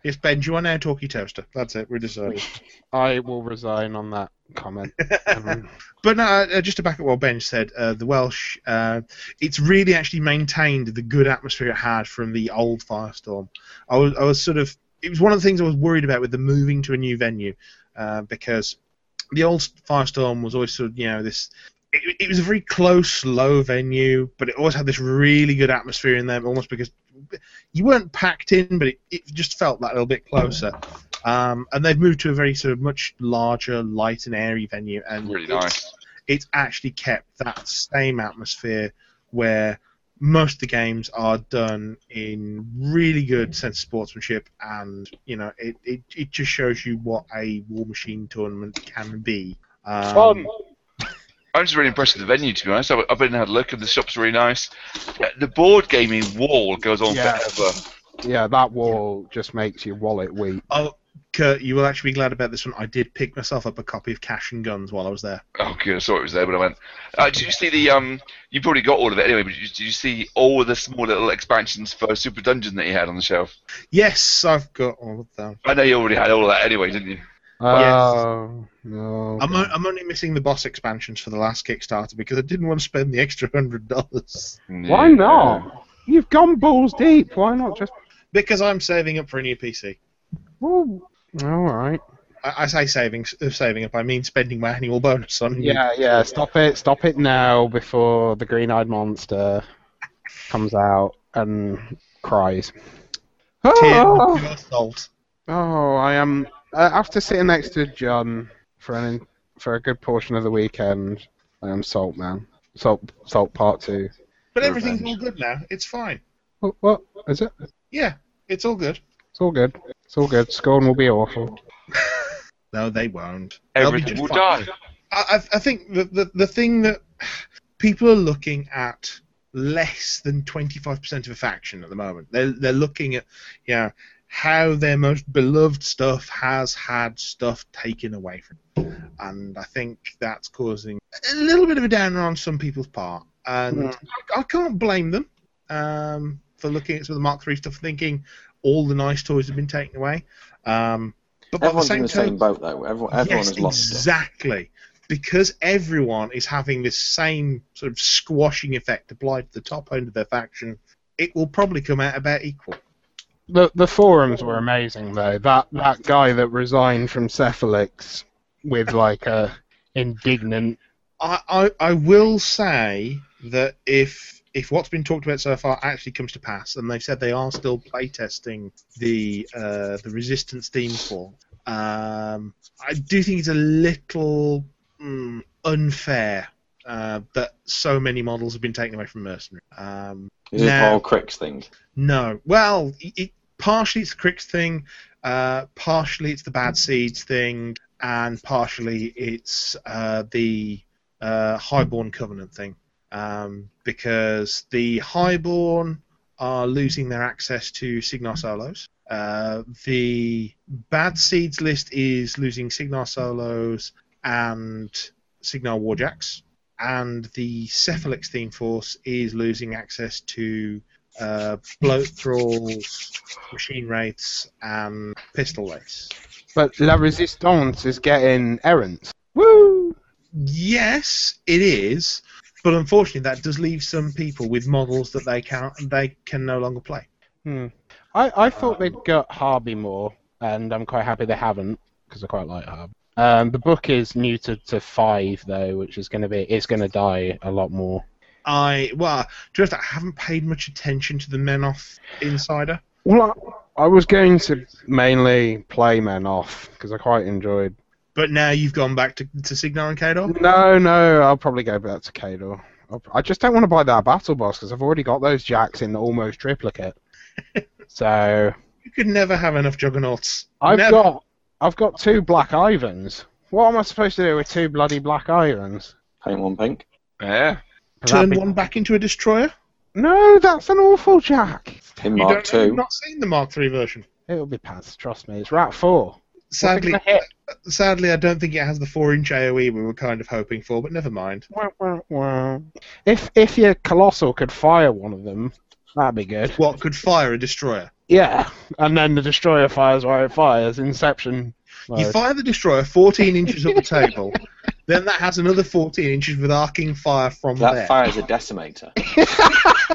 Speaker 1: Yes, Ben, you are now talkie toaster. That's it. We're decided.
Speaker 4: I will resign on that comment. Um,
Speaker 1: But no, uh, just to back up what Ben said, uh, the Welsh, uh, it's really actually maintained the good atmosphere it had from the old Firestorm. I was, I was sort of, it was one of the things I was worried about with the moving to a new venue, uh, because the old Firestorm was always sort of, you know, this. It, it was a very close, low venue, but it always had this really good atmosphere in there, almost because you weren't packed in, but it, it just felt that little bit closer. Um, and they've moved to a very sort of much larger, light and airy venue, and
Speaker 5: Really
Speaker 1: it's-
Speaker 5: nice.
Speaker 1: it's actually kept that same atmosphere where most of the games are done in really good sense of sportsmanship and you know it, it, it just shows you what a war machine tournament can be um,
Speaker 4: fun.
Speaker 5: I'm just really impressed with the venue, to be honest. I've, I've been and had a look, and the shop's really nice. Uh, The board gaming wall goes on
Speaker 4: Yeah.
Speaker 5: forever.
Speaker 4: Yeah, that wall just makes your wallet weak.
Speaker 1: oh kurt you will actually be glad about this one i did pick myself up a copy of cash and guns while i was there
Speaker 5: Oh, good. I saw it was there when I went. Uh, did you see the um? You probably got all of it anyway. But did you, did you see all of the small little expansions for Super Dungeon that you had on the shelf?
Speaker 1: yes i've got all of them
Speaker 5: I know you already had all of that anyway, didn't you?
Speaker 4: Oh no!
Speaker 1: I'm, o- I'm only missing the boss expansions for the last kickstarter because i didn't want to spend the extra hundred dollars
Speaker 4: Why not? You've gone balls deep. Why not just?
Speaker 1: because i'm saving up for a new pc
Speaker 4: Ooh. All right.
Speaker 1: I, I say saving, uh, saving up. I mean spending my annual bonus on.
Speaker 4: Yeah, yeah. Stop it. Stop it now before the green-eyed monster comes out and cries.
Speaker 1: tin of
Speaker 4: Oh,
Speaker 1: pure salt.
Speaker 4: oh I am. Uh, after sitting next to John for an for a good portion of the weekend, I am salt man. Salt, salt part two.
Speaker 1: But everything's all
Speaker 4: Revenge.
Speaker 1: good now. It's fine.
Speaker 4: What, what is it?
Speaker 1: Yeah, it's all good.
Speaker 4: It's all good. It's all good. Scorn will be awful.
Speaker 1: No, they won't. They'll be
Speaker 5: Everything
Speaker 1: just
Speaker 5: will
Speaker 1: fine.
Speaker 5: die.
Speaker 1: I, I I think the, the the thing that people are looking at less than 25% of a faction at the moment. They're, they're looking at you know, how their most beloved stuff has had stuff taken away from them. And I think that's causing a little bit of a downer on some people's part. And I, I can't blame them um, for looking at some of the Mark III stuff and thinking all the nice toys have been taken away. Um, but by the
Speaker 2: Everyone's
Speaker 1: same
Speaker 2: in the
Speaker 1: token,
Speaker 2: same boat, though. Everyone, everyone has lost stuff.
Speaker 1: exactly. Because everyone is having this same sort of squashing effect applied to the top end of their faction, it will probably come out about equal.
Speaker 4: The the forums were amazing though. That that guy that resigned from Cephalix with like a indignant
Speaker 1: I, I, I will say that if if what's been talked about so far actually comes to pass, and they've said they are still playtesting the uh, the resistance theme for, um, I do think it's a little mm, unfair uh, that so many models have been taken away from mercenary. Um,
Speaker 2: Is it
Speaker 1: Now-
Speaker 2: Paul Crick's thing?
Speaker 1: no. Well, it, it, partially it's the Cricks thing, uh, partially it's the Bad Seeds thing, and partially it's uh, the uh, Highborn Covenant thing. Um, because the Highborn are losing their access to Signar Solos. Uh, the Bad Seeds list is losing Signar Solos and Signar Warjacks. And the Cephalix Theme Force is losing access to uh, bloat thralls, machine wraiths, and pistol wraiths.
Speaker 4: but La Resistance is getting errands. Woo
Speaker 1: Yes, it is, but unfortunately, that does leave some people with models that they can they can no longer play.
Speaker 4: hmm. I, I thought they'd got Harby more and I'm quite happy they haven't, because I quite like Harby. Um, the book is neutered to five though, which is gonna be it's gonna die a lot more.
Speaker 1: I well, just I haven't paid much attention to the Menoth Insider.
Speaker 4: Well I, I was going to mainly play men off because I quite enjoyed
Speaker 1: But now you've gone back to, to Signar and Kador.
Speaker 4: No, no, I'll probably go back to Kador. I'll- I just don't want to buy that battle boss because I've already got those jacks in almost triplicate. so
Speaker 1: You could never have enough juggernauts.
Speaker 4: I've
Speaker 1: Never.
Speaker 4: got I've got two black Ivans. What am I supposed to do with two bloody black Ivans?
Speaker 2: Paint one pink.
Speaker 5: Yeah.
Speaker 4: Would that
Speaker 1: Turn
Speaker 4: be-
Speaker 1: one back into a destroyer.
Speaker 4: No, that's an awful jack.
Speaker 2: Tim
Speaker 1: You
Speaker 2: Mark
Speaker 1: don't know, you've
Speaker 2: two.
Speaker 1: not seen the Mark III version.
Speaker 4: It'll be pants. Trust me, it's Rat Four. What's it
Speaker 1: Sadly,
Speaker 4: gonna hit?
Speaker 1: sadly, I don't think it has the four-inch AOE E we were kind of hoping for. But never mind.
Speaker 4: Wah, wah, wah. If if your colossal could fire one of them, that'd be good.
Speaker 1: What could fire a destroyer?
Speaker 4: Yeah, and then the destroyer fires where it fires. Inception.
Speaker 1: You
Speaker 4: mode.
Speaker 1: fire the destroyer 14 inches up the table, then that has another 14 inches with arcing fire from there.
Speaker 2: That fires a decimator.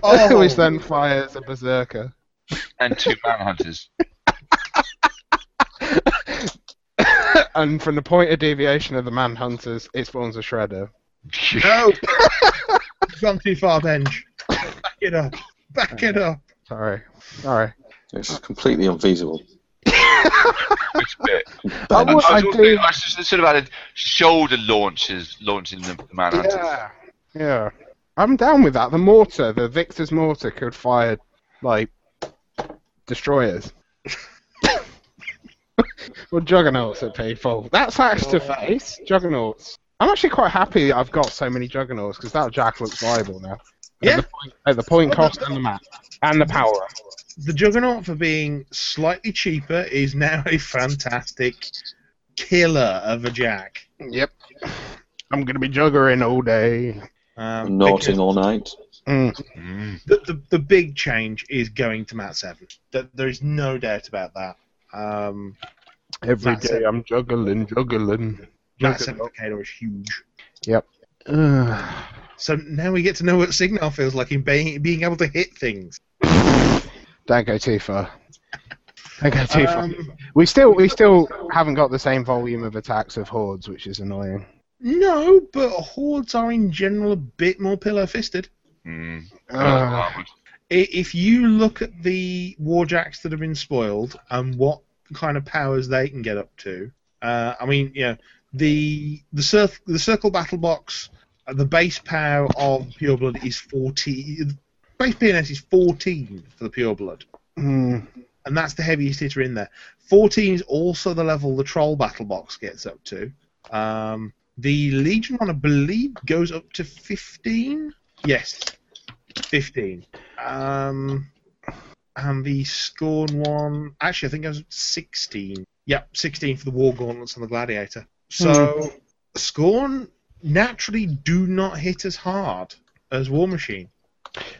Speaker 1: Oh.
Speaker 4: Which then fires a berserker.
Speaker 5: And two manhunters.
Speaker 4: and from the point of deviation of the manhunters, it spawns a shredder.
Speaker 1: No, you've gone too far, Benj. Back it up. Back it up.
Speaker 4: Sorry. Sorry.
Speaker 2: Which is completely unfeasible.
Speaker 5: Which bit?
Speaker 4: I
Speaker 5: I,
Speaker 4: would-
Speaker 5: I,
Speaker 4: I
Speaker 5: was
Speaker 4: do-
Speaker 5: also- I should should have added shoulder launches, launching the manhunters.
Speaker 4: Yeah. Yeah. I'm down with that. The mortar, the Victor's mortar, could fire, like, destroyers. well, juggernauts at people. That's axe to face. Juggernauts. I'm actually quite happy I've got so many juggernauts because that jack looks viable now.
Speaker 1: Yeah.
Speaker 4: At the point, at the point cost and the map. And the power up.
Speaker 1: The Juggernaut, for being slightly cheaper, is now a fantastic killer of a jack.
Speaker 4: Yep. I'm gonna be juggering all day.
Speaker 1: Um, because-
Speaker 2: Naughting all night.
Speaker 4: Mm.
Speaker 5: Mm.
Speaker 1: the, the, the big change is going to Mat 7. Th- There is no doubt about that. Um,
Speaker 4: Every
Speaker 1: That's
Speaker 4: day I'm juggling, juggling.
Speaker 1: Mat 7 for Kador is huge.
Speaker 4: Ugh.
Speaker 1: So now we get to know what Signal feels like in being, being able to hit things.
Speaker 4: Don't go too far. Don't go too far.
Speaker 1: Um,
Speaker 4: We still we still haven't got the same volume of attacks of hordes, which is annoying.
Speaker 1: no, but hordes are in general a bit more pillow fisted.
Speaker 5: Mm.
Speaker 1: Uh,
Speaker 4: Ugh.
Speaker 1: If you look at the warjacks that have been spoiled and what kind of powers they can get up to, uh, I mean, you know, the the, circ- the circle battle box, uh, the base power of pure blood is 14. Base PNS is 14 for the pure blood.
Speaker 4: Mm.
Speaker 1: and that's the heaviest hitter in there. 14 is also the level the troll battle box gets up to. Um, The Legion one, I believe, goes up to 15. Yes, 15. Um, and the Scorn one, actually, I think it goes up to 16. Yep, 16 for the War Gauntlets and the Gladiator.
Speaker 4: Hmm.
Speaker 1: So, Scorn naturally do not hit as hard as War Machine.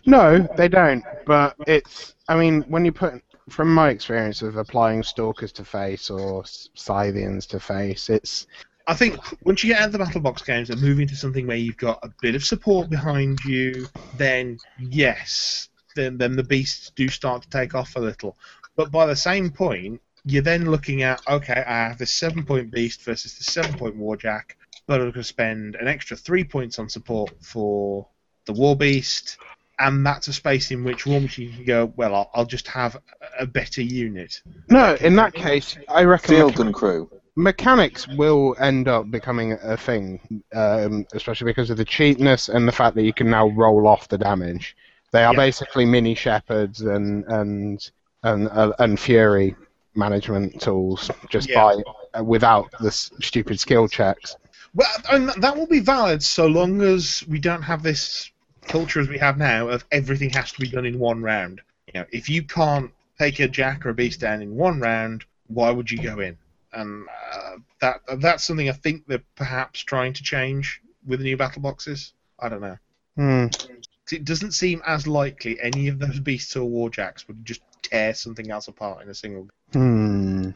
Speaker 4: No, they don't. But it's. I mean, when you put, from my experience of applying stalkers to face or S- scythians to face, it's
Speaker 1: I think once you get out of the battle box games and move into something where you've got a bit of support behind you, then yes, then then the beasts do start to take off a little. But by the same point, you're then looking at okay, I have this seven point beast versus the seven point warjack, but I'm going to spend an extra three points on support for the war beast, and that's a space in which War Machine can go. Well, I'll, I'll just have a- a better unit.
Speaker 4: no. In that case, I reckon
Speaker 2: Field gun crew.
Speaker 4: mechanics will end up becoming a thing, um, especially because of the cheapness and the fact that you can now roll off the damage. They are
Speaker 1: Yeah.
Speaker 4: basically mini shepherds and and and uh, and fury management tools just
Speaker 1: Yeah.
Speaker 4: by uh, without the s- stupid skill checks.
Speaker 1: Well, and that will be valid so long as we don't have this culture as we have now of everything has to be done in one round. You know, if you can't take a jack or a beast down in one round, why would you go in? And uh, that that's something I think they're perhaps trying to change with the new battle boxes. I don't know.
Speaker 4: Hmm.
Speaker 1: 'Cause It doesn't seem as likely any of those beasts or warjacks would just tear something else apart in a single.
Speaker 4: Hmm.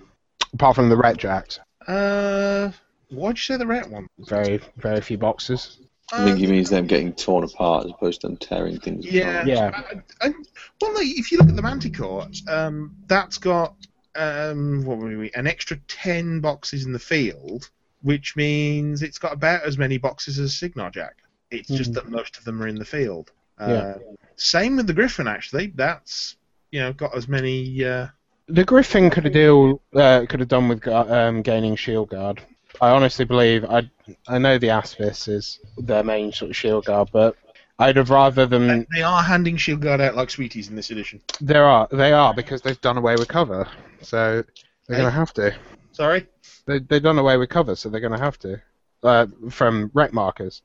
Speaker 4: Apart from the red jacks,
Speaker 1: Uh, why'd you say the rat one?
Speaker 4: very very few boxes.
Speaker 2: I think
Speaker 1: Uh,
Speaker 2: he means them getting torn apart as opposed to them tearing things
Speaker 1: Yeah.
Speaker 2: apart.
Speaker 4: Yeah.
Speaker 1: I, I, well, no, if you look at the Manticore, um, that's got um, what were we, an extra ten boxes in the field, which means it's got about as many boxes as Signar Jack. It's just
Speaker 4: Mhm.
Speaker 1: that most of them are in the field. Uh,
Speaker 4: Yeah.
Speaker 1: Same with the Griffin, actually. That's you know got as many. Uh,
Speaker 4: The Griffin could have deal uh, could have done with gu- um, gaining shield guard. I honestly believe I I know the Aspis is their main sort of shield guard, but I'd have rather them
Speaker 1: They are handing Shield Guard out like sweeties in this edition.
Speaker 4: there are they are because they've done away with cover, so they're gonna have to.
Speaker 1: Sorry.
Speaker 4: They they've done away with cover, so they're gonna have to uh, from wreck markers.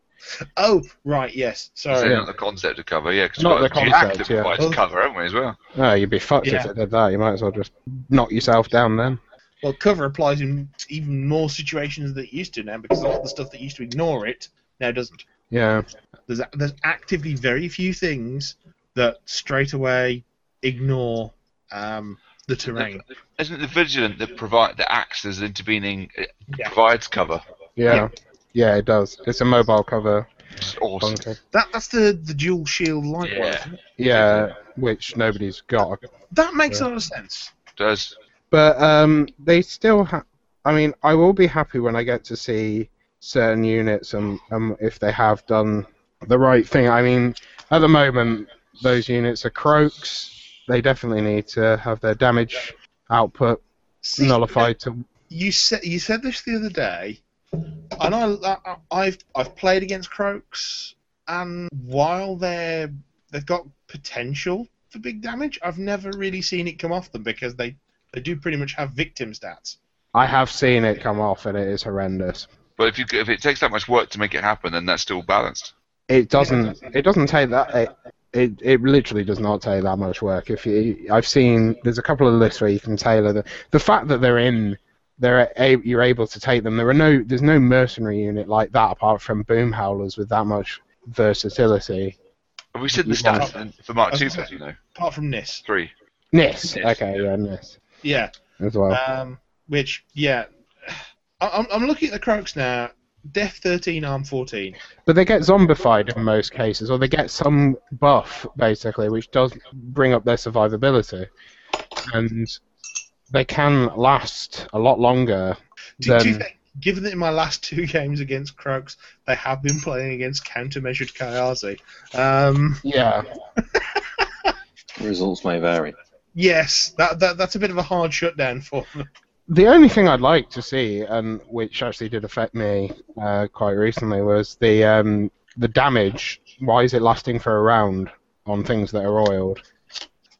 Speaker 1: Oh, right. Yes.
Speaker 5: So
Speaker 1: Sorry.
Speaker 5: Not the concept of cover, yeah. Cause
Speaker 4: Not
Speaker 5: we've got
Speaker 4: the
Speaker 5: a jack
Speaker 4: concept,
Speaker 5: that
Speaker 4: yeah.
Speaker 5: provides cover, haven't we, as well?
Speaker 4: Oh, you'd be fucked if
Speaker 1: Yeah.
Speaker 4: they did that. You might as well just knock yourself down then.
Speaker 1: Well, cover applies in even more situations than it used to now because a lot of the stuff that used to ignore it now doesn't.
Speaker 4: Yeah.
Speaker 1: There's, there's actively very few things that straight away ignore um, the terrain.
Speaker 5: Isn't it the vigilant that provide that acts as intervening it
Speaker 1: Yeah.
Speaker 5: provides cover?
Speaker 4: Yeah. Yeah, it does. It's a mobile cover
Speaker 5: It's awesome.
Speaker 4: bunker.
Speaker 1: That that's the, the dual shield light one.
Speaker 5: Yeah.
Speaker 4: Yeah, which nobody's got.
Speaker 1: That makes a
Speaker 4: Yeah.
Speaker 1: lot of sense.
Speaker 5: Does
Speaker 4: But um, they still have. I mean, I will be happy when I get to see certain units and um, if they have done the right thing. I mean, at the moment, those units are croaks. They definitely need to have their damage output
Speaker 1: See,
Speaker 4: nullified to.
Speaker 1: You said you said this the other day, and I, I I've I've played against Croaks, and while they're they've got potential for big damage, I've never really seen it come off them because they they do pretty much have victim stats.
Speaker 4: I have seen it come off, and it is horrendous.
Speaker 5: but if you if it takes that much work to make it happen, then that's still balanced.
Speaker 4: It doesn't. It doesn't take that. It, it, it literally does not take that much work. If you, I've seen, there's a couple of lists where you can tailor the the fact that they're in. They're a, you're able to take them. There are no. There's no mercenary unit like that apart from boom howlers with that much versatility.
Speaker 5: Have we seen the
Speaker 4: You might.
Speaker 5: stats in- for Mark
Speaker 1: That's
Speaker 5: Two?
Speaker 1: right.
Speaker 5: as you know,
Speaker 1: Apart from this,
Speaker 5: three.
Speaker 4: Nis.
Speaker 5: Nis,
Speaker 4: Okay. Yeah. Nis
Speaker 1: yeah,
Speaker 4: as well.
Speaker 1: um, which yeah, I, I'm I'm looking at the Croaks now. Def 13, arm 14.
Speaker 4: But they get zombified in most cases, or they get some buff basically, which does bring up their survivability, and they can last a lot longer
Speaker 1: Do, do you
Speaker 4: Then-
Speaker 1: think, given that in my last two games against Croaks, they have been playing against countermeasured Kayazi, um,
Speaker 4: Yeah,
Speaker 2: Results may vary.
Speaker 1: Yes, that, that that's a bit of a hard shutdown for them.
Speaker 4: the only thing I'd like to see, and which actually did affect me uh, quite recently, was the um, the damage. Why is it lasting for a round on things that are oiled?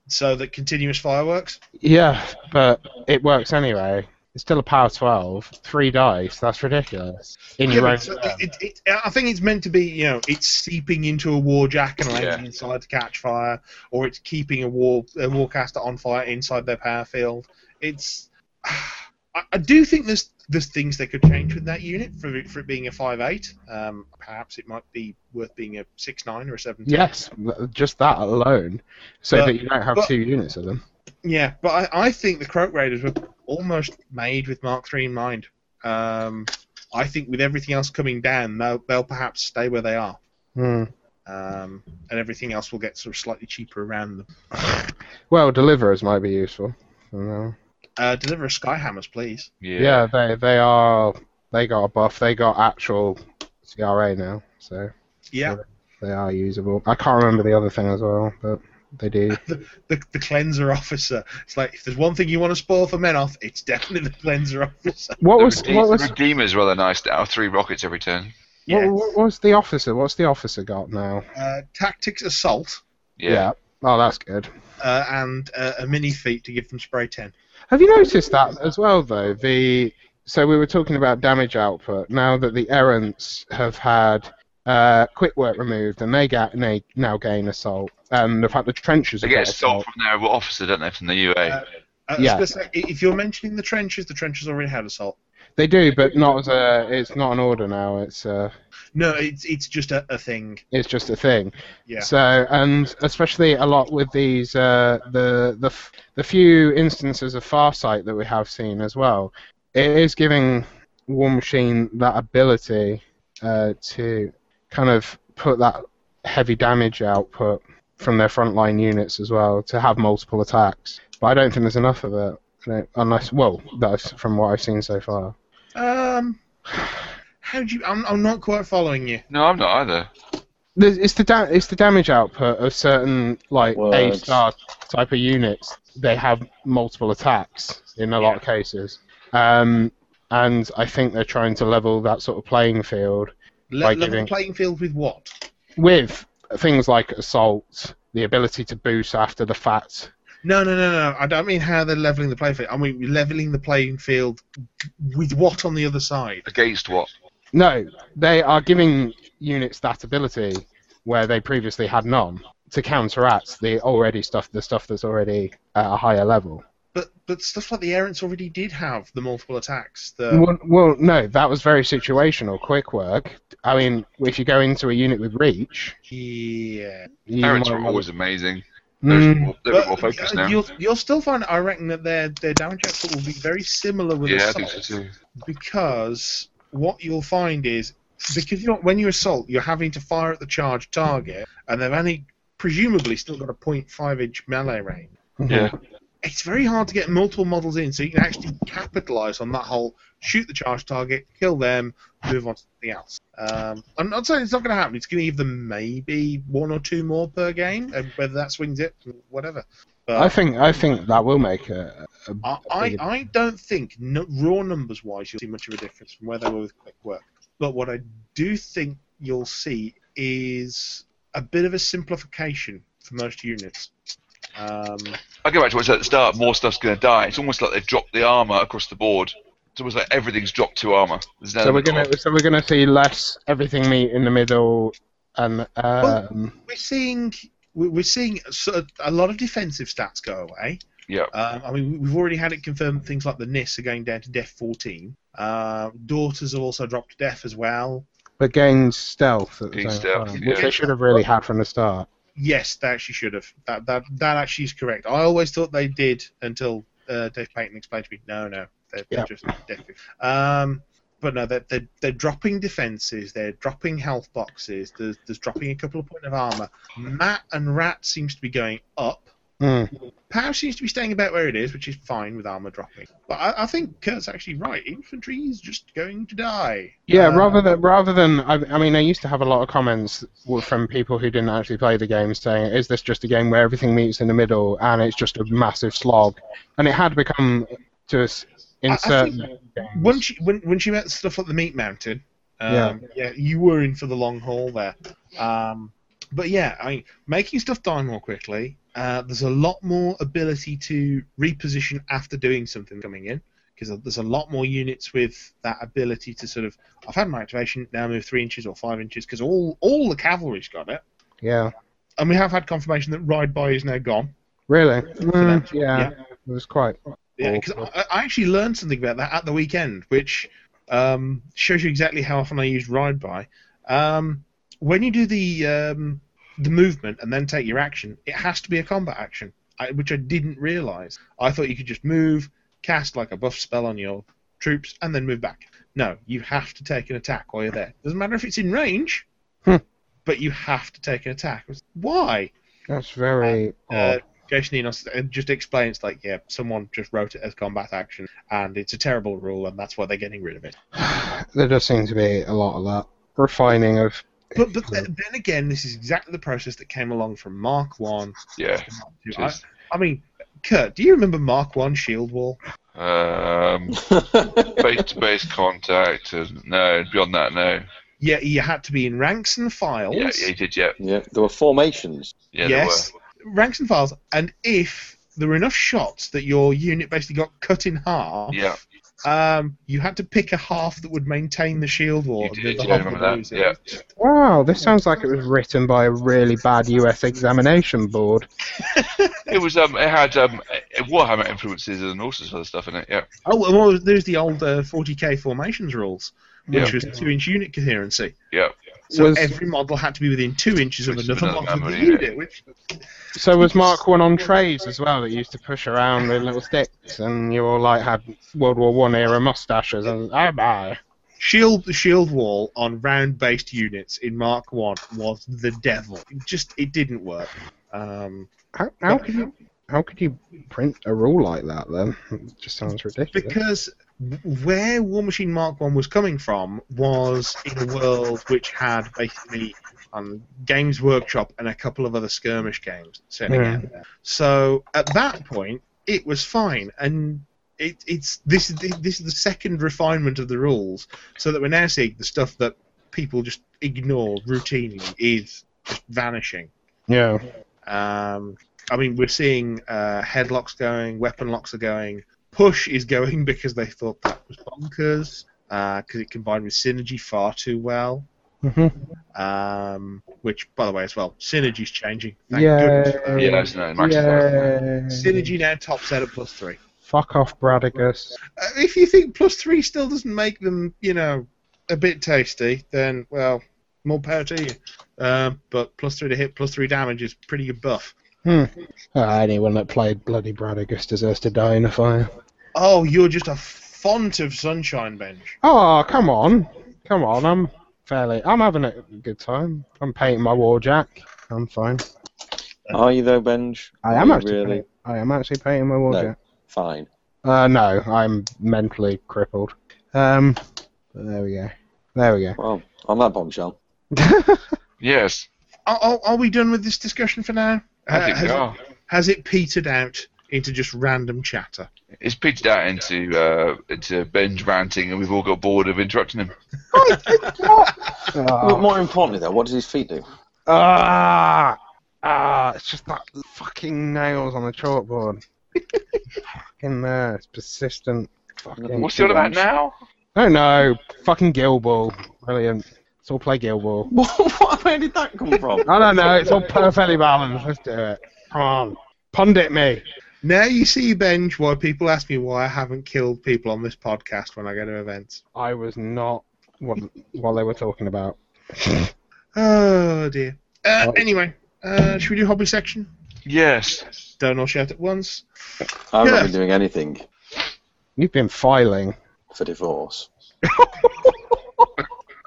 Speaker 1: So that continuous fireworks.
Speaker 4: Yeah, but it works anyway. It's still a power 12. Three dice. That's ridiculous. In
Speaker 1: Yeah,
Speaker 4: your
Speaker 1: but
Speaker 4: own.
Speaker 1: it's- it, it, it, I think it's meant to be, you know, it's seeping into a war jack and landing
Speaker 5: Yeah.
Speaker 1: inside to catch fire, or it's keeping a war a warcaster on fire inside their power field. It's, I, I do think there's there's things they could change with that unit for it, for it being a five eight. Um, perhaps it might be worth being a six nine or a seven.
Speaker 4: Yes, th- just that alone, so
Speaker 1: But-
Speaker 4: that you don't have
Speaker 1: but-
Speaker 4: two units of them.
Speaker 1: Yeah, but I, I think the Croak Raiders were almost made with Mark III in mind. Um, I think with everything else coming down, they'll, they'll perhaps stay where they are. Um, and everything else will get sort of slightly cheaper around them.
Speaker 4: Well, deliverers might be useful. you know.
Speaker 1: Uh, deliver a Skyhammers, please.
Speaker 5: Yeah.
Speaker 4: Yeah, they they are. They got a buff. They got actual CRA now, so
Speaker 1: Yeah,
Speaker 4: they are usable. I can't remember the other thing as well, but they do.
Speaker 1: the, the cleanser officer. It's like if there's one thing you want to spoil for Menoth, it's definitely the cleanser officer.
Speaker 4: What
Speaker 5: The,
Speaker 4: was
Speaker 5: Rede-
Speaker 4: what was
Speaker 5: the Redeemer's rather nice now. Three rockets every turn.
Speaker 1: Yeah.
Speaker 4: what, what was the officer? What's the officer got now?
Speaker 1: Uh, tactics assault
Speaker 5: Yeah.
Speaker 4: Oh, that's good.
Speaker 1: uh, and uh, a mini feat to give them spray ten.
Speaker 4: Have you noticed that as well, though? The so we were talking about damage output. Now that the errants have had uh, quick work removed, and they get they now gain assault, and the fact the trenches
Speaker 5: They
Speaker 4: have
Speaker 5: get
Speaker 4: got
Speaker 5: a stop from their officer, don't they, from the UA?
Speaker 1: Uh, Uh, I was
Speaker 4: Yeah.
Speaker 1: gonna say, i- if you're mentioning the trenches, the trenches already had assault.
Speaker 4: They do, but not as a. It's not an order now. It's a.
Speaker 1: No, it's it's just a, a thing.
Speaker 4: It's just a thing.
Speaker 1: Yeah.
Speaker 4: So and especially a lot with these uh, the the f- the few instances of farsight that we have seen as well. It is giving War Machine that ability uh, to kind of put that heavy damage output from their frontline units as well to have multiple attacks. But I don't think there's enough of it. I don't- Unless, well, that's from what I've seen so far.
Speaker 1: Um, how do you? I'm, I'm not quite following you.
Speaker 5: No, I'm not either.
Speaker 4: There's- It's the da- it's the damage output of certain like A
Speaker 2: Words.
Speaker 4: star type of units. They have multiple attacks in a lot of cases, um, and I think they're trying to level that sort of playing field
Speaker 1: Le-
Speaker 4: By
Speaker 1: level
Speaker 4: giving-
Speaker 1: the playing field with what?
Speaker 4: with things like assault, the ability to boost after the fact.
Speaker 1: No, no, no, no. I don't mean how they're leveling the playing field. I mean leveling the playing field with what on the other side.
Speaker 5: Against what?
Speaker 4: No, they are giving units that ability where they previously had none to counteract the already stuff, the stuff that's already at a higher level.
Speaker 1: But but stuff like the errants already did have the multiple attacks. The
Speaker 4: Well, well, no, that was very situational. Quick work. I mean, if you go into a unit with reach,
Speaker 1: yeah.
Speaker 4: you
Speaker 5: Parents
Speaker 4: might
Speaker 5: were
Speaker 4: want-
Speaker 5: always amazing. They're just
Speaker 4: Mm,
Speaker 5: more, they're a bit more
Speaker 1: But uh,
Speaker 5: focused now.
Speaker 1: You'll you'll still find I reckon that their their damage output will be very similar with
Speaker 5: Yeah, I
Speaker 1: assault.
Speaker 5: think so too.
Speaker 1: because what you'll find is because you don't, when you assault, you're having to fire at the charged target, and they've only presumably still got a 0.5 inch melee range.
Speaker 5: Yeah.
Speaker 1: It's very hard to get multiple models in, so you can actually capitalize on that whole shoot the charged target, kill them, move on to something else. Um, I'm not saying it's not going to happen. It's going to give them maybe one or two more per game, and whether that swings it, whatever. But
Speaker 4: I think I think that will make a. a
Speaker 1: I, I, I don't think n raw numbers wise you'll see much of a difference from where they were with quick work. But what I do think you'll see is a bit of a simplification for most units. Um,
Speaker 5: I go back to what I said at the start. More stuff's going to die. It's almost like they've dropped the armor across the board. It's almost like everything's dropped to armor. There's no
Speaker 4: so we're gonna so we're gonna see less everything meet in the middle, and um,
Speaker 1: we're seeing we- we're seeing so- a lot of defensive stats go away.
Speaker 5: Yeah.
Speaker 1: Um, I mean, we've already had it confirmed. Things like the NIS are going down to Def 14. Uh, daughters have also dropped to Def as well.
Speaker 4: but gain stealth at the
Speaker 5: Gain
Speaker 4: same
Speaker 5: stealth,
Speaker 4: time,
Speaker 5: yeah.
Speaker 4: which they should have really had from the start.
Speaker 1: Yes, they actually should have. That that that actually is correct. I always thought they did until uh, Dave Payton explained to me. No, no, they're, they're
Speaker 4: Yeah.
Speaker 1: just deaf. Um, but no, they're, they're they're dropping defenses. They're dropping health boxes. There's there's dropping a couple of point of armor. Matt and Rat seems to be going up.
Speaker 4: Mm.
Speaker 1: Power seems to be staying about where it is, which is fine with armor dropping. But I, I think Kurt's actually right. Infantry is just going to die.
Speaker 4: Yeah,
Speaker 1: Uh,
Speaker 4: rather than rather than I, I mean, I used to have a lot of comments w- from people who didn't actually play the game saying, "Is this just a game where everything meets in the middle and it's just a massive slog?" And it had become just
Speaker 1: I- I
Speaker 4: in
Speaker 1: think
Speaker 4: certain games.
Speaker 1: Once you, when, once you met stuff like the Meat Mountain, um, yeah. you were in for the long haul there. Um, but yeah, I mean, making stuff die more quickly. Uh, there's a lot more ability to reposition after doing something coming in. because there's a lot more units with that ability to sort of I've had my activation now move three inches or five inches because all all the cavalry's got it,
Speaker 4: Yeah.
Speaker 1: and we have had confirmation that ride by is now gone.
Speaker 4: Really? Mm,
Speaker 1: that,
Speaker 4: yeah. It was quite.
Speaker 1: Yeah, because I, I actually learned something about that at the weekend, which um, shows you exactly how often I use ride by. Um, when you do the um, the movement and then take your action, it has to be a combat action, I, which I didn't realise. I thought you could just move, cast like a buff spell on your troops, and then move back. No, you have to take an attack while you're there. Doesn't matter if it's in range,
Speaker 4: Hmm.
Speaker 1: but you have to take an attack. I was, Why?
Speaker 4: That's very
Speaker 5: Oh.
Speaker 1: uh,
Speaker 4: odd.
Speaker 1: Jason Enos uh, just explains like, yeah, someone just wrote it as combat action, and it's a terrible rule, and that's why they're getting rid of it.
Speaker 4: there does seem to be a lot of that refining of.
Speaker 1: But but th- then again, this is exactly the process that came along from Mark One.
Speaker 5: Yeah.
Speaker 1: to Mark Two. I,
Speaker 5: Cheers.
Speaker 1: I mean, Kurt, do you remember Mark One Shield Wall?
Speaker 5: Um, face-to-face contact. And, no, beyond that, no.
Speaker 1: Yeah, you had to be in ranks and files.
Speaker 5: Yeah, yeah, he did. Yeah,
Speaker 2: yeah, there were formations.
Speaker 5: yeah,
Speaker 1: Yes.
Speaker 5: there were.
Speaker 1: Ranks and files, and if there were enough shots that your unit basically got cut in half,
Speaker 5: Yeah,
Speaker 1: um, you had to pick a half that would maintain the shield wall.
Speaker 5: you did.
Speaker 1: Oh, the, the
Speaker 5: Yeah, I
Speaker 1: half
Speaker 5: remember
Speaker 1: would
Speaker 5: that.
Speaker 1: lose it.
Speaker 5: Yeah,
Speaker 4: Wow, this sounds like it was written by a really bad US examination board.
Speaker 5: it was. Um, it had um, uh, Warhammer influences and all sorts of other stuff in it. Yeah,
Speaker 1: Oh, and well, there's the old uh, 40k formations rules, which
Speaker 5: Yeah.
Speaker 1: was two inch unit coherency.
Speaker 5: yeah.
Speaker 1: So
Speaker 4: Was-
Speaker 1: every model had to be within two inches of
Speaker 5: Which is
Speaker 1: another
Speaker 5: another
Speaker 1: model of the
Speaker 5: memory, yeah.
Speaker 1: unit, which
Speaker 4: So was Mark One on trays as well that used to push around with little sticks, and you all like had World War One era mustaches and oh my.
Speaker 1: shield the shield wall on round based units in Mark One was the devil. It just it didn't work. Um,
Speaker 4: How, how could you how could you print a rule like that then? It just sounds ridiculous.
Speaker 1: because w- where War Machine Mark One was coming from was in a world which had basically um, Games Workshop and a couple of other skirmish games sitting
Speaker 4: Yeah.
Speaker 1: out there. So at that point, it was fine, and it, it's this is the, this is the second refinement of the rules, so that we're now seeing the stuff that people just ignore routinely is just vanishing.
Speaker 4: Yeah.
Speaker 1: Um, I mean, we're seeing uh, headlocks going, weapon locks are going, push is going because they thought that was bonkers because it combined with synergy far too well.
Speaker 4: hmm
Speaker 1: Um, which, by the way, as well, synergy's changing. Thank
Speaker 4: Yay.
Speaker 1: goodness for that.
Speaker 5: Yeah, that's no, Max is right.
Speaker 4: Yay.
Speaker 1: Synergy now tops out at plus three.
Speaker 4: Fuck off, Bradicus.
Speaker 1: Uh, if you think plus three still doesn't make them, you know, a bit tasty, then well, more power to you. Um, but plus three to hit, plus three damage is pretty good buff.
Speaker 4: Ah, anyone that played bloody Bradicus deserves to die in a fire.
Speaker 1: Oh, you're just a font of sunshine, Bench.
Speaker 4: Oh, come on. Come on, I'm fairly. I'm having a good time. I'm painting my war jack. I'm fine.
Speaker 2: Are you though, Benj?
Speaker 4: I am
Speaker 2: Are you
Speaker 4: actually.
Speaker 2: really
Speaker 4: Painting, I am actually painting my war
Speaker 2: No.
Speaker 4: jack.
Speaker 2: fine.
Speaker 4: Uh, no, I'm mentally crippled. Um, but there we go. There we
Speaker 2: Well, on that bombshell.
Speaker 4: go.
Speaker 5: Yes,
Speaker 1: Are, are, are we done with this discussion for now?
Speaker 5: I
Speaker 1: Uh,
Speaker 5: think
Speaker 1: has,
Speaker 5: we are.
Speaker 1: has it petered out into just random chatter?
Speaker 5: It's petered out into uh, into binge ranting, and we've all got bored of interrupting him.
Speaker 2: But
Speaker 4: Oh.
Speaker 2: more importantly, though, what does his feet do?
Speaker 4: Ah, ah, it's just that fucking nails on the chalkboard. fucking there, it's persistent. Fucking.
Speaker 5: What's he on about now?
Speaker 4: No, no, fucking Gil Ball. Brilliant. Let's all play Gil Ball.
Speaker 2: What? Where did that come from?
Speaker 4: I don't know, it's all perfectly balanced. Let's do it. Come on. Pundit me.
Speaker 1: Now you see, Benj, why people ask me why I haven't killed people on this podcast when I go to events.
Speaker 4: I was not what, what they were talking about.
Speaker 1: Oh dear. Uh,
Speaker 4: Oh.
Speaker 1: Anyway, uh, should we do hobby section?
Speaker 5: Yes.
Speaker 1: Don't all shout at once.
Speaker 2: I've
Speaker 1: Yeah.
Speaker 2: not been doing anything
Speaker 4: You've been filing.
Speaker 2: for divorce.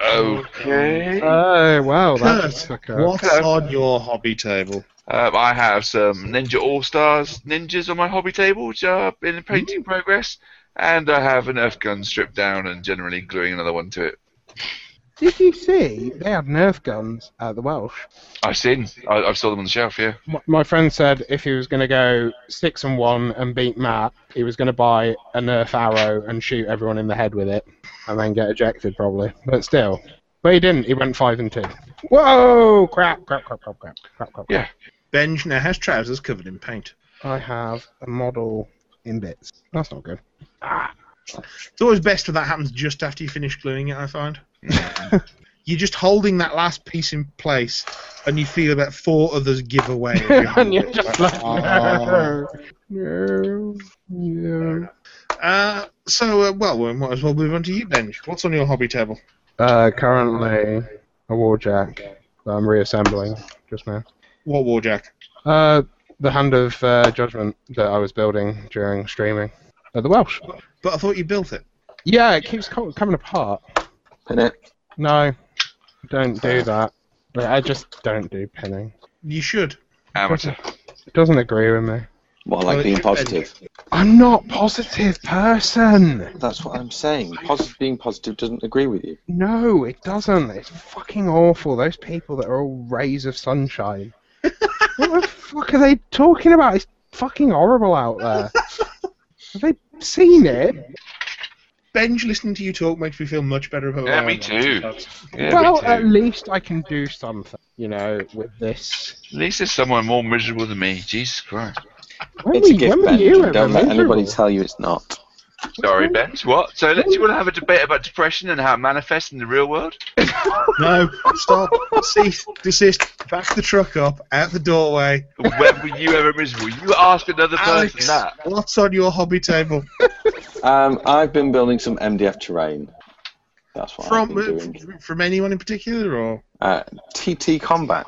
Speaker 5: Okay.
Speaker 4: Oh, wow, that's a fucker.
Speaker 1: What's on your hobby table?
Speaker 5: Um, I have some Ninja All Stars ninjas on my hobby table, which are in painting progress, and I have an Nerf gun stripped down and generally gluing another one to it.
Speaker 4: Did you see they had Nerf guns at the Welsh?
Speaker 5: I've seen. I, I've saw them on the shelf. Yeah.
Speaker 4: My- My friend said if he was going to go six and one and beat Matt, he was going to buy a Nerf arrow and shoot everyone in the head with it, and then get ejected probably. But still, but he didn't. He went five and two. Whoa! Crap! Crap! Crap! Crap! Crap! Crap! Crap!
Speaker 5: Yeah.
Speaker 1: Benj now has trousers covered in paint.
Speaker 4: I have a model in bits. That's not good.
Speaker 1: It's always best when that happens just after you finish gluing it, I find. You're just holding that last piece in place, and you feel about four others give away. as you hold
Speaker 4: and you're
Speaker 1: it.
Speaker 4: just like, Ah.
Speaker 1: Oh.
Speaker 4: no, no.
Speaker 1: Uh, so, uh, well, we might as well move on to you then. What's on your hobby table?
Speaker 4: Uh, currently, a warjack that I'm reassembling just now.
Speaker 1: What warjack?
Speaker 4: Uh, the Hand of uh, Judgment that I was building during streaming. Uh, the Welsh.
Speaker 1: But I thought you built it.
Speaker 4: Yeah, it keeps co- coming apart.
Speaker 2: Pin it.
Speaker 4: No, don't do that. But I just don't do pinning.
Speaker 1: You should.
Speaker 5: Amateur.
Speaker 4: It doesn't agree with me.
Speaker 2: Well, like
Speaker 1: Well,
Speaker 2: being
Speaker 1: you can-
Speaker 2: positive.
Speaker 4: I'm not positive person.
Speaker 2: That's what I'm saying. Positive, being positive doesn't agree with you.
Speaker 4: No, it doesn't. It's fucking awful. Those people that are all rays of sunshine. what the fuck are they talking about? It's fucking horrible out there. Have they seen it?
Speaker 1: Benj, listening to you talk makes me feel much better about
Speaker 5: Yeah,
Speaker 1: what
Speaker 5: me
Speaker 1: I'm
Speaker 5: too.
Speaker 1: on.
Speaker 5: Yeah, me
Speaker 4: well,
Speaker 5: too.
Speaker 4: at least I can do something, you know, with this.
Speaker 5: At least there's someone more miserable than me. Jesus Christ.
Speaker 4: When
Speaker 2: It's
Speaker 4: were-
Speaker 2: a gift,
Speaker 4: when were
Speaker 2: Ben.
Speaker 4: you ever
Speaker 2: Don't let anybody
Speaker 4: miserable?
Speaker 2: tell you it's not.
Speaker 5: Sorry, Ben. What? So, let's, you want to have a debate about depression and how it manifests in the real world?
Speaker 1: No, stop, cease, desist, back the truck up, out the doorway.
Speaker 5: when were you ever miserable? You ask another person
Speaker 1: Alex,
Speaker 5: that.
Speaker 1: what's on your hobby table?
Speaker 2: Um, I've been building some MDF terrain. That's what I've
Speaker 1: From
Speaker 2: been doing.
Speaker 1: uh, from anyone in particular, or
Speaker 2: Uh, TT Combat.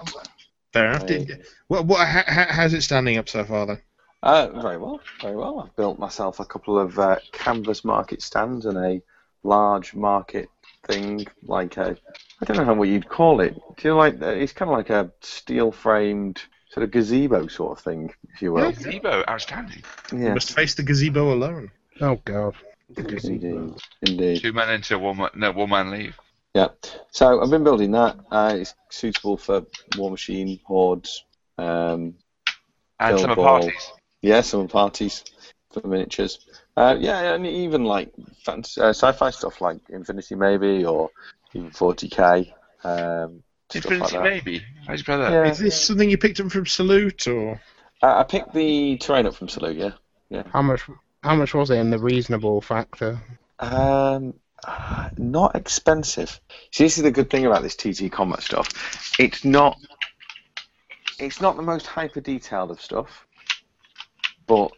Speaker 1: fair enough? Did, what, what, how, how- how's it standing up so far then?
Speaker 2: Uh, very well, very well. I've built myself a couple of uh, canvas market stands and a large market thing, like a, I don't know how what you'd call it. Do you like? uh, It's kind of like a steel-framed sort of gazebo sort of thing, if you will.
Speaker 5: Gazebo, outstanding.
Speaker 2: Yeah.
Speaker 1: Must face the gazebo alone.
Speaker 4: Oh, God.
Speaker 2: Indeed. Indeed.
Speaker 5: Two men into one man, no, one man leave.
Speaker 2: Yeah. So I've been building that. Uh, it's suitable for War Machine, Hordes, um,
Speaker 5: And
Speaker 2: Bill
Speaker 5: summer
Speaker 2: Ball.
Speaker 5: parties.
Speaker 2: yeah, summer parties for miniatures. Uh, yeah, and even like fancy, uh, sci-fi stuff like Infinity maybe or even 40k. Um, stuff like
Speaker 5: Infinity
Speaker 2: that.
Speaker 5: maybe. How'd you play that?
Speaker 2: Yeah.
Speaker 1: Is this something you picked up from Salute, or
Speaker 2: Uh, I picked the terrain up from Salute. Yeah.
Speaker 4: How much, how much was it in the reasonable factor?
Speaker 2: Um, uh, not expensive. See, this is the good thing about this TT Combat stuff. It's not. It's not the most hyper detailed of stuff, but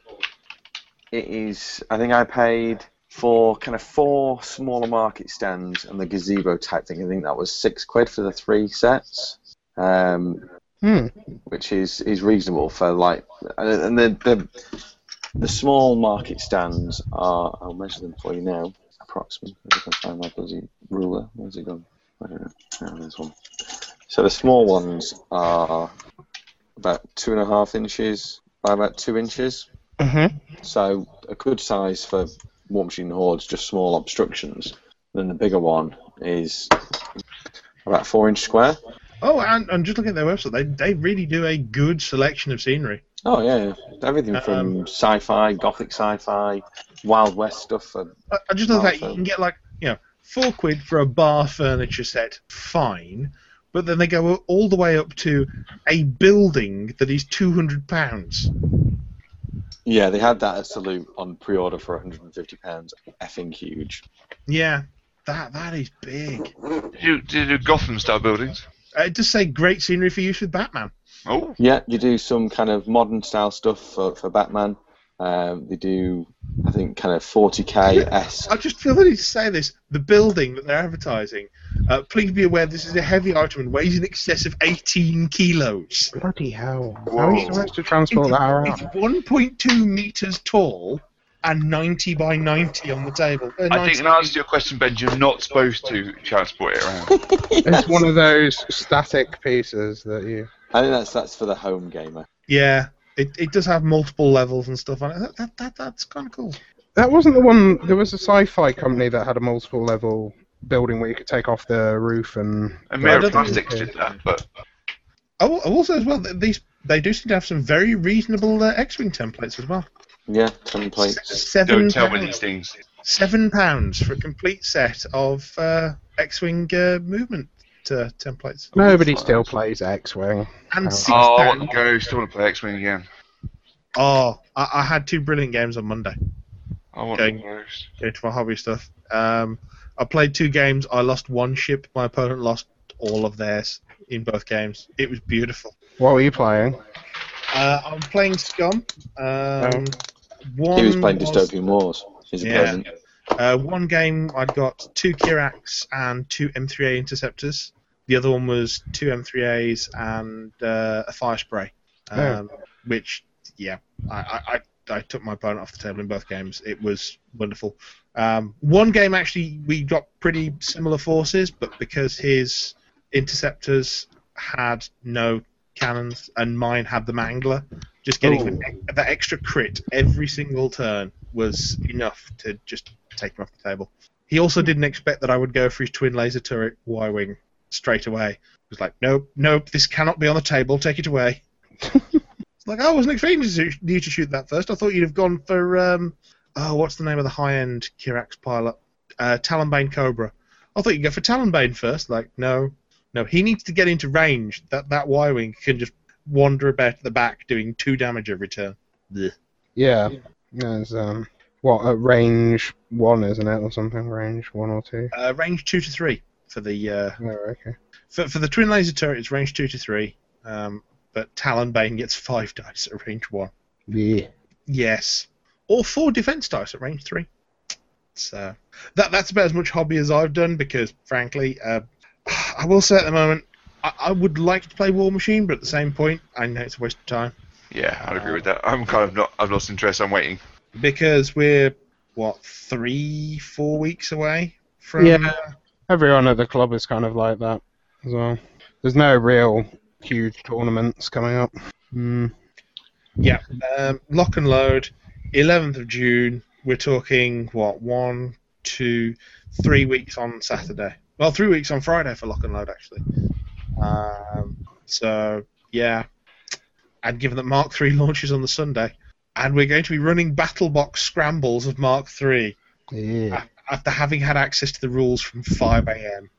Speaker 2: it is. I think I paid for kind of four smaller market stands and the gazebo type thing. I think that was six quid for the three sets. Um,
Speaker 4: Hmm.
Speaker 2: which is, is reasonable for like and and the, the the small market stands are I'll measure them for you now approximately if I can find my bloody ruler where's it gone I don't know oh, there's one so the small ones are about two and a half inches by about two inches
Speaker 4: Mm-hmm.
Speaker 2: so a good size for War Machine Hordes just small obstructions then the bigger one is about four inch square
Speaker 1: oh, and, and just look at their website. They they really do a good selection of scenery.
Speaker 2: Oh yeah, yeah. everything from sci-fi, gothic sci-fi, Wild West stuff. And,
Speaker 1: I, I just love that
Speaker 2: Awesome.
Speaker 1: you can get like you know four quid for a bar furniture set, fine, but then they go all the way up to a building that is two hundred pounds.
Speaker 2: yeah, they had that at Salute on pre-order for 150 pounds. Effing huge.
Speaker 1: Yeah, that that is big.
Speaker 5: Did you, did you do Gotham style buildings?
Speaker 1: Uh, it does say great scenery for use with Batman.
Speaker 5: Oh,
Speaker 2: Yeah, you do some kind of modern style stuff for, for Batman. Um, they do, I think, kind of 40k s.
Speaker 1: I just feel the need to say this. The building that they're advertising. Uh, please be aware this is a heavy item and weighs in excess of 18 kilos.
Speaker 4: Bloody hell. How are you
Speaker 5: Whoa.
Speaker 4: supposed to transport that
Speaker 1: It's
Speaker 4: around?
Speaker 1: 1.2 meters tall and 90 by 90 on the table. Uh,
Speaker 5: I
Speaker 1: 90
Speaker 5: think in answer to your question, Ben, you're not supposed to transport it around.
Speaker 4: It's one of those static pieces that you.
Speaker 2: I think that's that's for the home gamer.
Speaker 1: Yeah, it, it does have multiple levels and stuff on it. That, that, that, that's kind of cool.
Speaker 4: That wasn't the one. There was a sci-fi company that had a multiple-level building where you could take off the roof and.
Speaker 5: And
Speaker 1: I
Speaker 5: Mirror
Speaker 1: don't
Speaker 5: Plastics
Speaker 4: think-
Speaker 5: did that, but
Speaker 1: Oh, also as well, th- these they do seem to have some very reasonable uh, X-wing templates as well.
Speaker 2: Yeah, templates.
Speaker 1: Seven.
Speaker 5: don't tell me
Speaker 1: pounds.
Speaker 5: these things.
Speaker 1: seven pounds for a complete set of uh, X-wing uh, movement uh, templates,
Speaker 4: Nobody still plays X-wing.
Speaker 1: and
Speaker 4: Oh.
Speaker 1: six
Speaker 5: Oh, I want
Speaker 1: pounds.
Speaker 5: to go. Still want to play X Wing again.
Speaker 1: Oh, I, I had two brilliant games on Monday.
Speaker 5: I want
Speaker 1: Okay.
Speaker 5: one of those.
Speaker 1: Go to my hobby stuff. Um, I played two games. I lost one ship. My opponent lost all of theirs in both games. It was beautiful.
Speaker 4: What were you playing?
Speaker 1: Uh, I'm playing Scum. Um, one
Speaker 2: He was playing
Speaker 4: mm,
Speaker 1: was-
Speaker 2: Dystopian Wars. He's a
Speaker 1: Yeah.
Speaker 2: present.
Speaker 1: Uh, one game I'd got two Kiraks and two M3A interceptors. The other one was two M3As and uh, a fire spray. Um, Which, yeah, I, I, I, I took my opponent off the table in both games. It was wonderful. Um, one game actually we got pretty similar forces, but because his interceptors had no cannons and mine had the mangler, just getting the, that extra crit every single turn was enough to just take him off the table. He also didn't expect that I would go for his twin laser turret Y wing straight away. He was like, nope, nope, this cannot be on the table. Take it away. it's like I wasn't expecting you to- you to shoot that first. I thought you'd have gone for um, oh, what's the name of the high end Kirax pilot? Uh, Talonbane Cobra. I thought you'd go for Talonbane first. Like, no, no, he needs to get into range. That that Y wing can just wander about at the back, doing two damage every turn.
Speaker 4: Yeah. There's, um, what, at range one, isn't it, or something? Range one or two?
Speaker 1: Uh, range two to three for the uh,
Speaker 4: Oh, okay.
Speaker 1: for, for the twin laser turret. It's range two to three, um, but Talonbane gets five dice at range one.
Speaker 4: Yeah.
Speaker 1: Yes, or four defense dice at range three. So that that's about as much hobby as I've done because, frankly, uh, I will say at the moment I, I would like to play War Machine, but at the same point, I know it's a waste of time
Speaker 5: Yeah, I'd agree with that. I'm kind of not. I've lost interest. I'm waiting.
Speaker 1: because we're what three, four weeks away from.
Speaker 4: Yeah. Everyone at the club is kind of like that as well. There's no real huge tournaments coming up. Mm.
Speaker 1: Yeah, um, lock and load, 11th of June. We're talking, what, one, two, three weeks on Saturday. Well, three weeks on Friday for lock and load, actually. Um, so, yeah. And given that Mark III launches on the Sunday, and we're going to be running battle box scrambles of Mark III
Speaker 4: Yeah.
Speaker 1: after having had access to the rules from 5 a.m.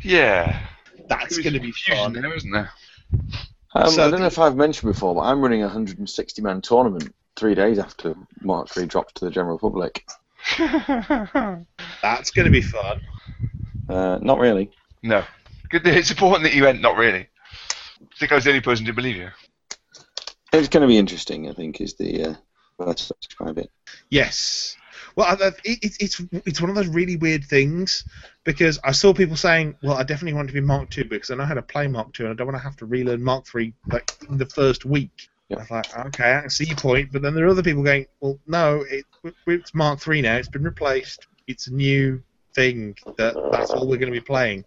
Speaker 5: Yeah.
Speaker 1: That's
Speaker 5: There's
Speaker 1: going to be
Speaker 5: confusion
Speaker 1: fun.
Speaker 5: there, isn't there?
Speaker 2: Um,
Speaker 1: So
Speaker 2: I don't know if I've mentioned before, but I'm running a 160 man tournament three days after Mark III drops to the general public.
Speaker 1: That's going to be fun.
Speaker 2: Uh, not really.
Speaker 5: No. Good. It's important that you went. Not really. I think I was the only person to believe you.
Speaker 2: It's going to be interesting, I think, is the uh, best way to describe it.
Speaker 1: Yes. Well, I- I- it, it, it's it's one of those really weird things because I saw people saying, "Well, I definitely want to be Mark II because I know how to play Mark II, and I don't want to have to relearn Mark III like in the first week."
Speaker 2: Yeah.
Speaker 1: I was like, "Okay, I can see your point," but then there are other people going, "Well, no, it, it's Mark III now. It's been replaced. It's a new thing. That that's all we're going to be playing."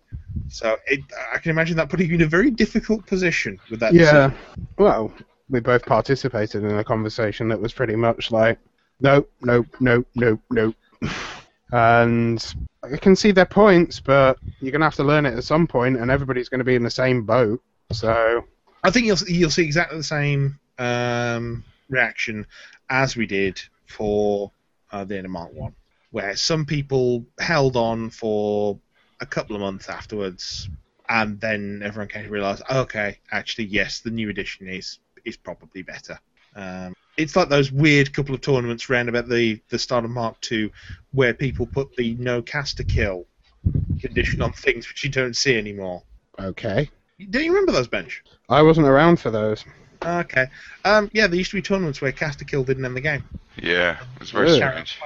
Speaker 1: So it, I can imagine that putting you in a very difficult position with that. decision.
Speaker 4: Yeah. Well, we both participated in a conversation that was pretty much like, nope, nope, nope, nope, nope. And I can see their points, but you're going to have to learn it at some point, and everybody's going to be in the same boat. So,
Speaker 1: I think you'll you'll see exactly the same um, reaction as we did for uh, the end of Mark One, where some people held on for a couple of months afterwards, and then everyone came to realise, okay, actually, yes, the new edition is is probably better. Um, it's like those weird couple of tournaments round about the, the start of Mark Two, where people put the no caster kill condition on things which you don't see anymore.
Speaker 4: okay.
Speaker 1: Don't you remember those bench?
Speaker 4: I wasn't around for those.
Speaker 1: Okay. Um, yeah, there used to be tournaments where caster kill didn't end the game.
Speaker 5: Yeah. It's very
Speaker 4: Really?
Speaker 5: strange.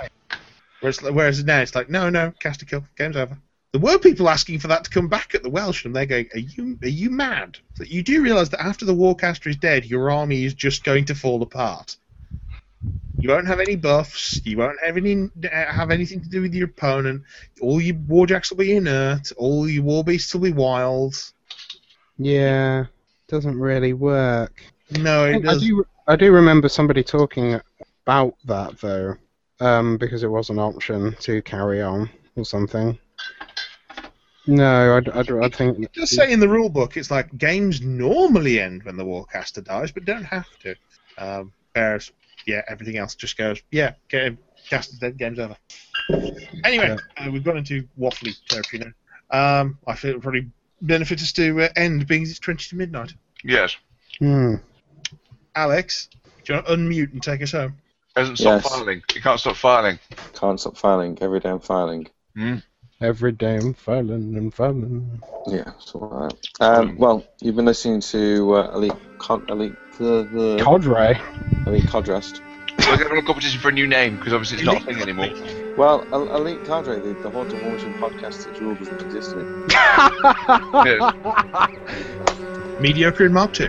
Speaker 1: Whereas, whereas now it's like, no, no, caster kill, game's over. There were people asking for that to come back at the Welsh, and they're going, are you are you mad? That you do realise that after the warcaster is dead, your army is just going to fall apart. You won't have any buffs. You won't have any uh, have anything to do with your opponent. All your warjacks will be inert. All your warbeasts will be wild.
Speaker 4: Yeah, doesn't really work.
Speaker 1: No,
Speaker 4: Oh, I
Speaker 1: it does.
Speaker 4: do, I do remember somebody talking about that, though, um, because it was an option to carry on or something. No, I, I, I think.
Speaker 1: It does say in the rule book, it's like games normally end when the warcaster dies, but don't have to. Um, whereas, yeah, everything else just goes, yeah, game, caster's dead, game's over. Anyway, uh, we've gone into waffly territory now. Um, I feel it would probably benefit us to uh, end being it's 20 to midnight.
Speaker 5: Yes.
Speaker 4: Hmm.
Speaker 1: Alex, do you want to unmute and take us home?
Speaker 6: hasn't stopped
Speaker 2: Yes.
Speaker 6: filing. It can't stop filing.
Speaker 2: Can't stop filing. Every damn filing.
Speaker 4: Every day I'm filing and filing.
Speaker 2: Yeah, so like that. Um, well, you've been listening to uh, Elite Con- Elite the, the
Speaker 4: Codray.
Speaker 2: Elite Codrest.
Speaker 3: We're going to have a competition for a new name because obviously it's not a thing anymore.
Speaker 2: Well, El- Elite Cadre, the, the Haunted War Machine podcast that rule doesn't exist in
Speaker 3: Yeah.
Speaker 5: Mediocre in Mark 2.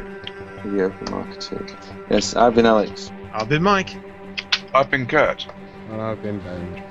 Speaker 2: the open marketing. Yes, I've been Alex.
Speaker 5: I've been Mike.
Speaker 6: I've been Kurt.
Speaker 4: And I've been banned.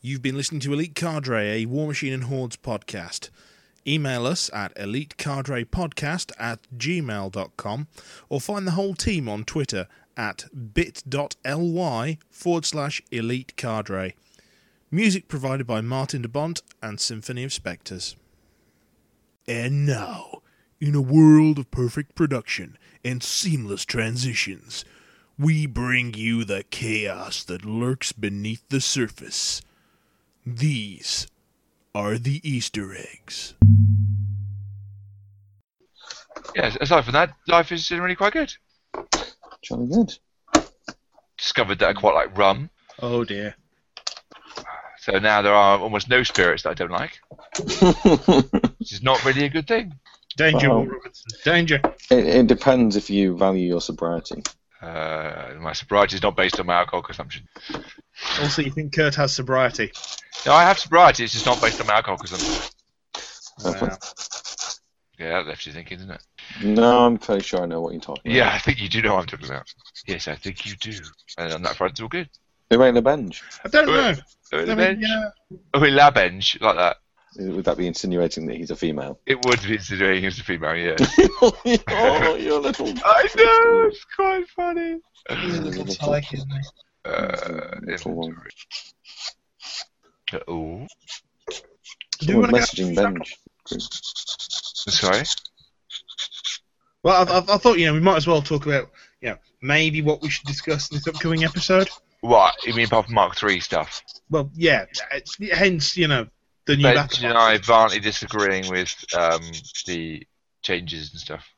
Speaker 1: You've been listening to Elite Cadre, a War Machine and Hordes podcast. Email us at elitecadrepodcast at gmail.com or find the whole team on Twitter at bit.ly forward slash elite cadre. Music provided by Martin de Bont and Symphony of Spectres. And now, in a world of perfect production and seamless transitions, we bring you the chaos that lurks beneath the surface. These are the Easter eggs.
Speaker 3: yeah, aside from that, life is generally quite good.
Speaker 2: Jolly good.
Speaker 3: Discovered that I quite like rum,
Speaker 5: Oh dear.
Speaker 3: so now there are almost no spirits that I don't like, which is not really a good thing.
Speaker 5: Danger,
Speaker 2: Wow.
Speaker 5: Will Robinson. Danger.
Speaker 2: it, it depends if you value your sobriety.
Speaker 3: Uh, my sobriety is not based on my alcohol consumption.
Speaker 5: Also, you think Kurt has sobriety.
Speaker 3: No, I have sobriety, it's just not based on my alcohol consumption.
Speaker 5: Wow.
Speaker 3: Yeah, that left you thinking, didn't it?
Speaker 2: No, I'm fairly sure I know what you're talking
Speaker 3: Yeah, I think you do know what I'm talking about. Yes, I think you do. And on that front, it's all good.
Speaker 2: about. Irene Benj.
Speaker 5: I don't know.
Speaker 3: Oh,
Speaker 5: I
Speaker 3: in
Speaker 5: mean,
Speaker 3: bench.
Speaker 5: yeah.
Speaker 3: Oh, in la bench, like that.
Speaker 2: Uh, Would that be insinuating that he's a female?
Speaker 3: It would be considering as a female, yeah.
Speaker 2: oh, you're a little.
Speaker 3: I know, it's quite funny.
Speaker 5: He's a little tyke, isn't he?
Speaker 3: Uh,
Speaker 2: Little one.
Speaker 3: oh,
Speaker 5: Do you
Speaker 2: Someone
Speaker 5: want to go?
Speaker 2: messaging Benj.
Speaker 3: sorry.
Speaker 5: Well, I, I, I thought you know we might as well talk about you know maybe what we should discuss in this upcoming episode.
Speaker 3: What? You mean apart from Mark 3 stuff?
Speaker 5: Well, yeah. it's- Hence, you know, the new
Speaker 3: Benj
Speaker 5: battle.
Speaker 3: and I violently disagreeing with um, the changes and stuff.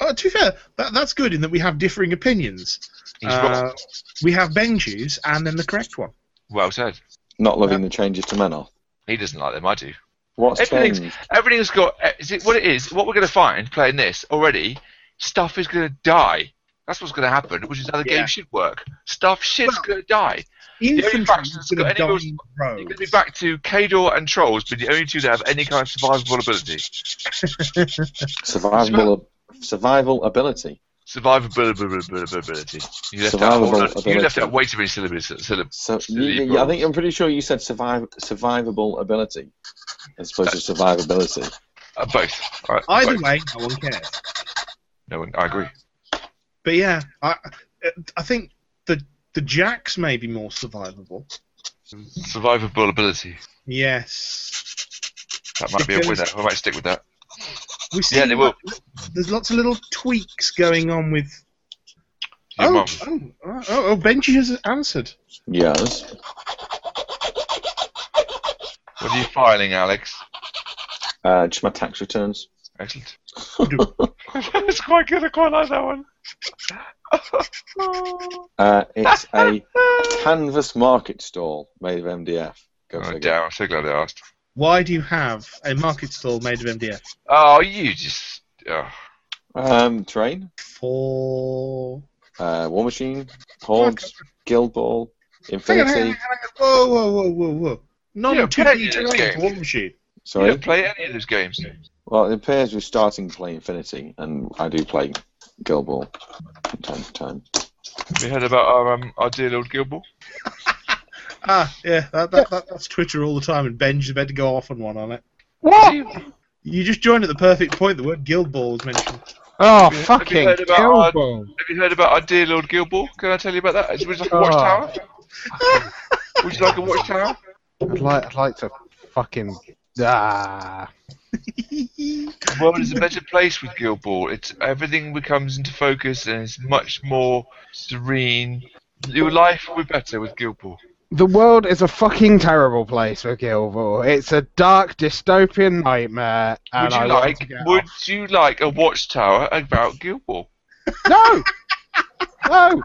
Speaker 5: Oh, to be fair, that, that's good in that we have differing opinions.
Speaker 3: He's
Speaker 5: Uh,
Speaker 3: wrong.
Speaker 5: we have Benji's and then the correct one.
Speaker 3: Well said.
Speaker 2: Not loving the changes to Manoff.
Speaker 3: He doesn't like them, I do.
Speaker 2: What's
Speaker 3: Everything's-
Speaker 2: changed?
Speaker 3: Everything's got. eh, Is it what it is? What we're going to find playing this already? Stuff is going to die. That's what's going to happen, which is how the
Speaker 5: Yeah.
Speaker 3: game should work. Stuff shit's
Speaker 5: Well, oh.
Speaker 3: going to die. only faction that's
Speaker 5: Infantry's going
Speaker 3: got
Speaker 5: to
Speaker 3: any
Speaker 5: die
Speaker 3: real-
Speaker 5: in
Speaker 3: You're going
Speaker 5: roads.
Speaker 3: to be back to Kador and Trolls being the only two that have any kind of survivable ability.
Speaker 2: Survivable, survival ability.
Speaker 3: Survivability. You left, out,
Speaker 2: Survivable
Speaker 3: all- you left
Speaker 2: ability.
Speaker 3: out way too many syllables. syllables.
Speaker 2: So
Speaker 3: So
Speaker 2: you,
Speaker 3: you
Speaker 2: you- I
Speaker 3: brought-
Speaker 2: think I'm pretty sure you said survive, survivable ability as opposed to survivability.
Speaker 3: Uh, both. All right,
Speaker 5: Either
Speaker 3: both.
Speaker 5: way, no one cares.
Speaker 3: No, one- I agree.
Speaker 5: But yeah, I I think the the jacks may be more survivable.
Speaker 3: Survivable ability.
Speaker 5: Yes.
Speaker 3: That might be a winner.
Speaker 5: Because-
Speaker 3: I might stick with that.
Speaker 5: We see
Speaker 3: Yeah, they will.
Speaker 5: There's lots of little tweaks going on with.
Speaker 3: Your
Speaker 5: oh,
Speaker 3: mum.
Speaker 5: oh, oh, oh, Benji has answered.
Speaker 2: Yes.
Speaker 3: What are you filing, Alex?
Speaker 2: Uh, just my tax returns.
Speaker 3: Excellent. it's quite good. I quite like that one.
Speaker 2: Uh, it's a canvas market stall made of MDF. Go
Speaker 3: Oh,
Speaker 2: figure.
Speaker 3: damn, I'm so glad I asked.
Speaker 5: Why do you have a market stall made of MDF?
Speaker 3: Oh, you just. Oh.
Speaker 2: Um, terrain,
Speaker 5: For
Speaker 2: uh, War Machine, Hordes, Guild Ball,
Speaker 5: Hang on, hang on, hang
Speaker 2: Infinity.
Speaker 5: on, hang on. Whoa, whoa, whoa, whoa, whoa. Non
Speaker 3: Yeah,
Speaker 5: 2D
Speaker 3: Peggy,
Speaker 5: terrain
Speaker 3: okay.
Speaker 5: for War Machine.
Speaker 3: You
Speaker 2: Sorry.
Speaker 3: don't play any of those games.
Speaker 2: Well, it appears we're starting to play Infinity, and I do play Guild Ball from time to time.
Speaker 3: We heard about our um, our dear old Gilmore.
Speaker 5: Ah, yeah, that, that, that, that's Twitter all the time, and Ben's about to go off on one on it.
Speaker 3: What?
Speaker 5: You just joined at the perfect point. The word Guild Ball was mentioned.
Speaker 4: Oh,
Speaker 3: you
Speaker 4: fucking
Speaker 3: heard about our-
Speaker 4: Guild Ball.
Speaker 3: Have you heard about our dear Lord Gilmore? Can I tell you about that? It's it's like a watchtower. Would you like a watchtower?
Speaker 4: I'd like, I'd like to fucking. Ah.
Speaker 3: The world is a better place with Guild Ball. It's everything becomes into focus and it's much more serene. Your life will be better with Guild Ball.
Speaker 4: The world is a fucking terrible place for Guild Ball. It's a dark dystopian nightmare. And
Speaker 3: Would you
Speaker 4: I want to
Speaker 3: like?
Speaker 4: get
Speaker 3: Would
Speaker 4: off.
Speaker 3: you like a watchtower about Guild Ball?
Speaker 4: No! no!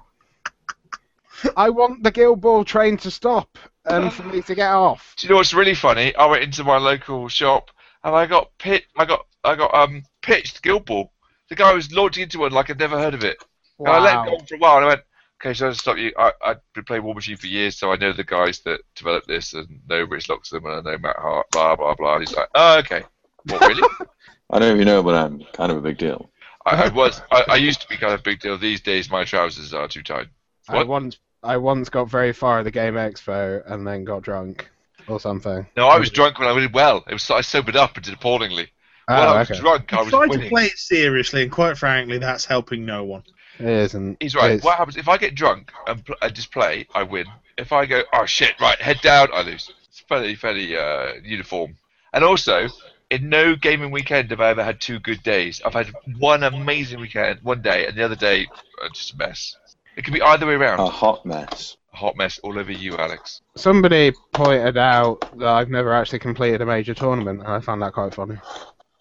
Speaker 4: I want the Guild Ball train to stop and for me to get off.
Speaker 3: Do you know what's really funny? I went into my local shop and I got pit. I got I got um pitched Guild Ball. The guy was launching into one like I'd never heard of it. And I let
Speaker 4: Wow.
Speaker 3: him go on for a while and I went, okay, so I'll stop you. I, I've been playing War Machine for years, so I know the guys that developed this and know Rich Loxham and I know Matt Hart, blah, blah, blah. And he's like, oh, okay. What, really?
Speaker 2: I don't know if you know, but I'm kind of a big deal.
Speaker 3: I, I was. I, I used to be kind of a big deal. These days, my trousers are too tight.
Speaker 4: I
Speaker 3: What?
Speaker 4: once, I once got very far at the Game Expo and then got drunk or something.
Speaker 3: No, I was drunk when I did well. It was I sobered up and did appallingly. When
Speaker 4: Oh,
Speaker 3: I was
Speaker 4: okay.
Speaker 3: drunk, I
Speaker 5: I
Speaker 3: was
Speaker 5: tried
Speaker 3: winning.
Speaker 5: to play it seriously, and quite frankly, that's helping no one.
Speaker 4: It isn't.
Speaker 3: He's right.
Speaker 4: It's-
Speaker 3: What happens if I get drunk and, pl- and just play? I win. If I go, oh shit, right, head down, I lose. It's fairly, fairly uh, uniform. And also, in no gaming weekend have I ever had two good days. I've had one amazing weekend, one day, and the other day, uh, just a mess. It could be either way around.
Speaker 2: A hot mess.
Speaker 3: A hot mess all over you, Alex.
Speaker 4: Somebody pointed out that I've never actually completed a major tournament, and I found that quite funny.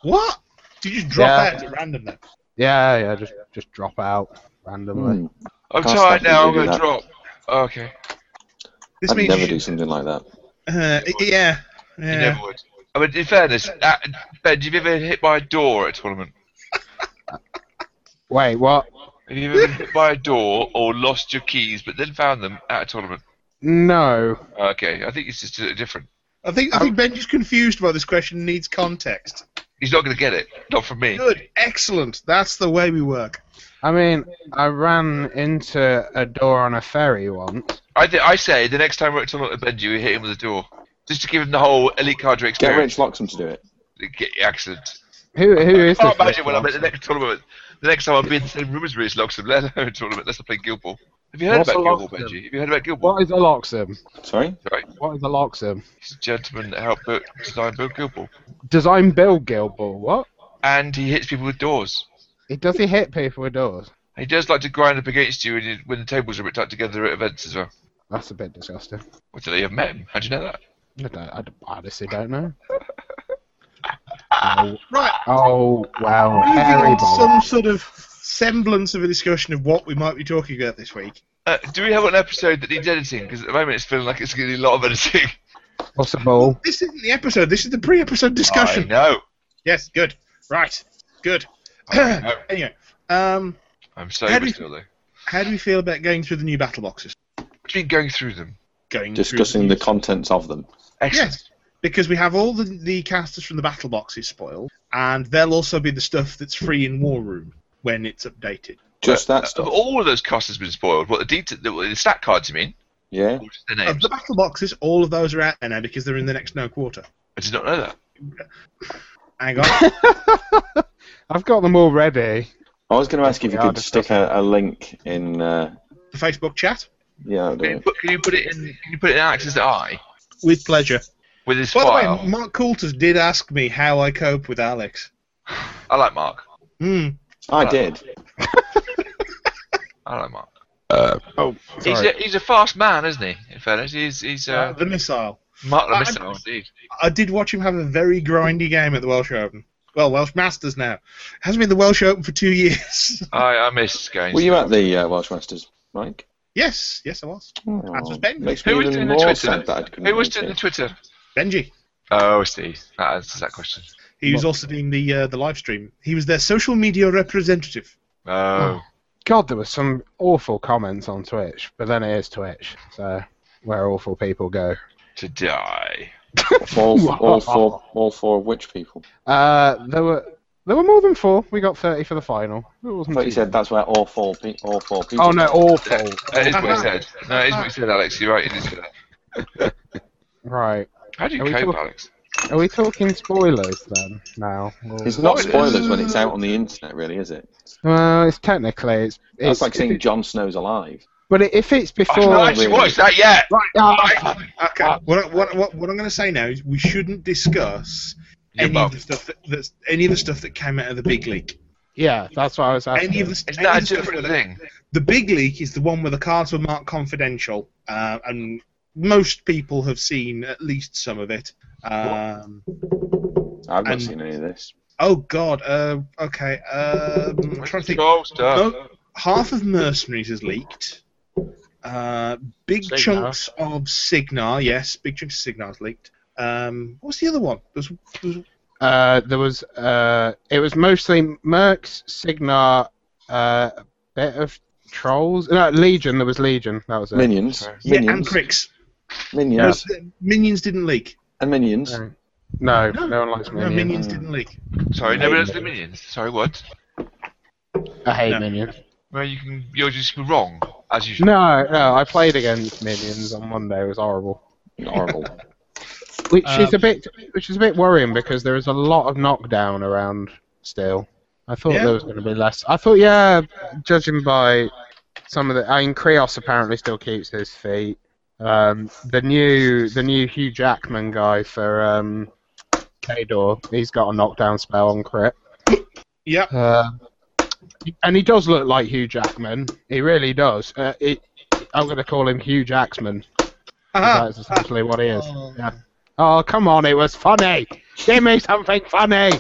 Speaker 5: What? Did you just drop
Speaker 4: Yeah.
Speaker 5: out at random then?
Speaker 4: Yeah, yeah, just just drop out randomly.
Speaker 2: Hmm.
Speaker 3: I'm
Speaker 2: Can't
Speaker 3: tired
Speaker 2: stop
Speaker 3: now.
Speaker 2: you
Speaker 3: I'm gonna
Speaker 2: do that.
Speaker 3: drop. Oh, Okay.
Speaker 5: This
Speaker 2: I'd
Speaker 5: means
Speaker 2: never
Speaker 5: you
Speaker 2: do
Speaker 5: should,
Speaker 2: something like that.
Speaker 5: uh, yeah,
Speaker 3: You
Speaker 5: yeah.
Speaker 3: never would. I mean, in fairness, uh, Ben, have you ever been hit by a door at a tournament?
Speaker 4: Wait, what?
Speaker 3: Have you ever been hit by a door or lost your keys but then found them at a tournament?
Speaker 4: No.
Speaker 3: Okay, I think it's just uh, different.
Speaker 5: I think I think Benji's confused by this question. and Needs context.
Speaker 3: He's not going to get it. Not from me.
Speaker 5: Good, excellent. That's the way we work.
Speaker 4: I mean, I ran into a door on a ferry once.
Speaker 3: I th- I say the next time we're at tournament with Benji, we hit him with a door. Just to give him the whole elite card
Speaker 2: Get Rich
Speaker 3: experience.
Speaker 2: Loxham to do it.
Speaker 3: Get Excellent.
Speaker 4: Who who
Speaker 3: I
Speaker 4: is this?
Speaker 3: can't imagine when I'm at the
Speaker 4: person?
Speaker 3: next tournament. The next time I'll be in the same room as Rich Loxham, let alone a tournament, let's play Guild Ball. Have you heard
Speaker 4: What's
Speaker 3: about
Speaker 4: a
Speaker 3: Guild Ball,
Speaker 4: Loxham?
Speaker 3: Benji? Have you heard about Guild Ball?
Speaker 4: What is a Loxham?
Speaker 2: Sorry?
Speaker 3: Right.
Speaker 4: What is a Loxham?
Speaker 3: He's a gentleman that helped build, design build Guild Ball.
Speaker 4: Design build Guild Ball, what?
Speaker 3: And he hits people with doors.
Speaker 4: It does he hit people with doors?
Speaker 3: He does like to grind up against you when you- when the tables are a bit tight together at events as well.
Speaker 4: That's a bit disgusting.
Speaker 3: What do they have met him? How do you know that?
Speaker 4: I, don't, I honestly don't know.
Speaker 5: Right.
Speaker 4: Oh wow,
Speaker 5: Moving
Speaker 4: hairy
Speaker 5: on to
Speaker 4: ball.
Speaker 5: some sort of semblance of a discussion of what we might be talking about this week.
Speaker 3: Uh, do we have an episode that needs editing? Because at the moment it's feeling like it's going to need a lot of editing.
Speaker 4: Possible.
Speaker 5: This isn't the episode. This is the pre-episode discussion.
Speaker 3: I know.
Speaker 5: Yes, good. Right, good.
Speaker 3: I know.
Speaker 5: anyway, um,
Speaker 3: I'm so
Speaker 5: How do you-
Speaker 3: still though.
Speaker 5: how do we feel about going through the new battle boxes?
Speaker 3: What do you mean going through them?
Speaker 5: Going through
Speaker 2: Discussing
Speaker 5: new-
Speaker 2: the contents of them.
Speaker 3: Excellent.
Speaker 5: Yes, because we have all the, the casters from the battle boxes spoiled, and there'll also be the stuff that's free in War Room when it's updated.
Speaker 2: Just
Speaker 3: Uh,
Speaker 2: that
Speaker 3: Of
Speaker 2: stuff.
Speaker 3: all of those costs has been spoiled. What the detail, the, the stat cards you mean?
Speaker 2: Yeah.
Speaker 3: Or just their
Speaker 5: Of
Speaker 3: names?
Speaker 5: the battle boxes, all of those are out there now because they're in the next no quarter.
Speaker 3: I did not know that.
Speaker 5: Hang on.
Speaker 4: I've got them all ready.
Speaker 2: I was going to ask if you
Speaker 4: Yeah, I'll
Speaker 2: could stick a, a link in. Uh,
Speaker 5: the Facebook chat?
Speaker 2: yeah, that'll do
Speaker 3: Can you
Speaker 2: it.
Speaker 3: put, can you put it in? Can you put it in Alex's eye
Speaker 5: With pleasure.
Speaker 3: with his
Speaker 5: By
Speaker 3: file?
Speaker 5: the way, Mark Coulters did ask me how I cope with Alex.
Speaker 3: I like Mark.
Speaker 5: Hmm.
Speaker 2: I
Speaker 3: Uh,
Speaker 2: did.
Speaker 3: I like Mark.
Speaker 4: Oh,
Speaker 3: He's a, he's a fast man, isn't he? In fairness, he's he's uh,
Speaker 5: the missile.
Speaker 3: Mark the
Speaker 5: I-
Speaker 3: Missile indeed.
Speaker 5: I did watch him have a very grindy game at the Welsh Open. well, Welsh Masters now. Hasn't been the Welsh Open for two years.
Speaker 3: I, I miss games.
Speaker 2: Were you at the uh, Welsh Masters, Mike? Oh,
Speaker 5: yes, yes, I was. That's just Ben.
Speaker 2: makes me
Speaker 3: Who was
Speaker 2: even
Speaker 3: doing the
Speaker 2: more
Speaker 3: Twitter?
Speaker 2: sad that I couldn't
Speaker 3: Who was
Speaker 2: make
Speaker 3: doing
Speaker 2: it.
Speaker 3: the Twitter?
Speaker 5: Benji.
Speaker 3: Oh, I see. That answers that question.
Speaker 5: He was also doing the uh, the live stream. He was their social media representative.
Speaker 3: Oh,
Speaker 4: God, there was some awful comments on Twitch, but then it is Twitch, so where awful people go.
Speaker 3: to die.
Speaker 2: all, all four, all four witch people.
Speaker 4: Uh, there were there were more than four. We got thirty for the final. It
Speaker 2: I
Speaker 4: wasn't
Speaker 2: thought you
Speaker 4: too-
Speaker 2: said that's where all four, pe- all four people.
Speaker 4: Oh no, awful.
Speaker 3: That is what he said. No, it is what he said, Alex. You're right. It is good.
Speaker 4: Right.
Speaker 3: How do you
Speaker 4: Are we
Speaker 3: cope,
Speaker 4: talking-
Speaker 3: Alex?
Speaker 4: Are we talking spoilers then? Now.
Speaker 2: It's not
Speaker 3: What is-
Speaker 2: spoilers when it's out on the internet, really, is it?
Speaker 4: Well, it's technically it's.
Speaker 2: That's
Speaker 4: it's
Speaker 2: like saying Jon Snow's alive.
Speaker 4: But if it's
Speaker 3: I've
Speaker 4: before.
Speaker 3: not actually
Speaker 2: really.
Speaker 3: watched that yet.
Speaker 4: Right, ah,
Speaker 5: Okay. what, I- what, what, what I'm going to say now is we shouldn't discuss
Speaker 3: Your
Speaker 5: any
Speaker 3: mum.
Speaker 5: of the stuff that that's, any of the stuff that came out of the big leak.
Speaker 4: yeah, that's what I was asking.
Speaker 5: Any of the,
Speaker 3: Is
Speaker 5: any
Speaker 3: that a
Speaker 5: of the stuff
Speaker 3: different
Speaker 5: that-
Speaker 3: thing?
Speaker 5: The big leak is the one where the cards were marked confidential, uh, and most people have seen at least some of it. Um,
Speaker 2: I've not
Speaker 5: And-
Speaker 2: seen any of this.
Speaker 5: oh God. Uh, okay. Um, I'm trying to think.
Speaker 3: Oh, stuff.
Speaker 5: Oh, half of Mercenaries is leaked. Uh, big
Speaker 4: Signar.
Speaker 5: chunks of Signar, yes, big chunks of Signar's leaked. Um, what's the other one? There's, there's
Speaker 4: Uh, there was uh, it was mostly Mercs, Signar, uh, a bit of trolls. No, Legion. There was Legion. That was it.
Speaker 2: Minions,
Speaker 5: yeah, and
Speaker 2: minions,
Speaker 5: Cricks.
Speaker 2: minions,
Speaker 5: Those- uh, Minions didn't leak.
Speaker 2: and minions.
Speaker 4: Right. No,
Speaker 5: No,
Speaker 4: no, one likes
Speaker 5: No,
Speaker 4: Minions.
Speaker 5: Minions didn't leak.
Speaker 3: Sorry, no, but it's the minions. Sorry, what?
Speaker 4: I hate
Speaker 5: No.
Speaker 4: Minions.
Speaker 3: Well, you can. You're just wrong as usual.
Speaker 4: No, no, I played against Minions on Monday. It was horrible.
Speaker 2: Horrible.
Speaker 4: Which is
Speaker 5: Um,
Speaker 4: a bit, which is a bit worrying because there is a lot of knockdown around still. I thought
Speaker 5: Yeah.
Speaker 4: there was going to be less. I thought, yeah, judging by some of the, I mean, Krios apparently still keeps his feet. Um, the new, the new Hugh Jackman guy for um, Kador, he's got a knockdown spell on crit.
Speaker 5: Yep.
Speaker 4: Uh, and he does look like Hugh Jackman. He really does. Uh, it, I'm going to call him Hugh Jackman. 'cause
Speaker 5: Aha.
Speaker 4: That's essentially what he is.
Speaker 5: Ah. Oh.
Speaker 4: Yeah. Oh, come on, it was funny. Give me something funny.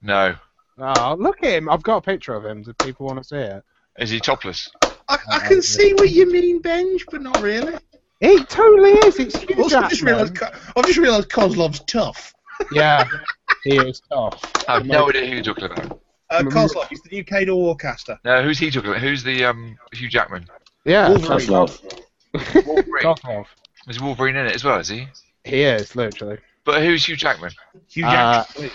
Speaker 3: No.
Speaker 4: Oh, look at him. I've got a picture of him. Do people want to see it?
Speaker 3: Is he topless?
Speaker 5: I, I
Speaker 4: Uh,
Speaker 5: can see what you mean, Benj, but not really.
Speaker 4: It totally is. It's Hugh
Speaker 5: Also, I've just realised
Speaker 4: Jackman.
Speaker 5: Co- I've just realised Kozlov's tough.
Speaker 4: yeah, he is tough.
Speaker 3: I have no idea who you're talking about.
Speaker 5: Uh,
Speaker 4: Mm.
Speaker 5: Kozlov, he's the UK Warcaster.
Speaker 3: No, who's he talking about? Who's the um Hugh Jackman?
Speaker 4: Yeah,
Speaker 2: That's love.
Speaker 3: Wolverine.
Speaker 4: tough off.
Speaker 3: Is Wolverine in it as well? Is he?
Speaker 4: He is literally.
Speaker 3: But who's Hugh Jackman?
Speaker 5: Hugh
Speaker 4: Uh,
Speaker 5: Jackman.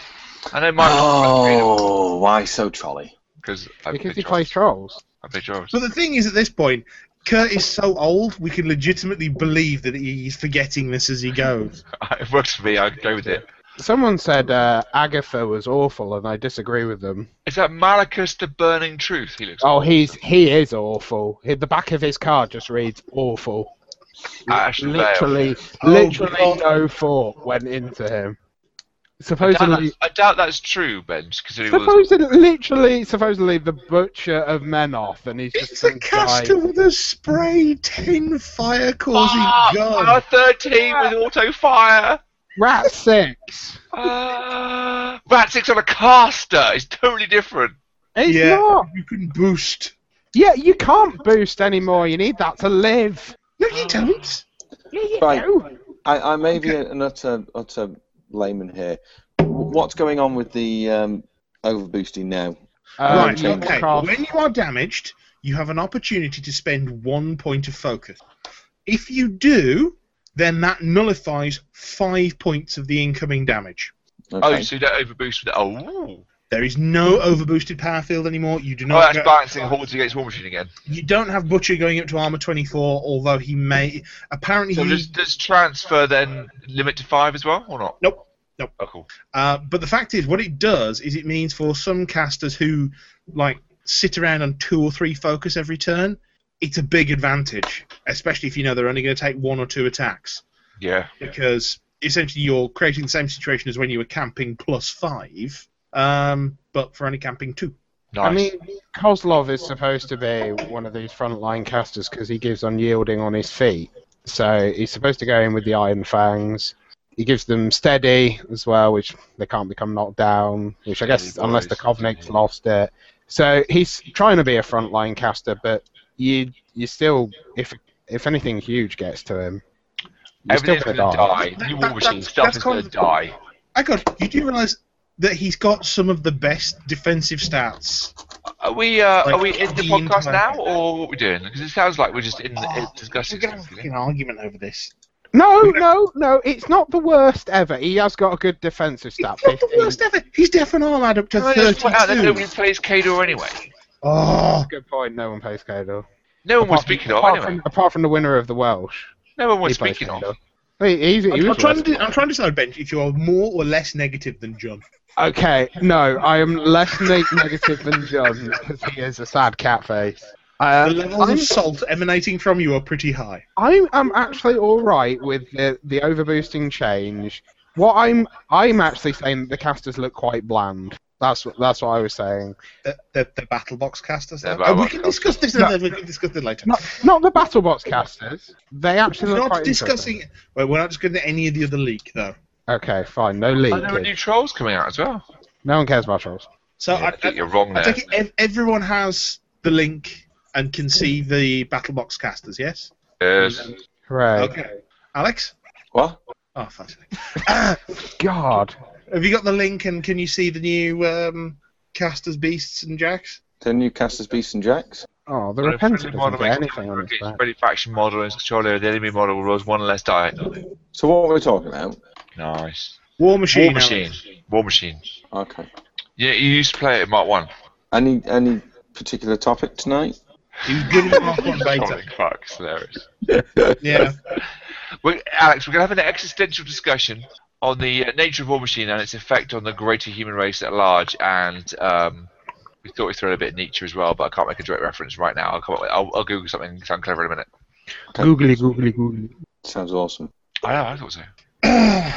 Speaker 3: I know Mike
Speaker 2: Oh, why so trolley?
Speaker 3: because I
Speaker 4: Because he
Speaker 3: played
Speaker 4: plays
Speaker 3: Trolls.
Speaker 4: trolls.
Speaker 3: I played Trolls.
Speaker 5: But the thing is, at this point, Kurt is so old, we can legitimately believe that he's forgetting this as he goes.
Speaker 3: It works for me. I go with it.
Speaker 4: Someone said uh, Agatha was awful, and I disagree with them.
Speaker 3: Is that Malachus the Burning Truth? He looks.
Speaker 4: Oh, he's he is awful. He- The back of his card just reads awful.
Speaker 5: Uh,
Speaker 3: Ashley Vale.
Speaker 4: literally,
Speaker 5: Oh,
Speaker 4: literally
Speaker 5: God.
Speaker 4: no thought went into
Speaker 3: I
Speaker 4: him.
Speaker 3: doubt,
Speaker 4: Supposedly,
Speaker 3: that's- I doubt that's true, Ben. Considering it was
Speaker 4: supposedly, literally, supposedly the butcher of Menoth, and he's just
Speaker 5: It's
Speaker 4: some
Speaker 5: a
Speaker 4: guy-
Speaker 5: caster with a spray tin fire causing
Speaker 3: Ah,
Speaker 5: gun.
Speaker 3: Power 13 with auto fire.
Speaker 4: Rat six.
Speaker 3: Ah, Rat six on a caster is totally different.
Speaker 4: It's
Speaker 5: Yeah.
Speaker 4: not.
Speaker 5: You can boost.
Speaker 4: Yeah, you can't boost anymore. You need that to live.
Speaker 5: No, you don't.
Speaker 4: Yeah, you
Speaker 2: Right.
Speaker 4: do.
Speaker 2: I, I may be an utter, utter layman here. W- What's going on with the um, overboosting now?
Speaker 4: Uh,
Speaker 5: right,
Speaker 4: you
Speaker 5: okay.
Speaker 4: craft-
Speaker 5: When you are damaged, you have an opportunity to spend one point of focus. If you do, then that nullifies five points of the incoming damage.
Speaker 3: Oh,
Speaker 2: Okay.
Speaker 3: so you don't overboost with it. Oh, ooh.
Speaker 5: There is no overboosted power field anymore. You do
Speaker 3: oh
Speaker 5: not.
Speaker 3: that's
Speaker 5: go-
Speaker 3: balancing hordes against War Machine again.
Speaker 5: You don't have Butcher going up to armor 24, although he may. Apparently,
Speaker 3: So
Speaker 5: he-
Speaker 3: does, does transfer then limit to five as well, or not?
Speaker 5: Nope. Nope.
Speaker 3: Oh, cool.
Speaker 5: Uh, but the fact is, what it does is it means for some casters who like sit around on two or three focus every turn, it's a big advantage, especially if you know they're only going to take one or two attacks,
Speaker 3: Yeah.
Speaker 5: because essentially you're creating the same situation as when you were camping plus five, um, but for only camping two.
Speaker 3: Nice.
Speaker 4: I mean, Kozlov is supposed to be one of these frontline casters because he gives unyielding on his feet. So he's supposed to go in with the Iron Fangs. He gives them steady as well, which they can't become knocked down. Which I guess
Speaker 3: Steady
Speaker 4: unless
Speaker 3: boys.
Speaker 4: the Covenant's lost it. So he's trying to be a frontline caster, but you you still if if anything huge gets to him, you're still
Speaker 3: Everything's
Speaker 4: gonna
Speaker 3: going
Speaker 4: die.
Speaker 3: to die.
Speaker 5: That-
Speaker 3: New
Speaker 5: that-
Speaker 3: War Machine
Speaker 5: that's-
Speaker 3: stuff
Speaker 5: that's
Speaker 3: is
Speaker 5: kind
Speaker 3: going to
Speaker 5: of-
Speaker 3: die.
Speaker 5: I got. You do realise that he's got some of the best defensive stats.
Speaker 3: Are we uh,
Speaker 5: Like,
Speaker 3: are we in the
Speaker 5: being
Speaker 3: podcast
Speaker 5: turned-
Speaker 3: now, or what are we doing? Because it sounds like we're just in,
Speaker 5: Oh,
Speaker 3: in discussing.
Speaker 5: We're gonna have a
Speaker 3: something.
Speaker 5: fucking argument over this.
Speaker 4: No, no, no! It's not the worst ever. He has got a good defensive
Speaker 5: He's
Speaker 4: stat.
Speaker 5: not the
Speaker 4: 15.
Speaker 5: worst ever. He's deaf and arm up to
Speaker 3: Can I just point out that nobody
Speaker 5: thirty-two.
Speaker 3: plays Kador anyway?
Speaker 5: Oh,
Speaker 4: Good point. No one plays Kador.
Speaker 3: No one was speaking of
Speaker 4: apart
Speaker 3: anyway.
Speaker 4: From, apart from the winner of the Welsh.
Speaker 3: No one was
Speaker 4: he plays
Speaker 3: speaking of.
Speaker 4: Kador. He, he's- he
Speaker 5: I'm, I'm
Speaker 4: was
Speaker 5: trying to.
Speaker 4: worse.
Speaker 5: de- I'm trying to decide, Ben, if you are more or less negative than John.
Speaker 4: Okay, no, I am less neg- negative than John because he is a sad cat face.
Speaker 5: The
Speaker 4: Uh, I'm,
Speaker 5: levels of salt emanating from you are pretty high.
Speaker 4: I'm, I'm actually all right with the the overboosting change. What I'm I'm actually saying that the casters look quite bland. That's what that's what I was saying.
Speaker 5: The, the, the battle box casters.
Speaker 3: They're
Speaker 5: Oh,
Speaker 3: battle
Speaker 5: we
Speaker 3: box
Speaker 5: can
Speaker 3: casters.
Speaker 5: discuss this.
Speaker 4: No.
Speaker 5: We can discuss this later.
Speaker 4: Not not the BattleBots casters. They actually
Speaker 5: we're
Speaker 4: look
Speaker 5: not
Speaker 4: quite
Speaker 5: discussing. Well, we're not discussing any of the other leak though.
Speaker 4: interesting. Okay, fine. No
Speaker 3: And there were
Speaker 4: leak.
Speaker 3: new trolls coming out as well.
Speaker 4: No one cares about trolls.
Speaker 5: So
Speaker 3: Yeah, I
Speaker 5: I, I,
Speaker 3: think you're wrong
Speaker 5: I
Speaker 3: there.
Speaker 5: take it ev- everyone has the link and can see the battle box casters. Yes.
Speaker 3: Yes.
Speaker 4: Hooray.
Speaker 5: Okay. Alex.
Speaker 2: What?
Speaker 5: Oh, fuck's sake.
Speaker 4: God.
Speaker 5: Have you got the link and can you see the new um, casters, beasts, and jacks?
Speaker 2: The Newcasters, Beasts and Jacks?
Speaker 4: Oh, the
Speaker 3: But a
Speaker 4: repentant
Speaker 3: friendly
Speaker 4: doesn't
Speaker 3: model
Speaker 4: get
Speaker 3: makes
Speaker 4: anything on
Speaker 3: it
Speaker 4: this back.
Speaker 3: Friendly faction model and controller of the enemy model rolls one less die.
Speaker 2: So what were we talking about?
Speaker 3: Nice.
Speaker 5: War machine.
Speaker 3: War machine.
Speaker 5: Alex.
Speaker 3: War machine.
Speaker 2: Okay.
Speaker 3: Yeah, you used to play it in Mark One.
Speaker 2: Any any particular topic tonight?
Speaker 5: He was good at Mark One beta.
Speaker 3: Holy fuck, it's hilarious.
Speaker 5: Yeah.
Speaker 3: we Alex, we're going to have an existential discussion on the uh, nature of War Machine and its effect on the greater human race at large. And um, we thought we'd throw in a bit of Nietzsche as well, but I can't make a direct reference right now. I'll, come up with, I'll, I'll Google something sound clever in a minute.
Speaker 4: Googly, googly, googly.
Speaker 2: Sounds awesome.
Speaker 3: I know, I thought so.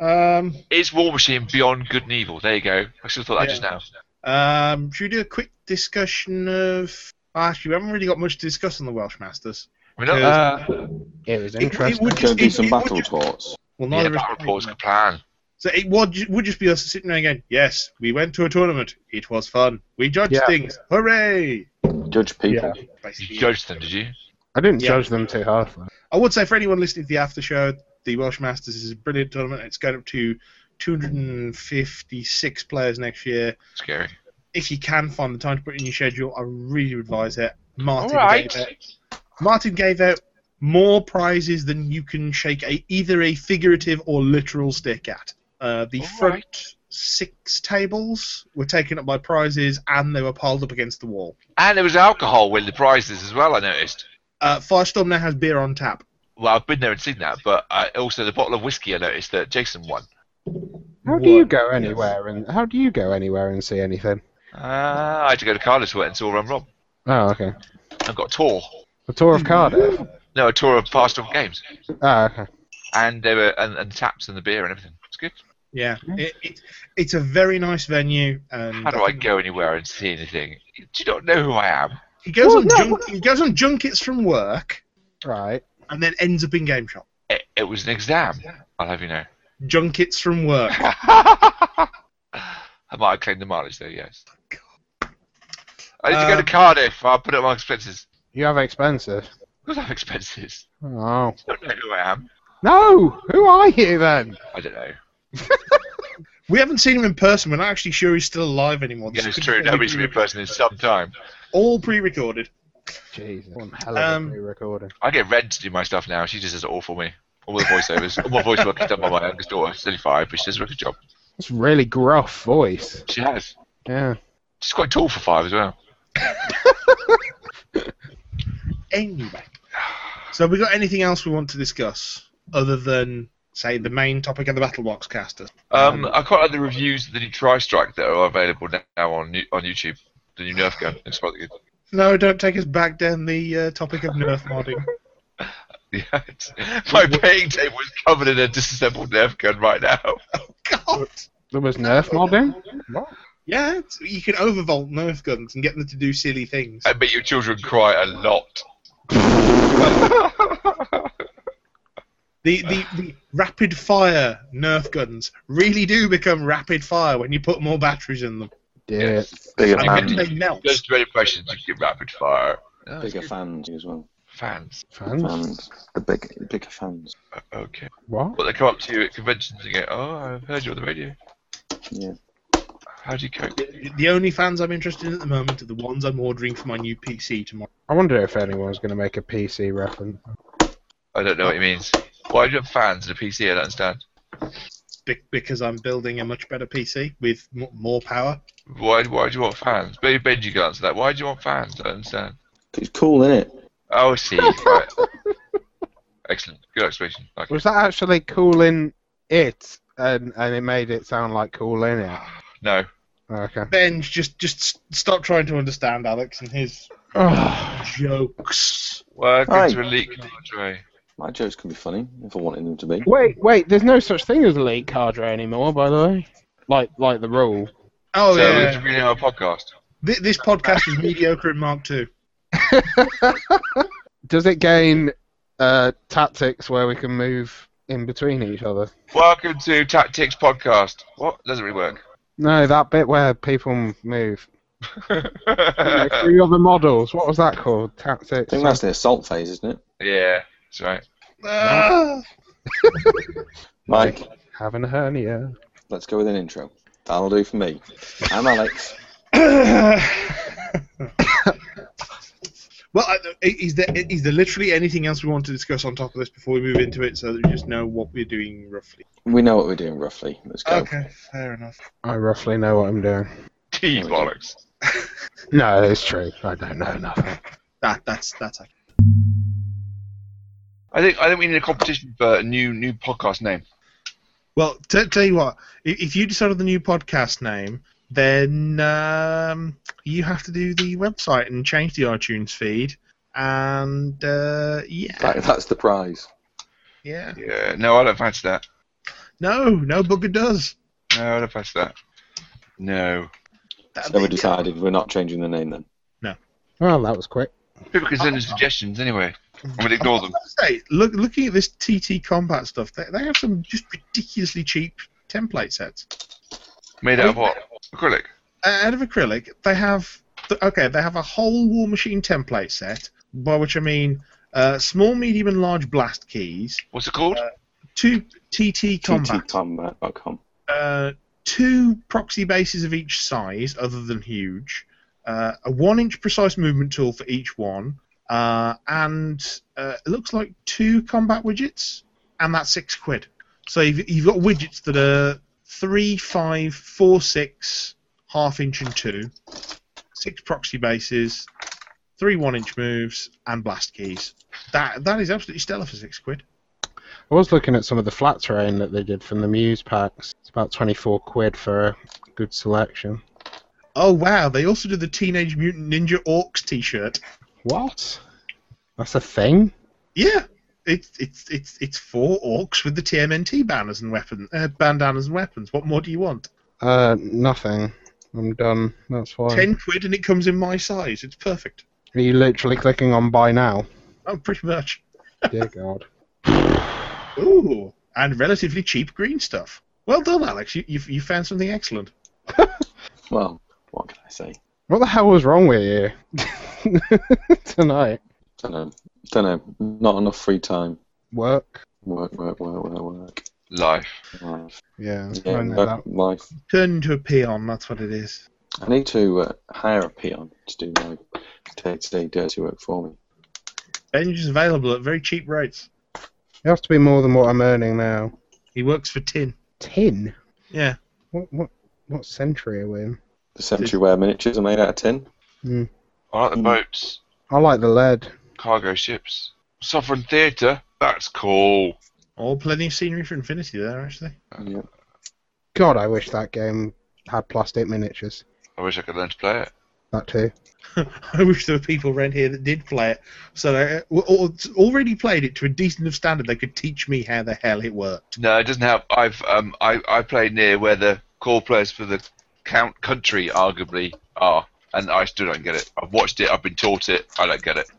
Speaker 5: um,
Speaker 3: Is War Machine beyond good and evil? There you go. I should have thought that
Speaker 5: Yeah.
Speaker 3: just now.
Speaker 5: um, should we do a quick discussion of? Actually, we haven't really got much to discuss on the Welsh Masters.
Speaker 3: I mean,
Speaker 5: Yeah.
Speaker 3: uh,
Speaker 4: Uh, it was
Speaker 5: it
Speaker 4: interesting.
Speaker 5: would-
Speaker 2: Going to do some
Speaker 5: It- it would
Speaker 2: battle
Speaker 5: just-
Speaker 2: talks.
Speaker 5: Well,
Speaker 3: yeah,
Speaker 5: neither of us
Speaker 3: that
Speaker 5: played
Speaker 3: report's
Speaker 5: them.
Speaker 3: a plan.
Speaker 5: So it would, ju- would just be us sitting there again. Yes, we went to a tournament. It was fun. We judged
Speaker 4: Yeah.
Speaker 5: things. Hooray!
Speaker 2: Judge people.
Speaker 3: You
Speaker 5: Basically,
Speaker 3: judged them, did you?
Speaker 4: I didn't
Speaker 5: Yeah.
Speaker 4: judge them too harshly.
Speaker 5: I would say for anyone listening to the after show, the Welsh Masters is a brilliant tournament. It's going up to 256 players next year.
Speaker 3: Scary.
Speaker 5: If you can find the time to put it in your schedule, I really advise it. Martin
Speaker 3: Alright.
Speaker 5: gave out, Martin gave out more prizes than you can shake a, either a figurative or literal stick at. Uh, the
Speaker 3: Alright.
Speaker 5: front six tables were taken up by prizes and they were piled up against the wall.
Speaker 3: And there was alcohol with the prizes as well, I noticed.
Speaker 5: Uh, Firestorm now has beer on tap.
Speaker 3: Well, I've been there and seen that, but uh, also the bottle of whiskey I noticed that Jason won.
Speaker 4: How do you go anywhere and how do you go anywhere and see anything?
Speaker 3: Uh, I had to go to Cardiff to it and saw Rum Rob.
Speaker 4: Oh, okay.
Speaker 3: I've got a tour.
Speaker 4: The tour of Cardiff.
Speaker 3: No, a tour of past on games.
Speaker 4: Oh, okay.
Speaker 3: And they were and, and taps and the beer and everything. It's good.
Speaker 5: Yeah, it, it, it's a very nice venue. And
Speaker 3: Mm-hmm. How do I go anywhere and see anything? Do you not know who I am?
Speaker 5: He goes
Speaker 4: Well,
Speaker 5: on
Speaker 4: no,
Speaker 5: junk, he goes on junkets from work
Speaker 4: Right.
Speaker 5: and then ends up in game shop.
Speaker 3: It, it was an exam. I'll have you know.
Speaker 5: Junkets from work.
Speaker 3: I might have claimed the mileage though, yes. I need to go to
Speaker 5: Um,
Speaker 3: Cardiff. I'll put up my expenses.
Speaker 4: You have expensive.
Speaker 3: Because I have expenses.
Speaker 4: Oh.
Speaker 3: I don't know who I am.
Speaker 4: No! Who are you then?
Speaker 3: I don't know.
Speaker 5: We haven't seen him in person. We're not actually sure he's still alive anymore.
Speaker 3: Yeah,
Speaker 5: This
Speaker 3: it's
Speaker 5: could
Speaker 3: true.
Speaker 5: all be
Speaker 3: Nobody's seen me in
Speaker 5: pre-recorded.
Speaker 3: person in some time.
Speaker 5: All pre-recorded.
Speaker 4: Jesus. One hell of
Speaker 5: Um,
Speaker 4: a recording.
Speaker 3: I get Red to do my stuff now. She just does it all for me. All the voiceovers. all my voice work is done by my youngest daughter. She's only five, but she does a good job.
Speaker 4: It's really gruff voice.
Speaker 3: She has.
Speaker 4: Yeah.
Speaker 3: She's quite tall for five as well.
Speaker 5: Anyway, so have we got anything else we want to discuss other than say the main topic of the battle box caster?
Speaker 3: Um, I quite like the reviews of the new Tri Strike that are available now on Yo- on YouTube. The new Nerf gun. It's quite good.
Speaker 5: No, don't take us back down the uh, topic of nerf modding.
Speaker 3: Yeah, it's- my paying table is covered in a disassembled Nerf gun right now.
Speaker 5: God.
Speaker 4: There was Nerf modding?
Speaker 5: Yeah, it's- you can overvolt nerf guns and get them to do silly things.
Speaker 3: I bet your children cry a lot.
Speaker 5: The, the, the rapid fire Nerf guns really do become rapid fire when you put more batteries in them.
Speaker 4: Do it.
Speaker 2: Bigger
Speaker 5: And
Speaker 2: fans.
Speaker 5: then they melt.
Speaker 3: Goes to any questions, you get rapid fire. Oh,
Speaker 2: Bigger
Speaker 3: good.
Speaker 2: fans as well.
Speaker 3: fans.
Speaker 4: Fans?
Speaker 2: Fans. The big, bigger fans.
Speaker 3: Okay.
Speaker 4: What?
Speaker 3: But they come up to you at conventions and go, "Oh, I've heard you on the radio.
Speaker 2: Yeah.
Speaker 3: How do you cope?"
Speaker 5: The, the only fans I'm interested in at the moment are the ones I'm ordering for my new PC tomorrow.
Speaker 4: I wonder if anyone's going to make a PC reference.
Speaker 3: I don't know what it means. Why do you have fans in a PC? I don't understand.
Speaker 5: Be- because I'm building a much better PC with m- more power.
Speaker 3: Why? Why do you want fans? Maybe Benji can answer that. Why do you want fans? I don't understand.
Speaker 2: It's cool, isn't it?
Speaker 3: Oh, I see. right. Excellent. Good explanation. Like it.
Speaker 4: Was that actually calling it? And, and it made it sound like calling it.
Speaker 3: No.
Speaker 4: Okay.
Speaker 5: Ben, just just s- stop trying to understand Alex and his jokes.
Speaker 3: Welcome
Speaker 2: Hi.
Speaker 3: to Elite Cadre.
Speaker 2: My jokes can be funny if I wanted them to be.
Speaker 4: Wait, wait. There's no such thing as elite cadre anymore, by the way. Like, like the rule.
Speaker 5: Oh
Speaker 3: so it's
Speaker 5: yeah,
Speaker 3: really our podcast.
Speaker 5: Th- this podcast is mediocre at Mark Two.
Speaker 4: Does it gain uh, tactics where we can move in between each other?
Speaker 3: Welcome to Tactics Podcast. What? Doesn't really work.
Speaker 4: No, that bit where people m- move. Yeah,
Speaker 3: yeah,
Speaker 4: three other models. What was that called?
Speaker 2: I
Speaker 4: Tactics.
Speaker 2: think that's the assault phase, isn't it?
Speaker 3: that's
Speaker 2: Oh,
Speaker 3: right.
Speaker 5: Ah!
Speaker 2: Mike,
Speaker 4: Having a hernia.
Speaker 2: let's go with an intro. That'll do for me. I'm Alex.
Speaker 5: well, I- is there is there literally anything else we want to discuss on top of this before we move into it, so that we just know what we're doing roughly?
Speaker 2: We know what we're doing roughly. Let's go.
Speaker 5: Okay, fair enough.
Speaker 4: I roughly know what I'm doing.
Speaker 3: T bollocks.
Speaker 4: No, it's true. I don't know nothing.
Speaker 5: That that's that's accurate.
Speaker 3: I think I think we need a competition for a new new podcast name.
Speaker 5: well. T- tell you what, if, if you decide on the new podcast name, then um, you have to do the website and change the iTunes feed, and uh, yeah,
Speaker 2: That, that's the prize.
Speaker 5: yeah.
Speaker 3: Yeah. No, I don't fancy that.
Speaker 5: No, no bugger does.
Speaker 3: No, I don't fancy that. No.
Speaker 5: That-
Speaker 2: So we decided we're not changing the name then.
Speaker 4: Well, that was quick.
Speaker 3: People can send us suggestions anyway. I'm gonna ignore them.
Speaker 5: Hey, look, looking at this TT Combat stuff, they, they have some just ridiculously cheap template sets.
Speaker 3: Made out of what? Acrylic.
Speaker 5: Uh, out of acrylic, they have th- okay, they have a whole War Machine template set, by which I mean uh, small, medium, and large blast keys,
Speaker 3: What's it called?
Speaker 5: two TT Combat,
Speaker 2: TTCombat.com.
Speaker 5: uh, two proxy bases of each size, other than huge, uh, a one-inch precise movement tool for each one, uh, and uh, it looks like two combat widgets, and that's six quid. So you've, you've got widgets that are three, five, four, six, half inch and two, six proxy bases, three one-inch moves, and blast keys. That that is absolutely stellar for six quid.
Speaker 4: I was looking at some of the flat terrain that they did from the Muse packs. It's about 24 quid for a good selection.
Speaker 5: Oh wow! They also do the Teenage Mutant Ninja Orcs T-shirt.
Speaker 4: What? That's a thing?
Speaker 5: Yeah, it's it's it's it's four orcs with the TMNT banners and weapon uh, bandanas and weapons. What more do you want?
Speaker 4: Uh, nothing. I'm done. That's fine.
Speaker 5: Ten quid and it comes in my size. It's perfect.
Speaker 4: Are you literally clicking on buy now?
Speaker 5: Oh, pretty much.
Speaker 4: Dear God.
Speaker 5: Ooh, and relatively cheap green stuff. Well done, Alex. You you you found something excellent.
Speaker 2: Well, what can I say?
Speaker 4: What the hell was wrong with you tonight?
Speaker 2: Don't know. Don't know. Not enough free time.
Speaker 4: Work.
Speaker 2: Work, work, work, work, work.
Speaker 3: Life.
Speaker 2: Life.
Speaker 4: Yeah.
Speaker 2: Yeah,
Speaker 4: I know
Speaker 2: work,
Speaker 4: that.
Speaker 2: life.
Speaker 5: Turn into a peon. That's what it is.
Speaker 2: I need to uh, hire a peon to do my day-to-day dirty work for me.
Speaker 5: Benj is available at very cheap rates.
Speaker 4: You have to be more than what I'm earning now.
Speaker 5: He works for tin.
Speaker 4: Tin.
Speaker 5: Yeah.
Speaker 4: What what what century are we in?
Speaker 2: The century wear miniatures are made out of tin.
Speaker 3: I like the
Speaker 2: Mm.
Speaker 3: boats.
Speaker 4: I like the lead.
Speaker 3: Cargo ships. Sovereign Theatre. That's cool.
Speaker 5: All Oh, plenty of scenery for infinity there, actually.
Speaker 2: Yeah.
Speaker 4: God, I wish that game had plastic miniatures.
Speaker 3: I wish I could learn to play it.
Speaker 4: That too.
Speaker 5: I wish there were people around here that did play it, so they uh, al- already played it to a decent enough standard. They could teach me how the hell it worked.
Speaker 3: No, it doesn't help. I've um I, I play near where the core players for the count country arguably are, and I still don't get it. I've watched it. I've been taught it. I don't get it.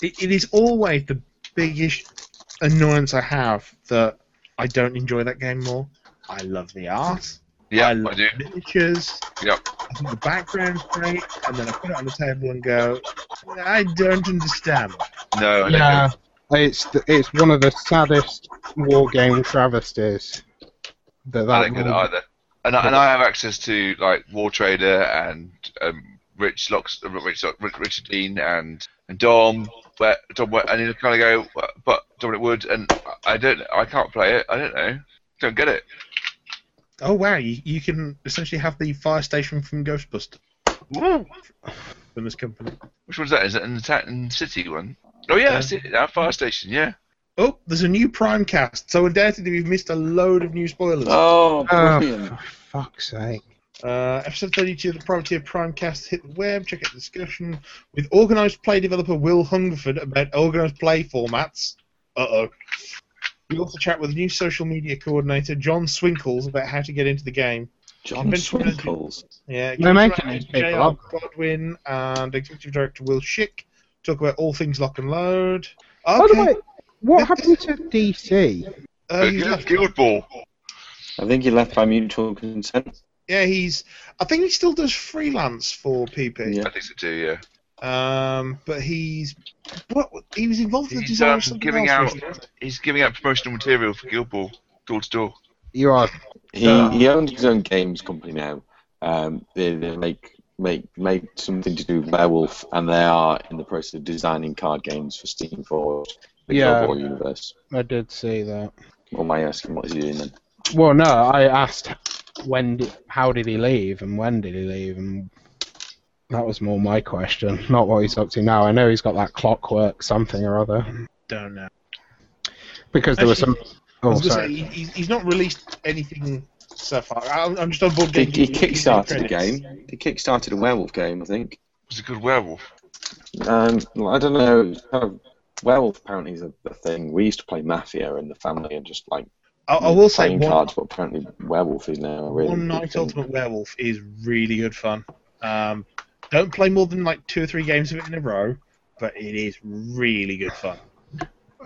Speaker 5: It, it is always the biggest annoyance I have that I don't enjoy that game more. I love the art.
Speaker 3: Yeah,
Speaker 5: I
Speaker 3: I,
Speaker 5: love
Speaker 3: do.
Speaker 5: the miniatures.
Speaker 3: Yep.
Speaker 5: I think the background's great, and then I put it on the table and go, I don't understand.
Speaker 3: No, I don't
Speaker 4: Yeah, it's th- it's one of the saddest war game travesties. That
Speaker 3: I
Speaker 4: that
Speaker 3: don't get it either. And I, and I have access to like War Trader and um, Rich Locks, uh, Rich, Lock- Rich, Richard Dean and and Dom. Where Dom, where, and you kind of go, "Well, but Dominic Wood, and I- I don't, I can't play it. I don't know, don't get it.
Speaker 5: Oh wow, you, you can essentially have the fire station from Ghostbusters from this company.
Speaker 3: Which one's that? Is it an Titan City one? Oh yeah,
Speaker 5: Yeah.
Speaker 3: I see it now. Fire Station. Yeah.
Speaker 5: Oh, there's a new Prime cast. So undoubtedly we've missed a load of new spoilers.
Speaker 2: Oh,
Speaker 4: Oh,
Speaker 2: brilliant.
Speaker 4: for fuck's sake!
Speaker 5: Uh, episode 32 of the Privateer Primecast hit the web. Check out the discussion with organised play developer Will Hungerford about organised play formats. Uh oh. We also chat with new social media coordinator John Swinkles about how to get into the game.
Speaker 2: John
Speaker 5: Convinced we're gonna do-
Speaker 2: Swinkles.
Speaker 5: Yeah,
Speaker 4: They're making
Speaker 5: J.R.
Speaker 4: these people up.
Speaker 5: Godwin and executive director Will Schick talk about all things lock and load.
Speaker 4: By
Speaker 5: Okay,
Speaker 4: the way, what happened to DC?
Speaker 5: uh, he's
Speaker 3: Guild,
Speaker 5: left.
Speaker 3: Guild Ball.
Speaker 2: I think he left by mutual consent.
Speaker 5: yeah, he's. I think he still does freelance for PP.
Speaker 2: Yeah.
Speaker 3: I think so too. Yeah.
Speaker 5: Um, but he's what he was involved in the
Speaker 3: He's
Speaker 5: design
Speaker 3: um,
Speaker 5: of something
Speaker 3: giving
Speaker 5: else,
Speaker 3: out,
Speaker 5: wasn't he?
Speaker 3: he's giving out promotional material for Guild Ball, door to door.
Speaker 4: You are
Speaker 2: He he owns his own games company now. Um, they, they make make make something to do with Werewolf, and they are in the process of designing card games for Steam for the
Speaker 4: Yeah.
Speaker 2: yeah. War universe.
Speaker 4: I did see that.
Speaker 2: Well, my asking what is he doing then?
Speaker 4: Well, no, I asked when, di- how did he leave, and when did he leave, and that was more my question, not what he's up to now. I know he's got that clockwork something or other,
Speaker 5: Don't know.
Speaker 4: because there was some.
Speaker 5: Actually, I
Speaker 4: Oh,
Speaker 5: was gonna
Speaker 4: sorry.
Speaker 5: say, he, he's- he's not released anything so far. I'm, I'm just on board.
Speaker 2: He,
Speaker 5: getting
Speaker 2: he
Speaker 5: the- the
Speaker 2: kickstarted a
Speaker 5: credits.
Speaker 2: game. He kickstarted a werewolf game, I think.
Speaker 3: Was it good werewolf?
Speaker 2: Um, well, I don't know. it's Kind of, werewolf apparently is a, a thing. We used to play Mafia in the family and just like
Speaker 5: I, I will say
Speaker 2: playing
Speaker 5: one,
Speaker 2: cards, but apparently werewolf is now a really
Speaker 5: one
Speaker 2: big
Speaker 5: night
Speaker 2: thing.
Speaker 5: ultimate werewolf is really good fun. Um, don't play more than like two or three games of it in a row, but it is really good fun.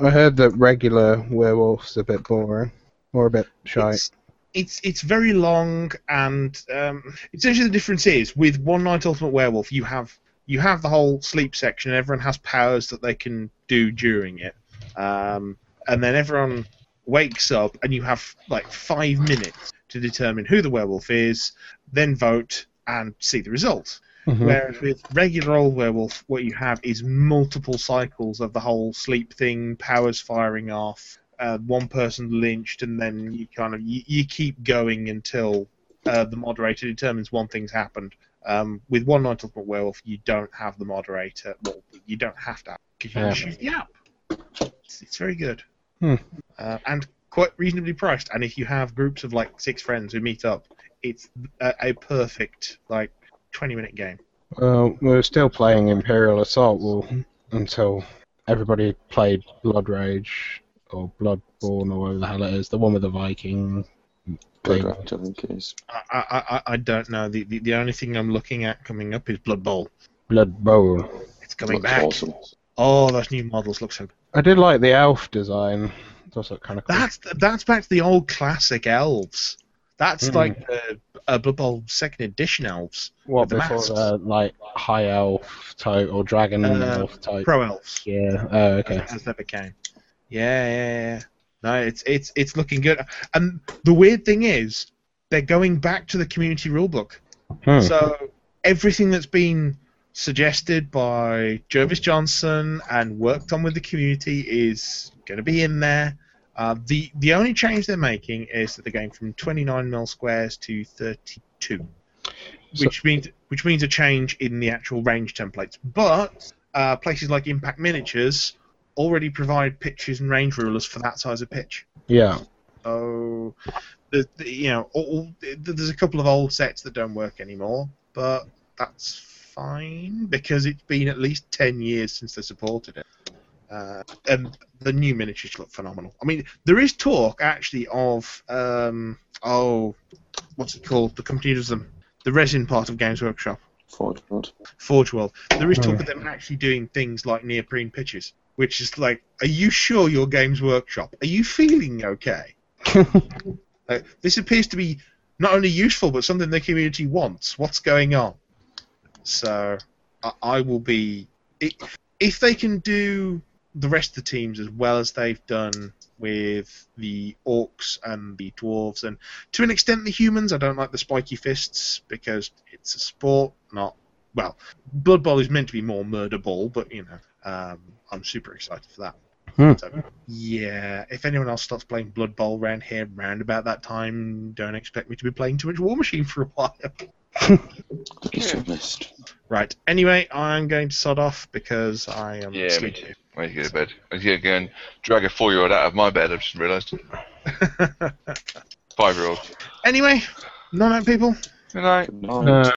Speaker 4: I heard that regular werewolf's a bit boring, or a bit shy.
Speaker 5: It's, it's it's very long, and um, essentially the difference is with One Night Ultimate Werewolf, you have you have the whole sleep section, and everyone has powers that they can do during it, um, and then everyone wakes up, and you have like five minutes to determine who the werewolf is, then vote and see the result.
Speaker 4: Mhm.
Speaker 5: Whereas with regular old werewolf, what you have is multiple cycles of the whole sleep thing, powers firing off, uh, one person lynched, and then you kind of you, you keep going until uh, the moderator determines one thing's happened. Um, with one night ultimate werewolf, you don't have the moderator. Well, you don't have to because you
Speaker 4: Yeah.
Speaker 5: can just use the app. It's, it's very good
Speaker 4: Hmm.
Speaker 5: uh, and quite reasonably priced. And if you have groups of like six friends who meet up, it's a, a perfect like twenty minute game.
Speaker 4: Well, we Uh, were still playing Imperial Assault well, until everybody played Blood Rage or Bloodborne or whatever the hell it is, the one with the Viking.
Speaker 2: Blood
Speaker 4: thing.
Speaker 2: Rage, I think it is.
Speaker 5: I, I, I- I don't know. The, the the only thing I'm looking at coming up is Blood Bowl.
Speaker 4: Blood Bowl.
Speaker 5: It's coming
Speaker 2: Looks
Speaker 5: back.
Speaker 2: awesome.
Speaker 5: Oh, those new models look so.
Speaker 4: I did like the elf design. It's also kind of cool.
Speaker 5: That's that's back to the old classic elves. That's
Speaker 4: Mm.
Speaker 5: like the uh, Blood Bowl second edition elves,
Speaker 4: what
Speaker 5: with the
Speaker 4: before
Speaker 5: masks.
Speaker 4: the like high elf type or dragon
Speaker 5: Uh,
Speaker 4: elf type?
Speaker 5: pro elves,
Speaker 4: yeah. Oh, okay.
Speaker 5: as they became. Yeah, yeah, yeah. No, it's it's it's looking good. And the weird thing is, they're going back to the community rulebook.
Speaker 4: Hmm.
Speaker 5: So everything that's been suggested by Jervis Johnson and worked on with the community is going to be in there. Uh, the the only change they're making is that they're going from 29 mil squares to 32,
Speaker 4: So-
Speaker 5: which means which means a change in the actual range templates. But uh, places like Impact Miniatures already provide pitches and range rulers for that size of pitch.
Speaker 4: yeah.
Speaker 5: So, Oh, the, the, you know, all, all- th- there's a couple of old sets that don't work anymore, but that's fine because it's been at least ten years since they supported it. Uh, and the new miniatures look phenomenal. I mean, there is talk actually of um, oh, what's it called? The company does them, the resin part of Games Workshop,
Speaker 2: Forge World.
Speaker 5: Forge World. There is talk
Speaker 4: Hmm.
Speaker 5: of them actually doing things like neoprene pitches. which is like, are you sure your game's workshop? Are you feeling okay? Like, this appears to be not only useful, but something the community wants. What's going on? So, I, I will be. i if they can do the rest of the teams as well as they've done with the orcs and the dwarves, and to an extent the humans, I don't like the spiky fists because it's a sport, not. Well, Blood Bowl is meant to be more murder ball, but you know, um, I'm super excited for that.
Speaker 4: Hmm.
Speaker 5: So, yeah, if anyone else starts playing Blood Bowl round here, round about that time, don't expect me to be playing too much War Machine for a while.
Speaker 2: Biggest I've missed.
Speaker 5: Right. Anyway, I'm going to sod off because I am
Speaker 3: Yeah, me
Speaker 5: sleepy.
Speaker 3: too. Where you go to bed? I go and drag a four-year-old out of my bed. I've just realised. Five-year-old.
Speaker 5: Anyway, night night people.
Speaker 3: Good night.
Speaker 2: Good night.
Speaker 5: um,
Speaker 4: Uh,